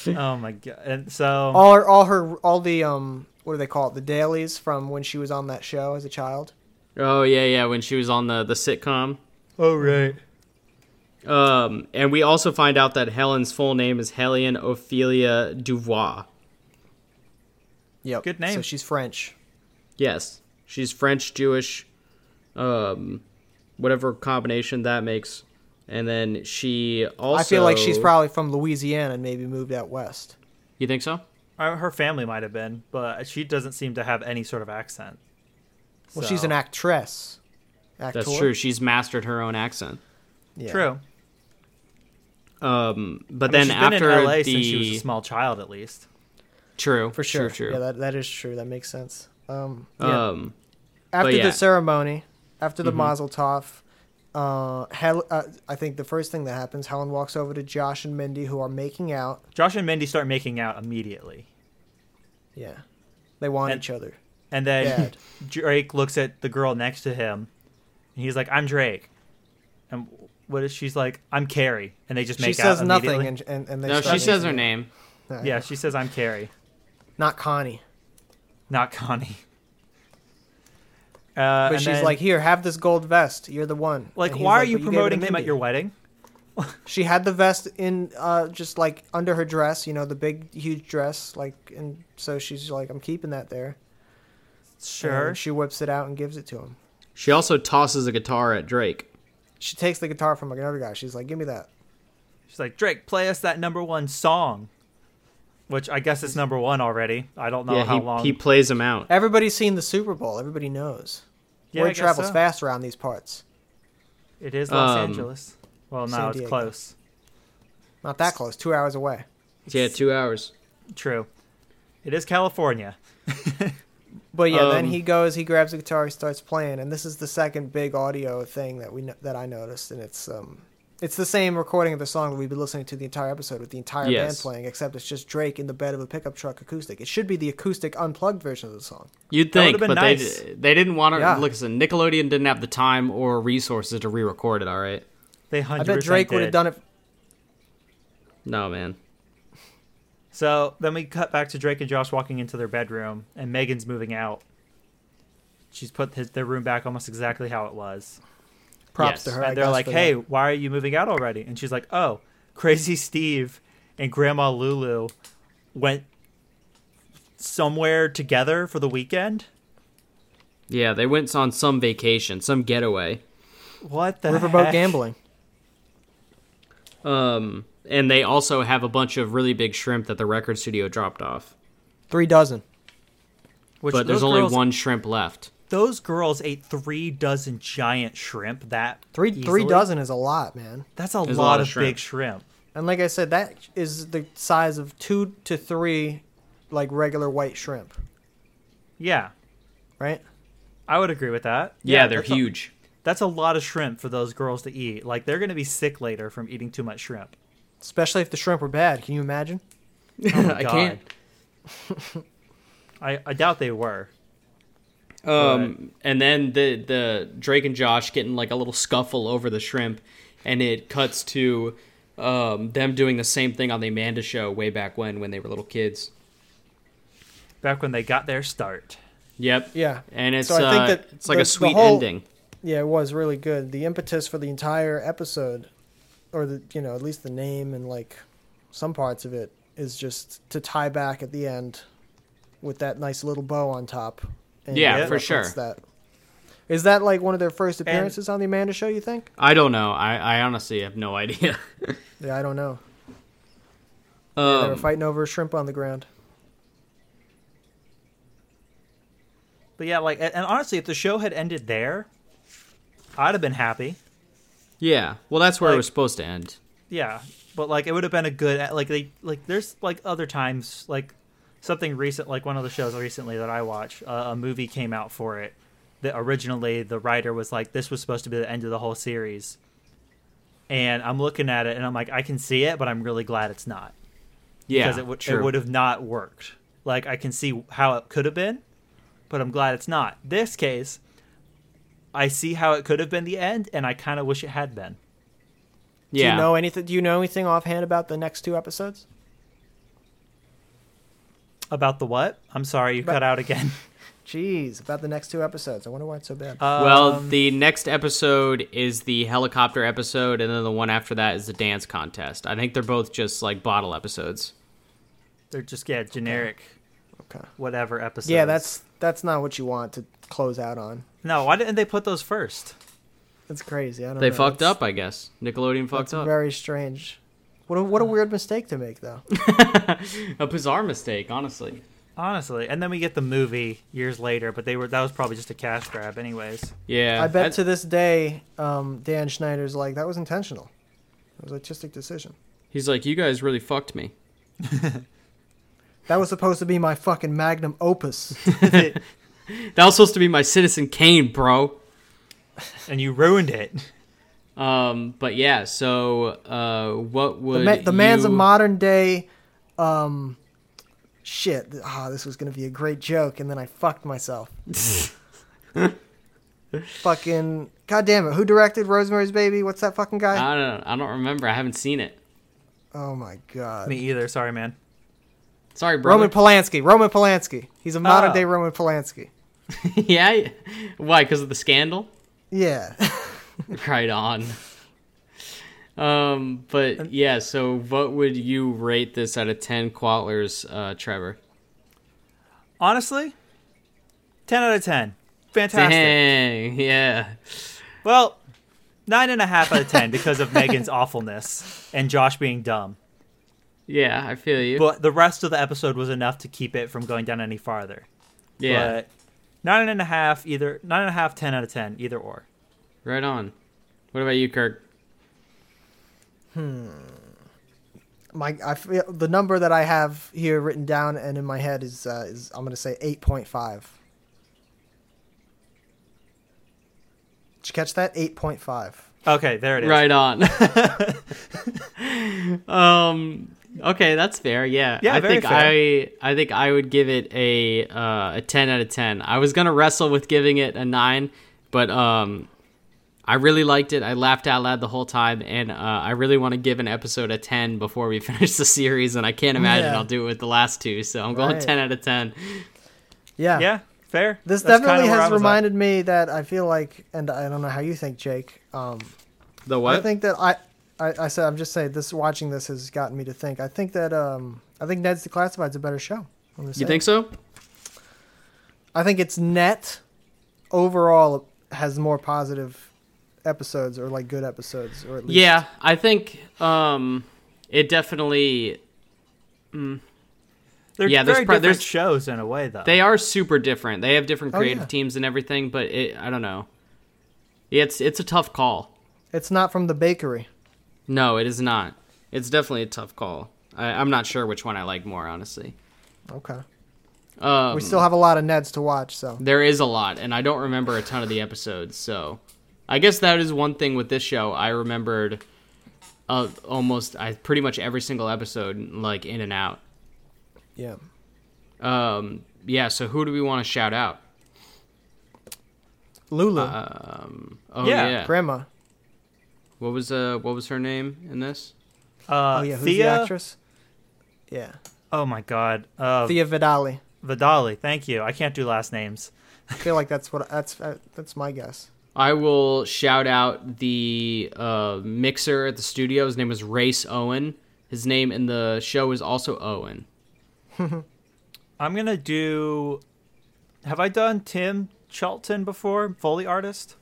[SPEAKER 1] Oh my god! And so
[SPEAKER 3] all her, all her, all the um, what do they call it? The dailies from when she was on that show as a child.
[SPEAKER 2] Oh yeah, yeah. When she was on the the sitcom.
[SPEAKER 1] oh right.
[SPEAKER 2] Um, and we also find out that Helen's full name is Helen Ophelia Duvois.
[SPEAKER 3] Yep.
[SPEAKER 1] Good name.
[SPEAKER 3] So she's French.
[SPEAKER 2] Yes, she's French Jewish, um, whatever combination that makes. And then she also.
[SPEAKER 3] I feel like she's probably from Louisiana and maybe moved out west.
[SPEAKER 2] You think so?
[SPEAKER 1] Uh, Her family might have been, but she doesn't seem to have any sort of accent.
[SPEAKER 3] Well, she's
[SPEAKER 1] So-
[SPEAKER 3] an actress. Actor?
[SPEAKER 2] That's true. She's mastered her own accent.
[SPEAKER 3] Yeah.
[SPEAKER 1] True.
[SPEAKER 2] Um, but
[SPEAKER 1] I mean,
[SPEAKER 2] then
[SPEAKER 1] she's
[SPEAKER 2] after
[SPEAKER 1] been in LA
[SPEAKER 2] the
[SPEAKER 1] since she was a small child, at least.
[SPEAKER 2] true
[SPEAKER 3] For sure.
[SPEAKER 2] true,
[SPEAKER 3] Yeah,
[SPEAKER 2] true.
[SPEAKER 3] that, that is true. That makes sense. Um,
[SPEAKER 1] yeah.
[SPEAKER 2] Um,
[SPEAKER 3] after
[SPEAKER 2] yeah.
[SPEAKER 3] the ceremony, after the
[SPEAKER 1] Mm-hmm.
[SPEAKER 3] Mazel Tov, uh, Hel- uh, I think the first thing that happens, Helen walks over to Josh and Mindy, who are making out.
[SPEAKER 1] Josh and Mindy start making out immediately.
[SPEAKER 3] Yeah, they want
[SPEAKER 1] And-
[SPEAKER 3] each other.
[SPEAKER 1] And then
[SPEAKER 3] Bad.
[SPEAKER 1] Drake looks at the girl next to him, and he's like, "I'm Drake," and what is she's like? I'm Carrie, and they just
[SPEAKER 3] She
[SPEAKER 1] make out
[SPEAKER 3] says nothing,
[SPEAKER 1] immediately.
[SPEAKER 3] and and, and they
[SPEAKER 2] No,
[SPEAKER 3] start
[SPEAKER 2] she says
[SPEAKER 3] making-
[SPEAKER 2] her name.
[SPEAKER 3] Uh,
[SPEAKER 1] yeah, Uh, she says I'm Carrie,
[SPEAKER 3] not Connie.
[SPEAKER 1] not Connie. Uh,
[SPEAKER 3] But
[SPEAKER 1] and
[SPEAKER 3] she's
[SPEAKER 1] then,
[SPEAKER 3] like, here, have this gold vest. You're the one.
[SPEAKER 1] like,
[SPEAKER 3] And he's
[SPEAKER 1] why are you
[SPEAKER 3] "But gave it to
[SPEAKER 1] promoting him at
[SPEAKER 3] Mindy."
[SPEAKER 1] your wedding?
[SPEAKER 3] She had the vest in, uh, just like under her dress, you know, the big, huge dress, like, and so she's like, I'm keeping that there.
[SPEAKER 1] Sure.
[SPEAKER 3] And she whips it out and gives it to him.
[SPEAKER 2] She also tosses a guitar at Drake.
[SPEAKER 3] She takes the guitar from like another guy. She's like, give me that.
[SPEAKER 1] She's like, Drake, play us that number one song, which I guess is number one already. I don't know
[SPEAKER 2] yeah,
[SPEAKER 1] Oh, how
[SPEAKER 2] he,
[SPEAKER 1] long.
[SPEAKER 2] he plays him out.
[SPEAKER 3] Everybody's seen the Super Bowl. Everybody knows.
[SPEAKER 1] Yeah, I
[SPEAKER 3] Word
[SPEAKER 1] guess
[SPEAKER 3] travels
[SPEAKER 1] so.
[SPEAKER 3] fast around these parts.
[SPEAKER 1] It is Los
[SPEAKER 2] Um,
[SPEAKER 1] Angeles. Well,
[SPEAKER 3] San
[SPEAKER 1] no, it's
[SPEAKER 3] Diego.
[SPEAKER 1] close.
[SPEAKER 3] Not that close. Two hours away.
[SPEAKER 2] Yeah, two hours.
[SPEAKER 1] True. It is California.
[SPEAKER 3] But yeah,
[SPEAKER 2] Um,
[SPEAKER 3] then he goes. He grabs the guitar. He starts playing. And this is the second big audio thing that we kn- that I noticed. And it's um, it's the same recording of the song that we've been listening to the entire episode with the entire band
[SPEAKER 2] Yes.
[SPEAKER 3] playing, except it's just Drake in the bed of a pickup truck acoustic. It should be the acoustic unplugged version of the song.
[SPEAKER 2] You'd
[SPEAKER 1] That would've
[SPEAKER 2] think,
[SPEAKER 1] been
[SPEAKER 2] but
[SPEAKER 1] nice.
[SPEAKER 2] they they didn't want to.
[SPEAKER 3] Yeah.
[SPEAKER 2] Look, listen, Nickelodeon didn't have the time or resources to re-record it. All right,
[SPEAKER 1] They hundred.
[SPEAKER 3] I bet Drake would have done it.
[SPEAKER 2] no man.
[SPEAKER 1] So then we cut back to Drake and Josh walking into their bedroom, and Megan's moving out. She's put his, their room back almost exactly how it was,
[SPEAKER 3] Props
[SPEAKER 2] Yes.
[SPEAKER 3] to her. I
[SPEAKER 1] and they're
[SPEAKER 3] guess,
[SPEAKER 1] like,
[SPEAKER 3] for
[SPEAKER 1] "Hey,
[SPEAKER 3] that.
[SPEAKER 1] why are you moving out already?" And she's like, "Oh, crazy Steve and Grandma Lulu went somewhere together for the weekend.
[SPEAKER 2] Yeah, they went on some vacation, some getaway.
[SPEAKER 1] What the
[SPEAKER 3] riverboat
[SPEAKER 1] heck?
[SPEAKER 3] gambling."
[SPEAKER 2] Um, and they also have a bunch of really big shrimp that the record studio dropped off.
[SPEAKER 3] Three dozen.
[SPEAKER 1] Which
[SPEAKER 2] But
[SPEAKER 1] those
[SPEAKER 2] there's only
[SPEAKER 1] girls-
[SPEAKER 2] one shrimp left.
[SPEAKER 1] Those girls ate three dozen giant shrimp. That
[SPEAKER 3] Three three
[SPEAKER 1] easily?
[SPEAKER 3] dozen is a lot, man.
[SPEAKER 1] That's a lot,
[SPEAKER 2] There's a lot
[SPEAKER 1] of,
[SPEAKER 2] of shrimp.
[SPEAKER 1] big shrimp.
[SPEAKER 3] And like I said, that is the size of two to three, like regular white shrimp,
[SPEAKER 1] Yeah,
[SPEAKER 3] right?
[SPEAKER 1] I would agree with that.
[SPEAKER 2] Yeah, they're
[SPEAKER 1] that's a-
[SPEAKER 2] huge.
[SPEAKER 1] that's a lot of shrimp for those girls to eat. Like they're going to be sick later from eating too much shrimp.
[SPEAKER 3] Especially if the shrimp were bad. Can you imagine?
[SPEAKER 2] I
[SPEAKER 1] Oh God.
[SPEAKER 2] can't.
[SPEAKER 1] I, I doubt they were.
[SPEAKER 2] Um, and then the the Drake and Josh getting like a little scuffle over the shrimp, and it cuts to um, them doing the same thing on the Amanda Show way back when when they were little kids.
[SPEAKER 1] Back when they got their start.
[SPEAKER 2] Yep.
[SPEAKER 3] Yeah.
[SPEAKER 2] And it's
[SPEAKER 3] So I think
[SPEAKER 2] uh,
[SPEAKER 3] that
[SPEAKER 2] it's like
[SPEAKER 3] the-
[SPEAKER 2] a
[SPEAKER 3] the
[SPEAKER 2] sweet
[SPEAKER 3] whole-
[SPEAKER 2] ending.
[SPEAKER 3] Yeah, it was really good. The impetus for the entire episode, or the you know at least the name and like some parts of it, is just to tie back at the end with that nice little bow on top. And
[SPEAKER 2] Yeah,
[SPEAKER 1] for
[SPEAKER 3] reference
[SPEAKER 2] sure.
[SPEAKER 3] That is that like one of their first appearances on the Amanda Show. You think?
[SPEAKER 2] I don't know. I, I honestly have no idea.
[SPEAKER 3] Yeah, I don't know. they were
[SPEAKER 2] um,
[SPEAKER 3] fighting over a shrimp on the ground.
[SPEAKER 1] But yeah, like and and honestly, if the show had ended there, I'd have been happy.
[SPEAKER 2] yeah. Well, that's where it
[SPEAKER 1] Like-
[SPEAKER 2] was supposed to end.
[SPEAKER 1] Yeah, but like it would have been a good like they like there's like other times like something recent like one of the shows recently that I watch uh, a movie came out for it that originally the writer was like this was supposed to be the end of the whole series, and I'm looking at it and I'm like I can see it, but I'm really glad it's not.
[SPEAKER 2] Yeah.
[SPEAKER 1] because it, would
[SPEAKER 2] true.
[SPEAKER 1] it would have not worked. Like I can see how it could have been, but I'm glad it's not. This case, I see how it could have been the end, and I kind of wish it had been.
[SPEAKER 2] Yeah.
[SPEAKER 3] Do you know anything? Do you know anything offhand about the next two episodes?
[SPEAKER 1] About the what? I'm sorry, you
[SPEAKER 3] But-
[SPEAKER 1] cut out again.
[SPEAKER 3] Jeez, about the next two episodes. I wonder why it's so
[SPEAKER 2] Uh,
[SPEAKER 3] bad.
[SPEAKER 2] well,
[SPEAKER 1] Um,
[SPEAKER 2] the next episode is the helicopter episode, and then the one after that is the dance contest. I think they're both just like bottle episodes.
[SPEAKER 1] they're just yeah generic
[SPEAKER 3] okay.
[SPEAKER 1] whatever episodes.
[SPEAKER 3] Yeah, that's that's not what you want to close out on.
[SPEAKER 1] no. Why didn't they put those first?
[SPEAKER 3] That's crazy. I don't
[SPEAKER 2] They
[SPEAKER 3] know.
[SPEAKER 2] fucked
[SPEAKER 3] That's-
[SPEAKER 2] up, I guess. Nickelodeon
[SPEAKER 3] That's
[SPEAKER 2] fucked up.
[SPEAKER 3] very strange. What a, what a weird mistake to make though.
[SPEAKER 2] a bizarre mistake, honestly.
[SPEAKER 1] Honestly, and then we get the movie years later, but they were that was probably just a cash grab, anyways.
[SPEAKER 2] Yeah.
[SPEAKER 3] I bet
[SPEAKER 2] I-
[SPEAKER 3] to this day, um, Dan Schneider's like that was intentional. It was an artistic decision.
[SPEAKER 2] he's like, you guys really fucked me.
[SPEAKER 3] That was supposed to be my fucking magnum opus.
[SPEAKER 2] That was supposed to be my Citizen Kane, bro.
[SPEAKER 1] And you ruined it.
[SPEAKER 2] Um, but yeah. So, uh, what
[SPEAKER 3] The,
[SPEAKER 2] would
[SPEAKER 3] ma- the man's a
[SPEAKER 2] you-
[SPEAKER 3] modern day. Um, shit. Ah, this was gonna be a great joke, and then I fucked myself. fucking god damn it who directed rosemary's baby what's that fucking
[SPEAKER 1] Uh,
[SPEAKER 3] guy
[SPEAKER 2] I don't. I don't remember. I haven't seen it.
[SPEAKER 3] oh my god
[SPEAKER 1] Me either. Sorry, man.
[SPEAKER 2] Sorry, bro.
[SPEAKER 3] roman polanski roman polanski he's a modern
[SPEAKER 1] Ah.
[SPEAKER 3] day roman polanski
[SPEAKER 2] yeah. Why? Because of the scandal.
[SPEAKER 3] yeah
[SPEAKER 2] right on. Um, but yeah. So, what would you rate this out of ten Quatlers, uh, Trevor?
[SPEAKER 1] Honestly, ten out of ten. Fantastic.
[SPEAKER 2] Dang. Yeah.
[SPEAKER 1] Well, nine and a half out of ten because of Megan's awfulness and Josh being dumb.
[SPEAKER 2] Yeah. I feel you.
[SPEAKER 1] But the rest of the episode was enough to keep it from going down any farther.
[SPEAKER 2] yeah.
[SPEAKER 1] But nine and a half, either nine and a half, ten out of ten, either or.
[SPEAKER 2] Right on. What about you, Kirk?
[SPEAKER 3] my I feel the number that I have here written down and in my head is uh, is I'm gonna say eight point five. Did you catch that? Eight point five.
[SPEAKER 1] Okay, there it is.
[SPEAKER 2] Right on. um. Okay, that's fair. Yeah.
[SPEAKER 1] Yeah,
[SPEAKER 2] I
[SPEAKER 1] very
[SPEAKER 2] think I I think I would give it a uh, a ten out of ten. I was gonna wrestle with giving it a nine, but um, I really liked it. I laughed out loud the whole time, and uh, I really want to give an episode a ten before we finish the series. And I can't imagine
[SPEAKER 3] Yeah.
[SPEAKER 2] I'll do it with the last two, so I'm going
[SPEAKER 3] Right.
[SPEAKER 2] ten out of ten.
[SPEAKER 3] Yeah.
[SPEAKER 1] Yeah, fair.
[SPEAKER 3] This
[SPEAKER 1] That's
[SPEAKER 3] definitely
[SPEAKER 1] kinda where I
[SPEAKER 3] has
[SPEAKER 1] was at.
[SPEAKER 3] reminded me that I feel like, and I don't know how you think, Jake. Um,
[SPEAKER 2] The
[SPEAKER 3] I
[SPEAKER 2] what?
[SPEAKER 3] think that I, I, I said I'm just saying this. Watching this has gotten me to think. I think that um, I think Ned's Declassified's a better show. I'm gonna say
[SPEAKER 2] you
[SPEAKER 3] it.
[SPEAKER 2] think so?
[SPEAKER 3] I think it's net overall has more positive episodes or like good episodes or at least
[SPEAKER 2] Yeah, I think um, it definitely
[SPEAKER 1] They're
[SPEAKER 2] Yeah, there's
[SPEAKER 1] very
[SPEAKER 2] pro-
[SPEAKER 1] different
[SPEAKER 2] there's-
[SPEAKER 1] shows in a way though.
[SPEAKER 2] They are super different. They have different
[SPEAKER 3] Oh,
[SPEAKER 2] creative
[SPEAKER 3] yeah.
[SPEAKER 2] teams and everything, but it, I don't know. Yeah, It's it's a tough call.
[SPEAKER 3] It's not from the bakery.
[SPEAKER 2] No, it is not. It's definitely a tough call. I, I'm not sure which one I like more, honestly.
[SPEAKER 3] Okay.
[SPEAKER 2] Um,
[SPEAKER 3] We still have a lot of Neds to watch, so
[SPEAKER 2] there is a lot, and I don't remember a ton of the episodes. So, I guess that is one thing with this show. I remembered uh, almost I pretty much every single episode, like in and out.
[SPEAKER 3] yeah.
[SPEAKER 2] Um, yeah. So, who do we want to shout out?
[SPEAKER 3] Lulu,
[SPEAKER 2] Um, oh
[SPEAKER 1] Yeah,
[SPEAKER 2] yeah.
[SPEAKER 3] grandma.
[SPEAKER 2] What was uh What was her name in this?
[SPEAKER 1] uh,
[SPEAKER 3] Oh yeah, who's
[SPEAKER 1] Thea.
[SPEAKER 3] the actress? Yeah,
[SPEAKER 1] Oh my god. Uh,
[SPEAKER 3] Thea Vidali.
[SPEAKER 1] Vidali. Thank you. I can't do last names.
[SPEAKER 3] I feel like that's what that's uh, that's my guess.
[SPEAKER 2] I will shout out the uh, mixer at the studio. His name was Race Owen. His name in the show is also Owen.
[SPEAKER 1] I'm gonna do. Have I done Tim Charlton before? Foley artist.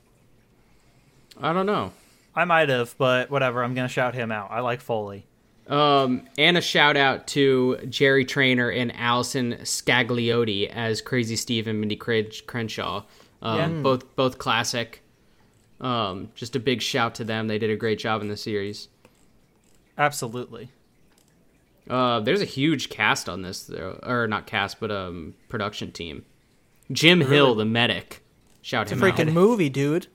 [SPEAKER 2] I don't know.
[SPEAKER 1] I might have, but whatever. I'm gonna shout him out. I like Foley.
[SPEAKER 2] Um, and a shout out to Jerry Trainer and Allison Scagliotti as Crazy Steve and Mindy Cren- Crenshaw. Um,
[SPEAKER 1] Yeah.
[SPEAKER 2] Both both classic. Um, just a big shout to them. They did a great job in the series.
[SPEAKER 1] Absolutely.
[SPEAKER 2] Uh, there's a huge cast on this, though, or not cast, but um, production team. Jim Hill, the medic. Shout him out.
[SPEAKER 3] Freaking movie, dude.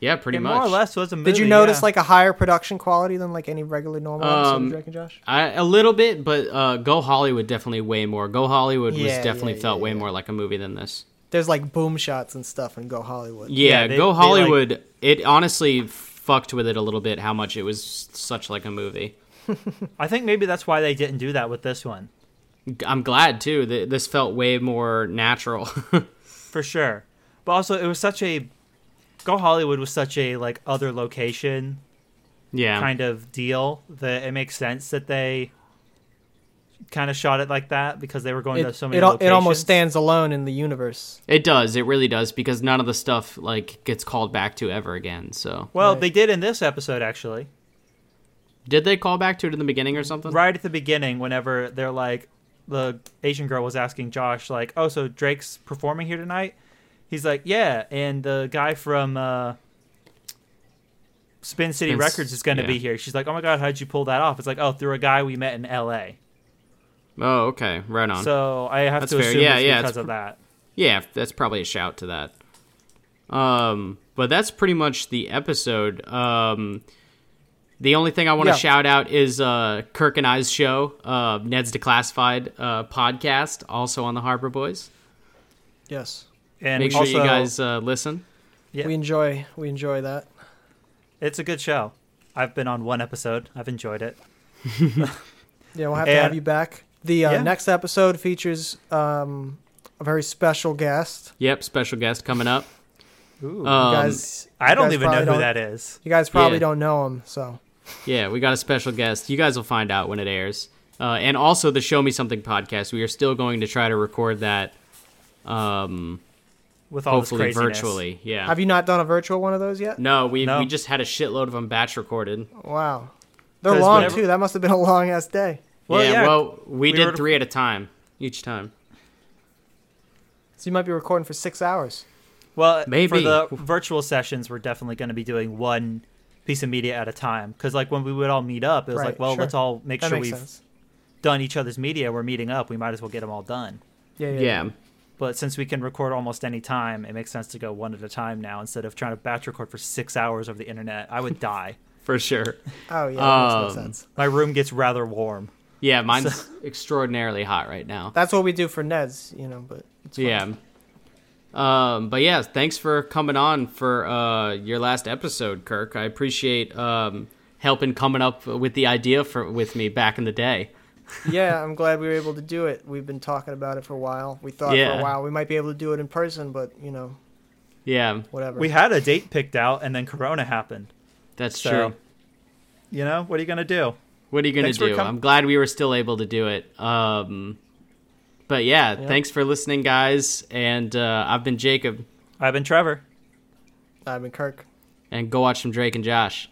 [SPEAKER 2] Yeah, pretty
[SPEAKER 1] It
[SPEAKER 2] much.
[SPEAKER 1] more or less was a movie.
[SPEAKER 3] Did you notice
[SPEAKER 1] yeah.
[SPEAKER 3] like a higher production quality than like any regular normal episode
[SPEAKER 2] Um,
[SPEAKER 3] of Drake and Josh?
[SPEAKER 2] I, a little bit, but uh, Go Hollywood definitely way more. Go Hollywood
[SPEAKER 3] Yeah,
[SPEAKER 2] was definitely
[SPEAKER 3] yeah,
[SPEAKER 2] felt
[SPEAKER 3] yeah,
[SPEAKER 2] way
[SPEAKER 3] yeah.
[SPEAKER 2] more like a movie than this.
[SPEAKER 3] There's like boom shots and stuff in Go Hollywood.
[SPEAKER 2] Yeah,
[SPEAKER 1] they- they,
[SPEAKER 2] Go
[SPEAKER 1] like-
[SPEAKER 2] Hollywood. It honestly fucked with it a little bit how much it was such like a movie.
[SPEAKER 1] I think maybe that's why they didn't do that with this one,
[SPEAKER 2] I'm glad too. That this felt way more natural.
[SPEAKER 1] for sure. But also, it was such a. Go Hollywood was such a like other location
[SPEAKER 2] yeah,
[SPEAKER 1] kind of deal that it makes sense that they kind of shot it like that because they were going to
[SPEAKER 3] It,
[SPEAKER 1] Oh, so
[SPEAKER 3] it,
[SPEAKER 1] many.
[SPEAKER 3] al- it almost
[SPEAKER 1] locations.
[SPEAKER 3] stands alone in the universe.
[SPEAKER 2] it does. It really does because none of the stuff like gets called back to ever again. So
[SPEAKER 1] Well,
[SPEAKER 3] Right.
[SPEAKER 1] they did in this episode actually.
[SPEAKER 2] did they call back to it in the beginning or something?
[SPEAKER 1] Right at the beginning, whenever they're like, the Asian girl was asking Josh, like, "Oh, so Drake's performing here tonight?" He's like, "Yeah," and the guy from uh, Spin City
[SPEAKER 2] Spin C-
[SPEAKER 1] Records is going to
[SPEAKER 2] yeah.
[SPEAKER 1] be here. She's like, "Oh my god, how'd you pull that off?" It's like, "Oh, through a guy we met in L.A."
[SPEAKER 2] Oh, okay. Right on.
[SPEAKER 1] So I have
[SPEAKER 2] That's
[SPEAKER 1] to
[SPEAKER 2] fair.
[SPEAKER 1] assume
[SPEAKER 2] Yeah,
[SPEAKER 1] it's
[SPEAKER 2] yeah, it's
[SPEAKER 1] because
[SPEAKER 2] pr-
[SPEAKER 1] of that.
[SPEAKER 2] Yeah, that's probably a shout to that. Um, but that's pretty much the episode. Um, the only thing I want to
[SPEAKER 3] Yeah.
[SPEAKER 2] shout out is uh, Kirk and I's show, uh, Ned's Declassified uh, podcast, also on the Harbor Boys.
[SPEAKER 3] Yes.
[SPEAKER 1] And
[SPEAKER 2] Make sure
[SPEAKER 1] also,
[SPEAKER 2] you guys uh, listen.
[SPEAKER 1] Yeah.
[SPEAKER 3] We enjoy we enjoy that.
[SPEAKER 1] It's a good show. I've been on one episode. I've enjoyed it.
[SPEAKER 3] Yeah, we'll have to
[SPEAKER 1] And-
[SPEAKER 3] have you back. The uh,
[SPEAKER 1] Yeah.
[SPEAKER 3] next episode features um, a very special guest.
[SPEAKER 2] Yep, special guest coming up.
[SPEAKER 1] Ooh.
[SPEAKER 3] You
[SPEAKER 2] Um,
[SPEAKER 3] guys,
[SPEAKER 1] I
[SPEAKER 3] you
[SPEAKER 1] don't
[SPEAKER 3] guys
[SPEAKER 1] even know
[SPEAKER 3] probably
[SPEAKER 1] who
[SPEAKER 3] don't-
[SPEAKER 1] that is.
[SPEAKER 3] You guys probably
[SPEAKER 2] Yeah.
[SPEAKER 3] don't know him, so
[SPEAKER 2] Yeah, we got a special guest. You guys will find out when it airs. Uh, and also the Show Me Something podcast. We are still going to try to record that, um,
[SPEAKER 1] With all
[SPEAKER 2] hopefully
[SPEAKER 1] this craziness.
[SPEAKER 2] virtually. Yeah.
[SPEAKER 3] have you not done a virtual one of those yet?
[SPEAKER 2] no, we
[SPEAKER 1] No.
[SPEAKER 2] we just had a shitload of them batch recorded.
[SPEAKER 3] Wow, they're
[SPEAKER 1] 'Cause
[SPEAKER 3] long
[SPEAKER 1] whenever-
[SPEAKER 3] too. That must have been a long ass day.
[SPEAKER 1] Well,
[SPEAKER 2] yeah,
[SPEAKER 1] yeah.
[SPEAKER 2] Well,
[SPEAKER 1] We
[SPEAKER 2] we, did
[SPEAKER 1] were-
[SPEAKER 2] three at a time each time.
[SPEAKER 3] So you might be recording for six hours.
[SPEAKER 1] Well,
[SPEAKER 2] Maybe.
[SPEAKER 1] for the virtual sessions, we're definitely going to be doing one piece of media at a time. Because like when we would all meet up, it was
[SPEAKER 3] Right,
[SPEAKER 1] like, well,
[SPEAKER 3] sure.
[SPEAKER 1] let's all make
[SPEAKER 3] That
[SPEAKER 1] sure
[SPEAKER 3] makes
[SPEAKER 1] we've
[SPEAKER 3] sense.
[SPEAKER 1] done each other's media. We're meeting up. We might as well get them all done.
[SPEAKER 3] Yeah, yeah.
[SPEAKER 2] Yeah.
[SPEAKER 1] But since we can record almost any time, it makes sense to go one at a time now instead of trying to batch record for six hours over the internet. I would die.
[SPEAKER 2] for sure.
[SPEAKER 3] Oh yeah, that makes no
[SPEAKER 2] Um,
[SPEAKER 3] sense.
[SPEAKER 1] My room gets rather warm.
[SPEAKER 2] Yeah, mine's extraordinarily hot right now.
[SPEAKER 3] That's what we do for Neds, you know. But it's fine.
[SPEAKER 2] yeah. Um, but yeah, thanks for coming on for uh, your last episode, Kirk. I appreciate um, helping coming up with the idea for with me back in the day.
[SPEAKER 3] yeah, I'm glad we were able to do it. We've been talking about it for a while. We thought for
[SPEAKER 2] Yeah.
[SPEAKER 3] a while we might be able to do it in person, but you know,
[SPEAKER 2] Yeah,
[SPEAKER 3] whatever.
[SPEAKER 1] We had a date picked out, and then Corona happened.
[SPEAKER 2] that's
[SPEAKER 1] So,
[SPEAKER 2] true.
[SPEAKER 1] You know what are you gonna do?
[SPEAKER 2] What are you gonna
[SPEAKER 1] thanks for
[SPEAKER 2] do?
[SPEAKER 1] com-
[SPEAKER 2] I'm glad we were still able to do it. Um, but yeah,
[SPEAKER 3] Yeah.
[SPEAKER 2] thanks for listening, guys. And uh, I've been Jacob,
[SPEAKER 1] I've been Trevor.
[SPEAKER 3] I've been Kirk.
[SPEAKER 2] and go watch some Drake and Josh.